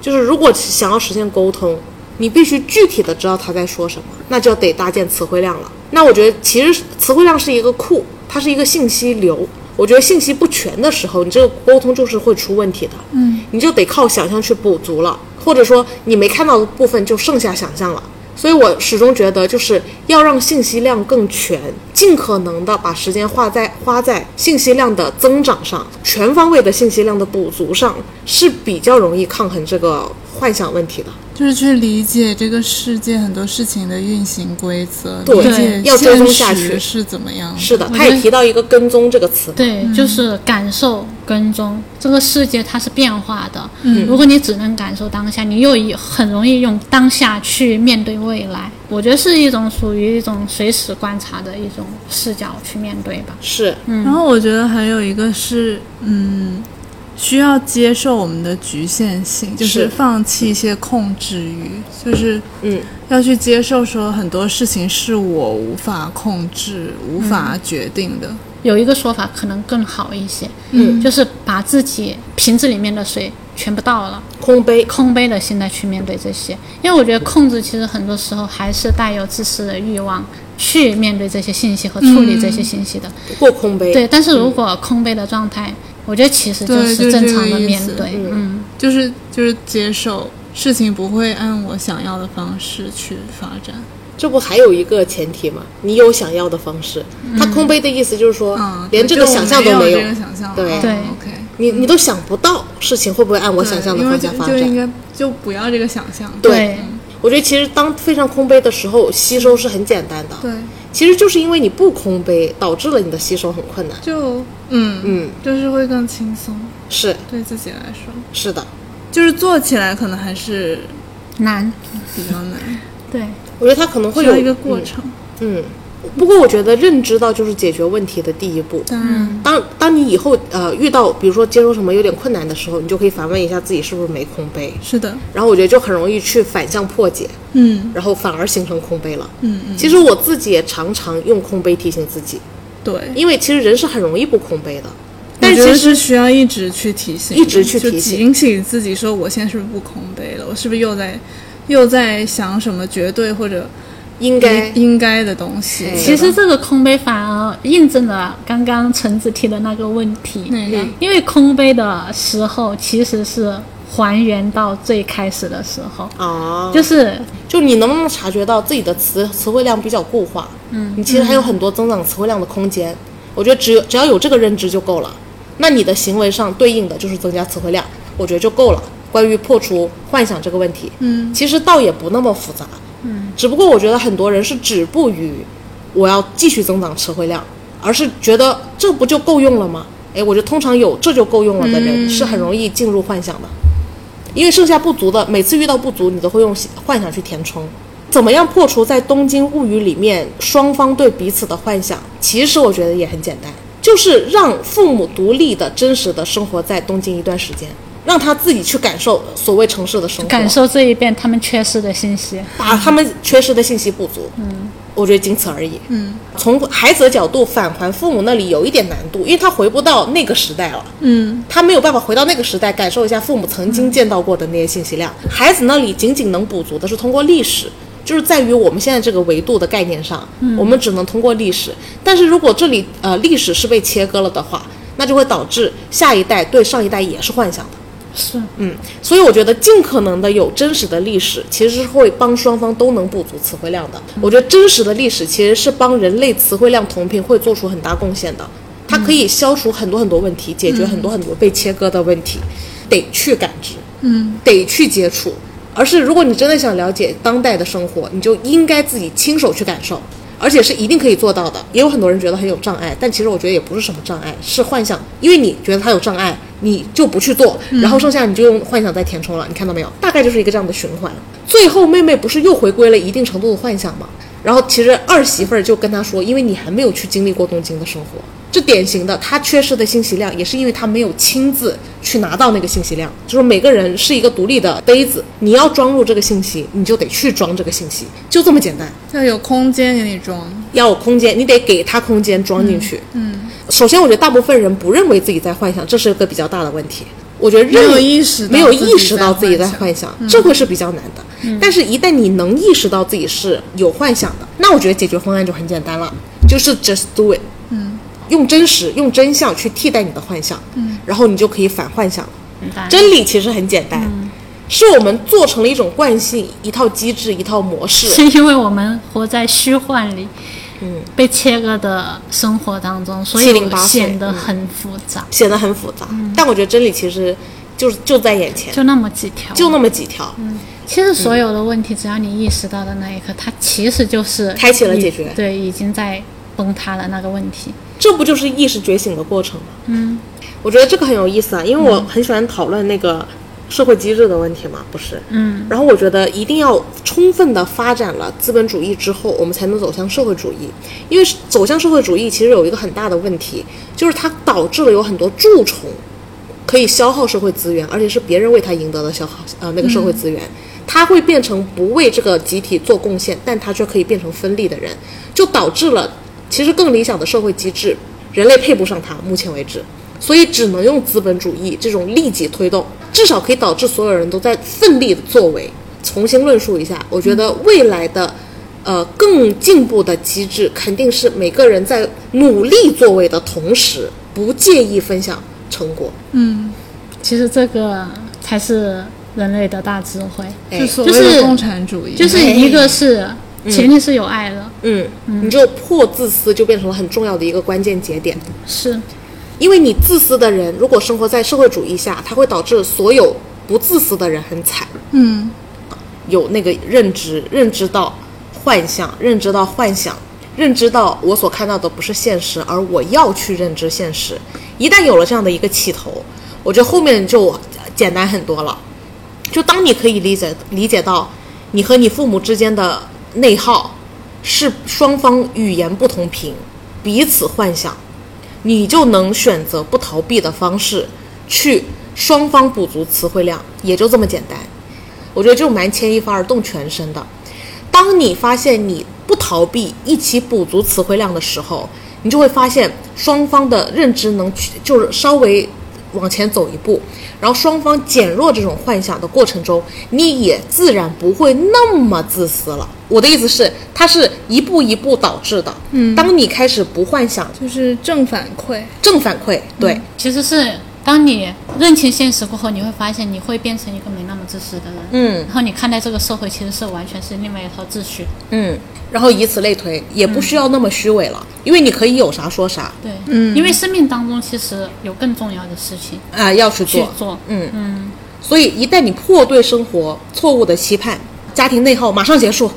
Speaker 1: 就是如果想要实现沟通，你必须具体的知道他在说什么，那就要得搭建词汇量了。那我觉得其实词汇量是一个库，它是一个信息流。我觉得信息不全的时候，你这个沟通就是会出问题的。嗯，你就得靠想象去补足了，或者说你没看到的部分就剩下想象了。所以我始终觉得，就是要让信息量更全，尽可能的把时间花在花在信息量的增长上，全方位的信息量的补足上，是比较容易抗衡这个幻想问题的。
Speaker 3: 就是去理解这个世界很多事情的运行规则，
Speaker 1: 对
Speaker 3: 理解
Speaker 1: 要追踪下
Speaker 3: 现
Speaker 1: 去
Speaker 3: 实是怎么样的。
Speaker 1: 是的，
Speaker 2: 我
Speaker 1: 他也
Speaker 2: 觉得
Speaker 1: 提到一个“跟踪”这个词。
Speaker 2: 对，就是感受跟踪这个世界，它是变化的。嗯，如果你只能感受当下，你又以很容易用当下去面对未来。我觉得是一种属于一种随时观察的一种视角去面对吧。
Speaker 1: 是，
Speaker 3: 然后我觉得还有一个是，嗯，需要接受我们的局限性，就是
Speaker 1: 是
Speaker 3: 放弃一些控制欲，就是
Speaker 1: 嗯，
Speaker 3: 要去接受说很多事情是我无法控制、无法决定的。
Speaker 2: 有一个说法可能更好一些，
Speaker 1: 嗯，
Speaker 2: 就是把自己瓶子里面的水全部倒了，
Speaker 1: 空杯。
Speaker 2: 空杯的心态去面对这些，因为我觉得控制其实很多时候还是带有自私的欲望去面对这些信息和处理这些信息的。
Speaker 1: 不过空杯，
Speaker 2: 对，但是如果空杯的状态，我觉得其实就
Speaker 3: 对就是是
Speaker 2: 正
Speaker 3: 这
Speaker 2: 常
Speaker 3: 个
Speaker 2: 的
Speaker 3: 意
Speaker 2: 面
Speaker 3: 思
Speaker 2: 对，
Speaker 1: 嗯
Speaker 2: 嗯。
Speaker 3: 就是就是接受事情不会按我想要的方式去发展。
Speaker 1: 这不还有一个前提吗？你有想要的方式。他空杯的意思就是说，
Speaker 3: 嗯，
Speaker 1: 连这个
Speaker 3: 就
Speaker 1: 想象都
Speaker 3: 没
Speaker 1: 有
Speaker 3: 这，个想象，
Speaker 1: 对
Speaker 3: 哦
Speaker 2: 对
Speaker 3: ，OK。
Speaker 1: 你你都想不到事情会不会按我想象的
Speaker 3: 对因为
Speaker 1: 方
Speaker 3: 就
Speaker 1: 向发
Speaker 3: 就应
Speaker 1: 展。
Speaker 3: 该就不要这个想象。
Speaker 1: 对
Speaker 2: 对
Speaker 1: 我觉得其实当非常空杯的时候，吸收是很简单的。
Speaker 3: 对，
Speaker 1: 其实就是因为你不空杯，导致了你的吸收很困难。
Speaker 3: 就嗯
Speaker 1: 嗯，
Speaker 3: 就是会更轻松，
Speaker 1: 是
Speaker 3: 对自己来说，
Speaker 1: 是的，
Speaker 3: 就是做起来可能还是
Speaker 2: 难，
Speaker 3: 比较难，
Speaker 2: 对，
Speaker 1: 我觉得他可能会
Speaker 3: 需
Speaker 1: 有
Speaker 3: 要一个过。程。
Speaker 1: 嗯，嗯不过我觉得认知到就是解决问题的第一步。
Speaker 3: 当然，
Speaker 1: 当当你以后呃遇到比如说接受什么有点困难的时候，你就可以反问一下自己是不是没空杯，
Speaker 3: 是的，
Speaker 1: 然后我觉得就很容易去反向破解，
Speaker 3: 嗯
Speaker 1: 然后反而形成空杯了。
Speaker 3: 嗯嗯，
Speaker 1: 其实我自己也常常用空杯提醒自己，
Speaker 3: 对。
Speaker 1: 因为其实人是很容易不空杯的，但
Speaker 3: 我
Speaker 1: 是
Speaker 3: 觉
Speaker 1: 其
Speaker 3: 得
Speaker 1: 实
Speaker 3: 是需要一直去提醒的，
Speaker 1: 一直去提醒
Speaker 3: 就警醒自己说我现在是不是不空杯了？我是不是又在又在想什么绝对或者
Speaker 1: 应该
Speaker 3: 应该的东西？
Speaker 1: 哎
Speaker 3: 对吧
Speaker 2: 其实这个空杯反而印证了刚刚橙子提的那个问题，
Speaker 3: 那个
Speaker 1: 嗯
Speaker 2: 因为空杯的时候其实是还原到最开始的时候，
Speaker 1: 啊，
Speaker 2: 就是
Speaker 1: 就你能不能察觉到自己的词词汇量比较固化？嗯，你其实还有很多增长词汇量的空间。我觉得只有只要有这个认知就够了。那你的行为上对应的就是增加词汇量，我觉得就够了。关于破除幻想这个问题，
Speaker 3: 嗯，
Speaker 1: 其实倒也不那么复杂。嗯，只不过我觉得很多人是止步于我要继续增长词汇量，而是觉得这不就够用了吗？诶，我觉得通常有这就够用了的人、是很容易进入幻想的。因为剩下不足的，每次遇到不足，你都会用幻想去填充。怎么样破除在《东京物语》里面双方对彼此的幻想？其实我觉得也很简单，就是让父母独立的、真实的生活在东京一段时间，让他自己去感受所谓城市的生活，
Speaker 2: 感受这一遍他们缺失的信息，
Speaker 1: 把他们缺失的信息不足。嗯，我觉得仅此而已。
Speaker 3: 嗯，
Speaker 1: 从孩子的角度返还父母那里有一点难度，因为他回不到那个时代了。
Speaker 3: 嗯，
Speaker 1: 他没有办法回到那个时代，感受一下父母曾经见到过的那些信息量。孩子那里仅仅能补足的是通过历史，就是在于我们现在这个维度的概念上，
Speaker 3: 嗯
Speaker 1: 我们只能通过历史。但是如果这里呃历史是被切割了的话，那就会导致下一代对上一代也是幻想的。
Speaker 2: 是
Speaker 1: 嗯，所以我觉得尽可能的有真实的历史，其实是会帮双方都能补足词汇量的。我觉得真实的历史其实是帮人类词汇量同频会做出很大贡献的，它可以消除很多很多问题，解决很多很多被切割的问题，得去感知，
Speaker 3: 嗯，
Speaker 1: 得去接触。而是如果你真的想了解当代的生活，你就应该自己亲手去感受。而且是一定可以做到的，也有很多人觉得很有障碍，但其实我觉得也不是什么障碍，是幻想，因为你觉得它有障碍，你就不去做，然后剩下你就用幻想再填充了，你看到没有？大概就是一个这样的循环。最后妹妹不是又回归了一定程度的幻想吗？然后其实二媳妇儿就跟她说，因为你还没有去经历过东京的生活，这典型的她缺失的信息量，也是因为她没有亲自去拿到那个信息量。就是每个人是一个独立的杯子，你要装入这个信息，你就得去装这个信息，就这么简单。
Speaker 3: 要有空间给你装，
Speaker 1: 要有空间，你得给他空间装进去。嗯，首先我觉得大部分人不认为自己在幻想，这是个比较大的问题。我觉得任
Speaker 3: 没有意识到
Speaker 1: 没有
Speaker 3: 自己
Speaker 1: 意识到
Speaker 3: 在
Speaker 1: 自己在
Speaker 3: 幻想
Speaker 1: 幻想，嗯这会是比较难的。但是，一旦你能意识到自己是有幻想的，那我觉得解决方案就很简单了，就是 just do it。嗯，用真实、用真相去替代你的幻想，嗯，然后你就可以反幻想了。真理其实很简单，是我们做成了一种惯性、一套机制、一套模式。
Speaker 2: 是因为我们活在虚幻里，嗯，被切割的生活当中，所
Speaker 1: 七零
Speaker 2: 以
Speaker 1: 八碎
Speaker 2: 显得很复杂，
Speaker 1: 显得很复杂。但我觉得真理其实就是嗯就嗯在眼前，
Speaker 2: 就那么几条，
Speaker 1: 就那么几条。
Speaker 2: 其实所有的问题，只要你意识到的那一刻，它其实就是
Speaker 1: 开启了
Speaker 2: 已
Speaker 1: 解决
Speaker 2: 对，已经在崩塌了那个问题。
Speaker 1: 这不就是意识觉醒的过程吗？嗯，我觉得这个很有意思啊，因为我很喜欢讨论那个社会机制的问题嘛，不是？嗯，然后我觉得一定要充分的发展了资本主义之后，我们才能走向社会主义，因为走向社会主义其实有一个很大的问题，就是它导致了有很多蛀虫。可以消耗社会资源，而且是别人为他赢得的消耗呃那个社会资源，他会变成不为这个集体做贡献，但他却可以变成分利的人，就导致了其实更理想的社会机制，人类配不上它，目前为止，所以只能用资本主义这种利己推动，至少可以导致所有人都在奋力的作为。重新论述一下，我觉得未来的呃更进步的机制，肯定是每个人在努力作为的同时，不介意分享成果。
Speaker 3: 嗯
Speaker 2: 其实这个才是人类的大智慧，
Speaker 1: 哎
Speaker 3: 就所
Speaker 2: 就
Speaker 3: 谓的
Speaker 2: 是
Speaker 3: 共产主义，
Speaker 2: 就是一个是前提是有爱的，
Speaker 1: 嗯，你这破自私就变成了很重要的一个关键节点，
Speaker 2: 是
Speaker 1: 因为你自私的人，如果生活在社会主义下，它会导致所有不自私的人很惨。
Speaker 3: 嗯，
Speaker 1: 有那个认知，认知到幻想，认知到幻想，认知到我所看到的不是现实，而我要去认知现实。一旦有了这样的一个起头，我觉得后面就简单很多了。就当你可以理解理解到你和你父母之间的内耗是双方语言不同频，彼此幻想，你就能选择不逃避的方式去双方补足词汇量，也就这么简单。我觉得就蛮牵一发而动全身的。当你发现你不逃避，一起补足词汇量的时候，你就会发现双方的认知能去就是稍微往前走一步，然后双方减弱这种幻想的过程中，你也自然不会那么自私了。我的意思是，它是一步一步导致的。嗯，当你开始不幻想，
Speaker 3: 就是正反馈，
Speaker 1: 正反馈，对，
Speaker 2: 其实是当你认清现实过后，你会发现你会变成一个没那么自私的人，
Speaker 1: 嗯
Speaker 2: 然后你看待这个社会其实是完全是另外一套秩序，
Speaker 1: 嗯，然后以此类推，也不需要那么虚伪了，因为你可以有啥说啥，
Speaker 2: 对，嗯，因为生命当中其实有更重要的事情
Speaker 1: 啊、要去
Speaker 2: 去
Speaker 1: 做。
Speaker 2: 做，
Speaker 1: 嗯嗯，所以一旦你破对生活错误的期盼，家庭内耗马上结束，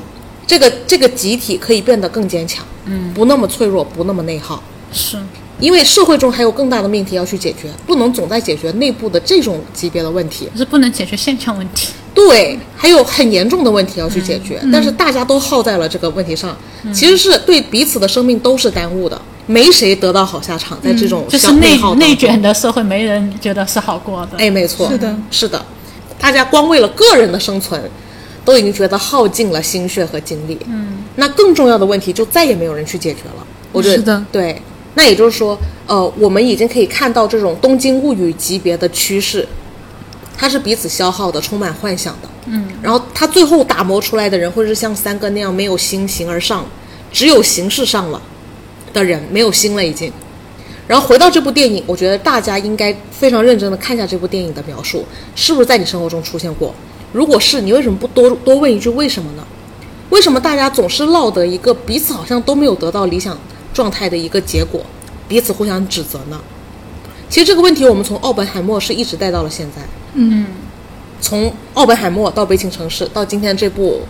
Speaker 1: 这个这个集体可以变得更坚强，嗯，不那么脆弱，不那么内耗，
Speaker 2: 是
Speaker 1: 因为社会中还有更大的命题要去解决，不能总在解决内部的这种级别的问题，
Speaker 2: 可是不能解决现象问题，
Speaker 1: 对，还有很严重的问题要去解
Speaker 2: 嗯
Speaker 1: 决，但是大家都耗在了这个问题上，其实是对彼此的生命都是耽误的，没谁得到好下场，在这种
Speaker 2: 嗯就是
Speaker 1: 哦像内
Speaker 2: 内
Speaker 1: 耗当中
Speaker 2: 内卷的社会，没人觉得是好过的，
Speaker 1: 哎，没错，
Speaker 3: 是的，
Speaker 1: 是的，大家光为了个人的生存，都已经觉得耗尽了心血和精力。嗯，那更重要的问题就再也没有人去解决了。我觉得
Speaker 3: 是的
Speaker 1: 哦对。那也就是说，呃，我们已经可以看到这种《东京物语》级别的趋势，它是彼此消耗的，充满幻想的。嗯，然后它最后打磨出来的人，会是像三哥那样没有心形而上，只有形式上了的人，没有心了已经。然后回到这部电影，我觉得大家应该非常认真的看一下这部电影的描述，是不是在你生活中出现过？如果是，你为什么不多多问一句为什么呢？为什么大家总是落得一个彼此好像都没有得到理想状态的一个结果，彼此互相指责呢？其实这个问题我们从奥本海默是一直带到了现在，嗯，从奥本海默到《悲情城市》到今天这部，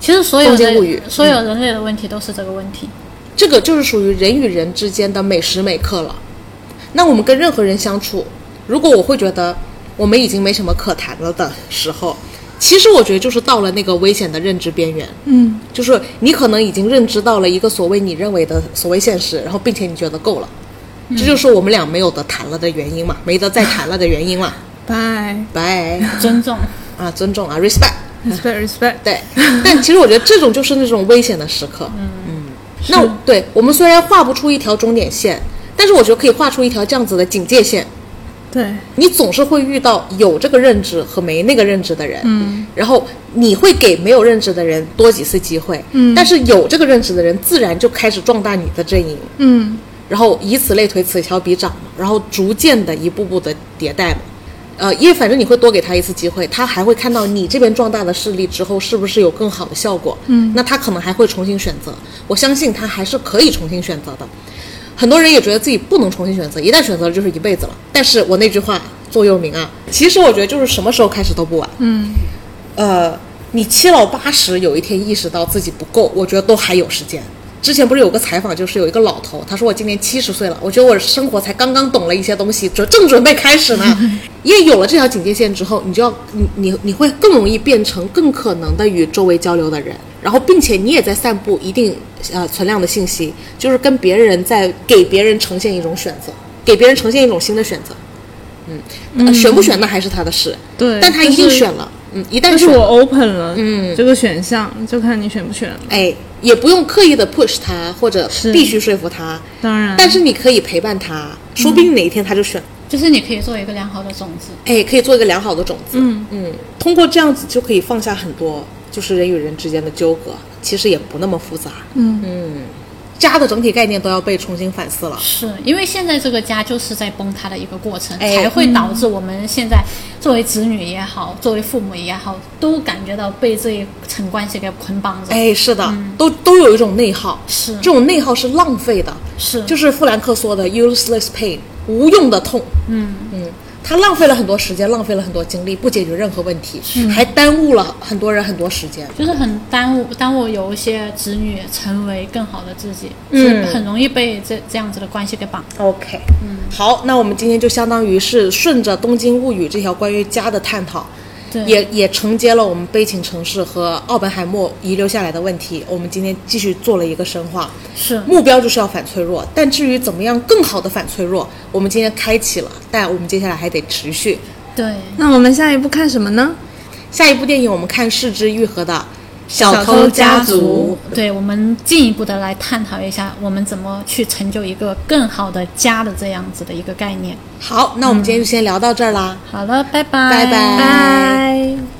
Speaker 2: 其实所有
Speaker 1: 封建物语嗯
Speaker 2: 的所有人类的问题都是这个问 题，
Speaker 1: 这个就是属于人与人之间的每时每刻了。那我们跟任何人相处，如果我会觉得我们已经没什么可谈了的时候，其实我觉得就是到了那个危险的认知边缘。
Speaker 3: 嗯，
Speaker 1: 就是你可能已经认知到了一个所谓你认为的所谓现实，然后并且你觉得够了，这就是我们俩没有得谈了的原因嘛，没得再谈了的原因嘛。
Speaker 3: 拜
Speaker 1: 拜
Speaker 2: 尊重。
Speaker 1: 啊，尊重啊，respect。
Speaker 3: ，respect respect，
Speaker 1: 对，但其实我觉得这种就是那种危险的时刻。嗯那我对我们虽然画不出一条终点线，但是我觉得可以画出一条这样子的警戒线。
Speaker 3: 对，
Speaker 1: 你总是会遇到有这个认知和没那个认知的人，嗯，然后你会给没有认知的人多几次机会，嗯，但是有这个认知的人自然就开始壮大你的阵营，
Speaker 3: 嗯，
Speaker 1: 然后以此类推，此消彼长嘛，然后逐渐的一步步的迭代嘛。呃，因为反正你会多给他一次机会，他还会看到你这边壮大的势力之后是不是有更好的效果。嗯，那他可能还会重新选择，我相信他还是可以重新选择的。很多人也觉得自己不能重新选择，一旦选择了就是一辈子了。但是我那句话座右铭啊，其实我觉得就是什么时候开始都不晚。嗯，呃，你七老八十有一天意识到自己不够，我觉得都还有时间。之前不是有个采访，就是有一个老头，他说我今年七十岁了，我觉得我生活才刚刚懂了一些东西，准正准备开始呢。因为有了这条警戒线之后，你就要你你你会更容易变成更可能的与周围交流的人，然后并且你也在散布一定呃存量的信息，就是跟别人在给别人呈现一种选择，给别人呈现一种新的选择。嗯，呃选不选那还是他的事，
Speaker 3: 对
Speaker 1: 但他一定选了。嗯，一旦
Speaker 3: 但是
Speaker 1: 选了
Speaker 3: 我 open 了，嗯，这个选项就看你选不选了。
Speaker 1: 哎，也不用刻意的 push 他，或者
Speaker 3: 是
Speaker 1: 必须说服他。
Speaker 3: 当然，嗯
Speaker 1: 但是你可以陪伴他，说不定哪一天他就选，
Speaker 2: 就是你可以做一个良好的种子，
Speaker 1: 哎，可以做一个良好的种子。嗯嗯，通过这样子就可以放下很多就是人与人之间的纠葛，其实也不那么复杂。
Speaker 3: 嗯
Speaker 1: 嗯，家的整体概念都要被重新反思了。
Speaker 2: 是因为现在这个家就是在崩塌的一个过程，
Speaker 1: 哎嗯
Speaker 2: 才会导致我们现在作为子女也好，作为父母也好，都感觉到被这一层关系给捆绑着。
Speaker 1: 哎，是的，
Speaker 3: 嗯
Speaker 1: 都都有一种内耗，
Speaker 2: 是
Speaker 1: 这种内耗是浪费的，
Speaker 2: 是
Speaker 1: 就是富兰克说的 useless pain，无用的痛。嗯嗯，他浪费了很多时间，浪费了很多精力，不解决任何问题，还耽误了很多人很多时间。
Speaker 2: 就是很耽误耽误有一些子女成为更好的自己，
Speaker 1: 嗯
Speaker 2: 是很容易被这这样子的关系给绑。
Speaker 1: OK，嗯，好，那我们今天就相当于是顺着《东京物语》这条关于家的探讨，
Speaker 2: 对
Speaker 1: 也也承接了我们《悲情城市》和奥本海默遗留下来的问题，我们今天继续做了一个深化。
Speaker 2: 是
Speaker 1: 目标就是要反脆弱，但至于怎么样更好的反脆弱，我们今天开启了，但我们接下来还得持续。
Speaker 2: 对，
Speaker 3: 那我们下一步看什么呢？
Speaker 1: 下一部电影我们看是之愈合的《小
Speaker 3: 小
Speaker 1: 偷
Speaker 3: 偷
Speaker 1: 家
Speaker 3: 家族
Speaker 2: 对，我们进一步的来探讨一下，我们怎么去成就一个更好的家的这样子的一个概念。
Speaker 3: 嗯
Speaker 1: 好，那我们今天就先聊到这儿啦，
Speaker 2: 好了，拜拜，
Speaker 1: 拜拜。
Speaker 3: 拜。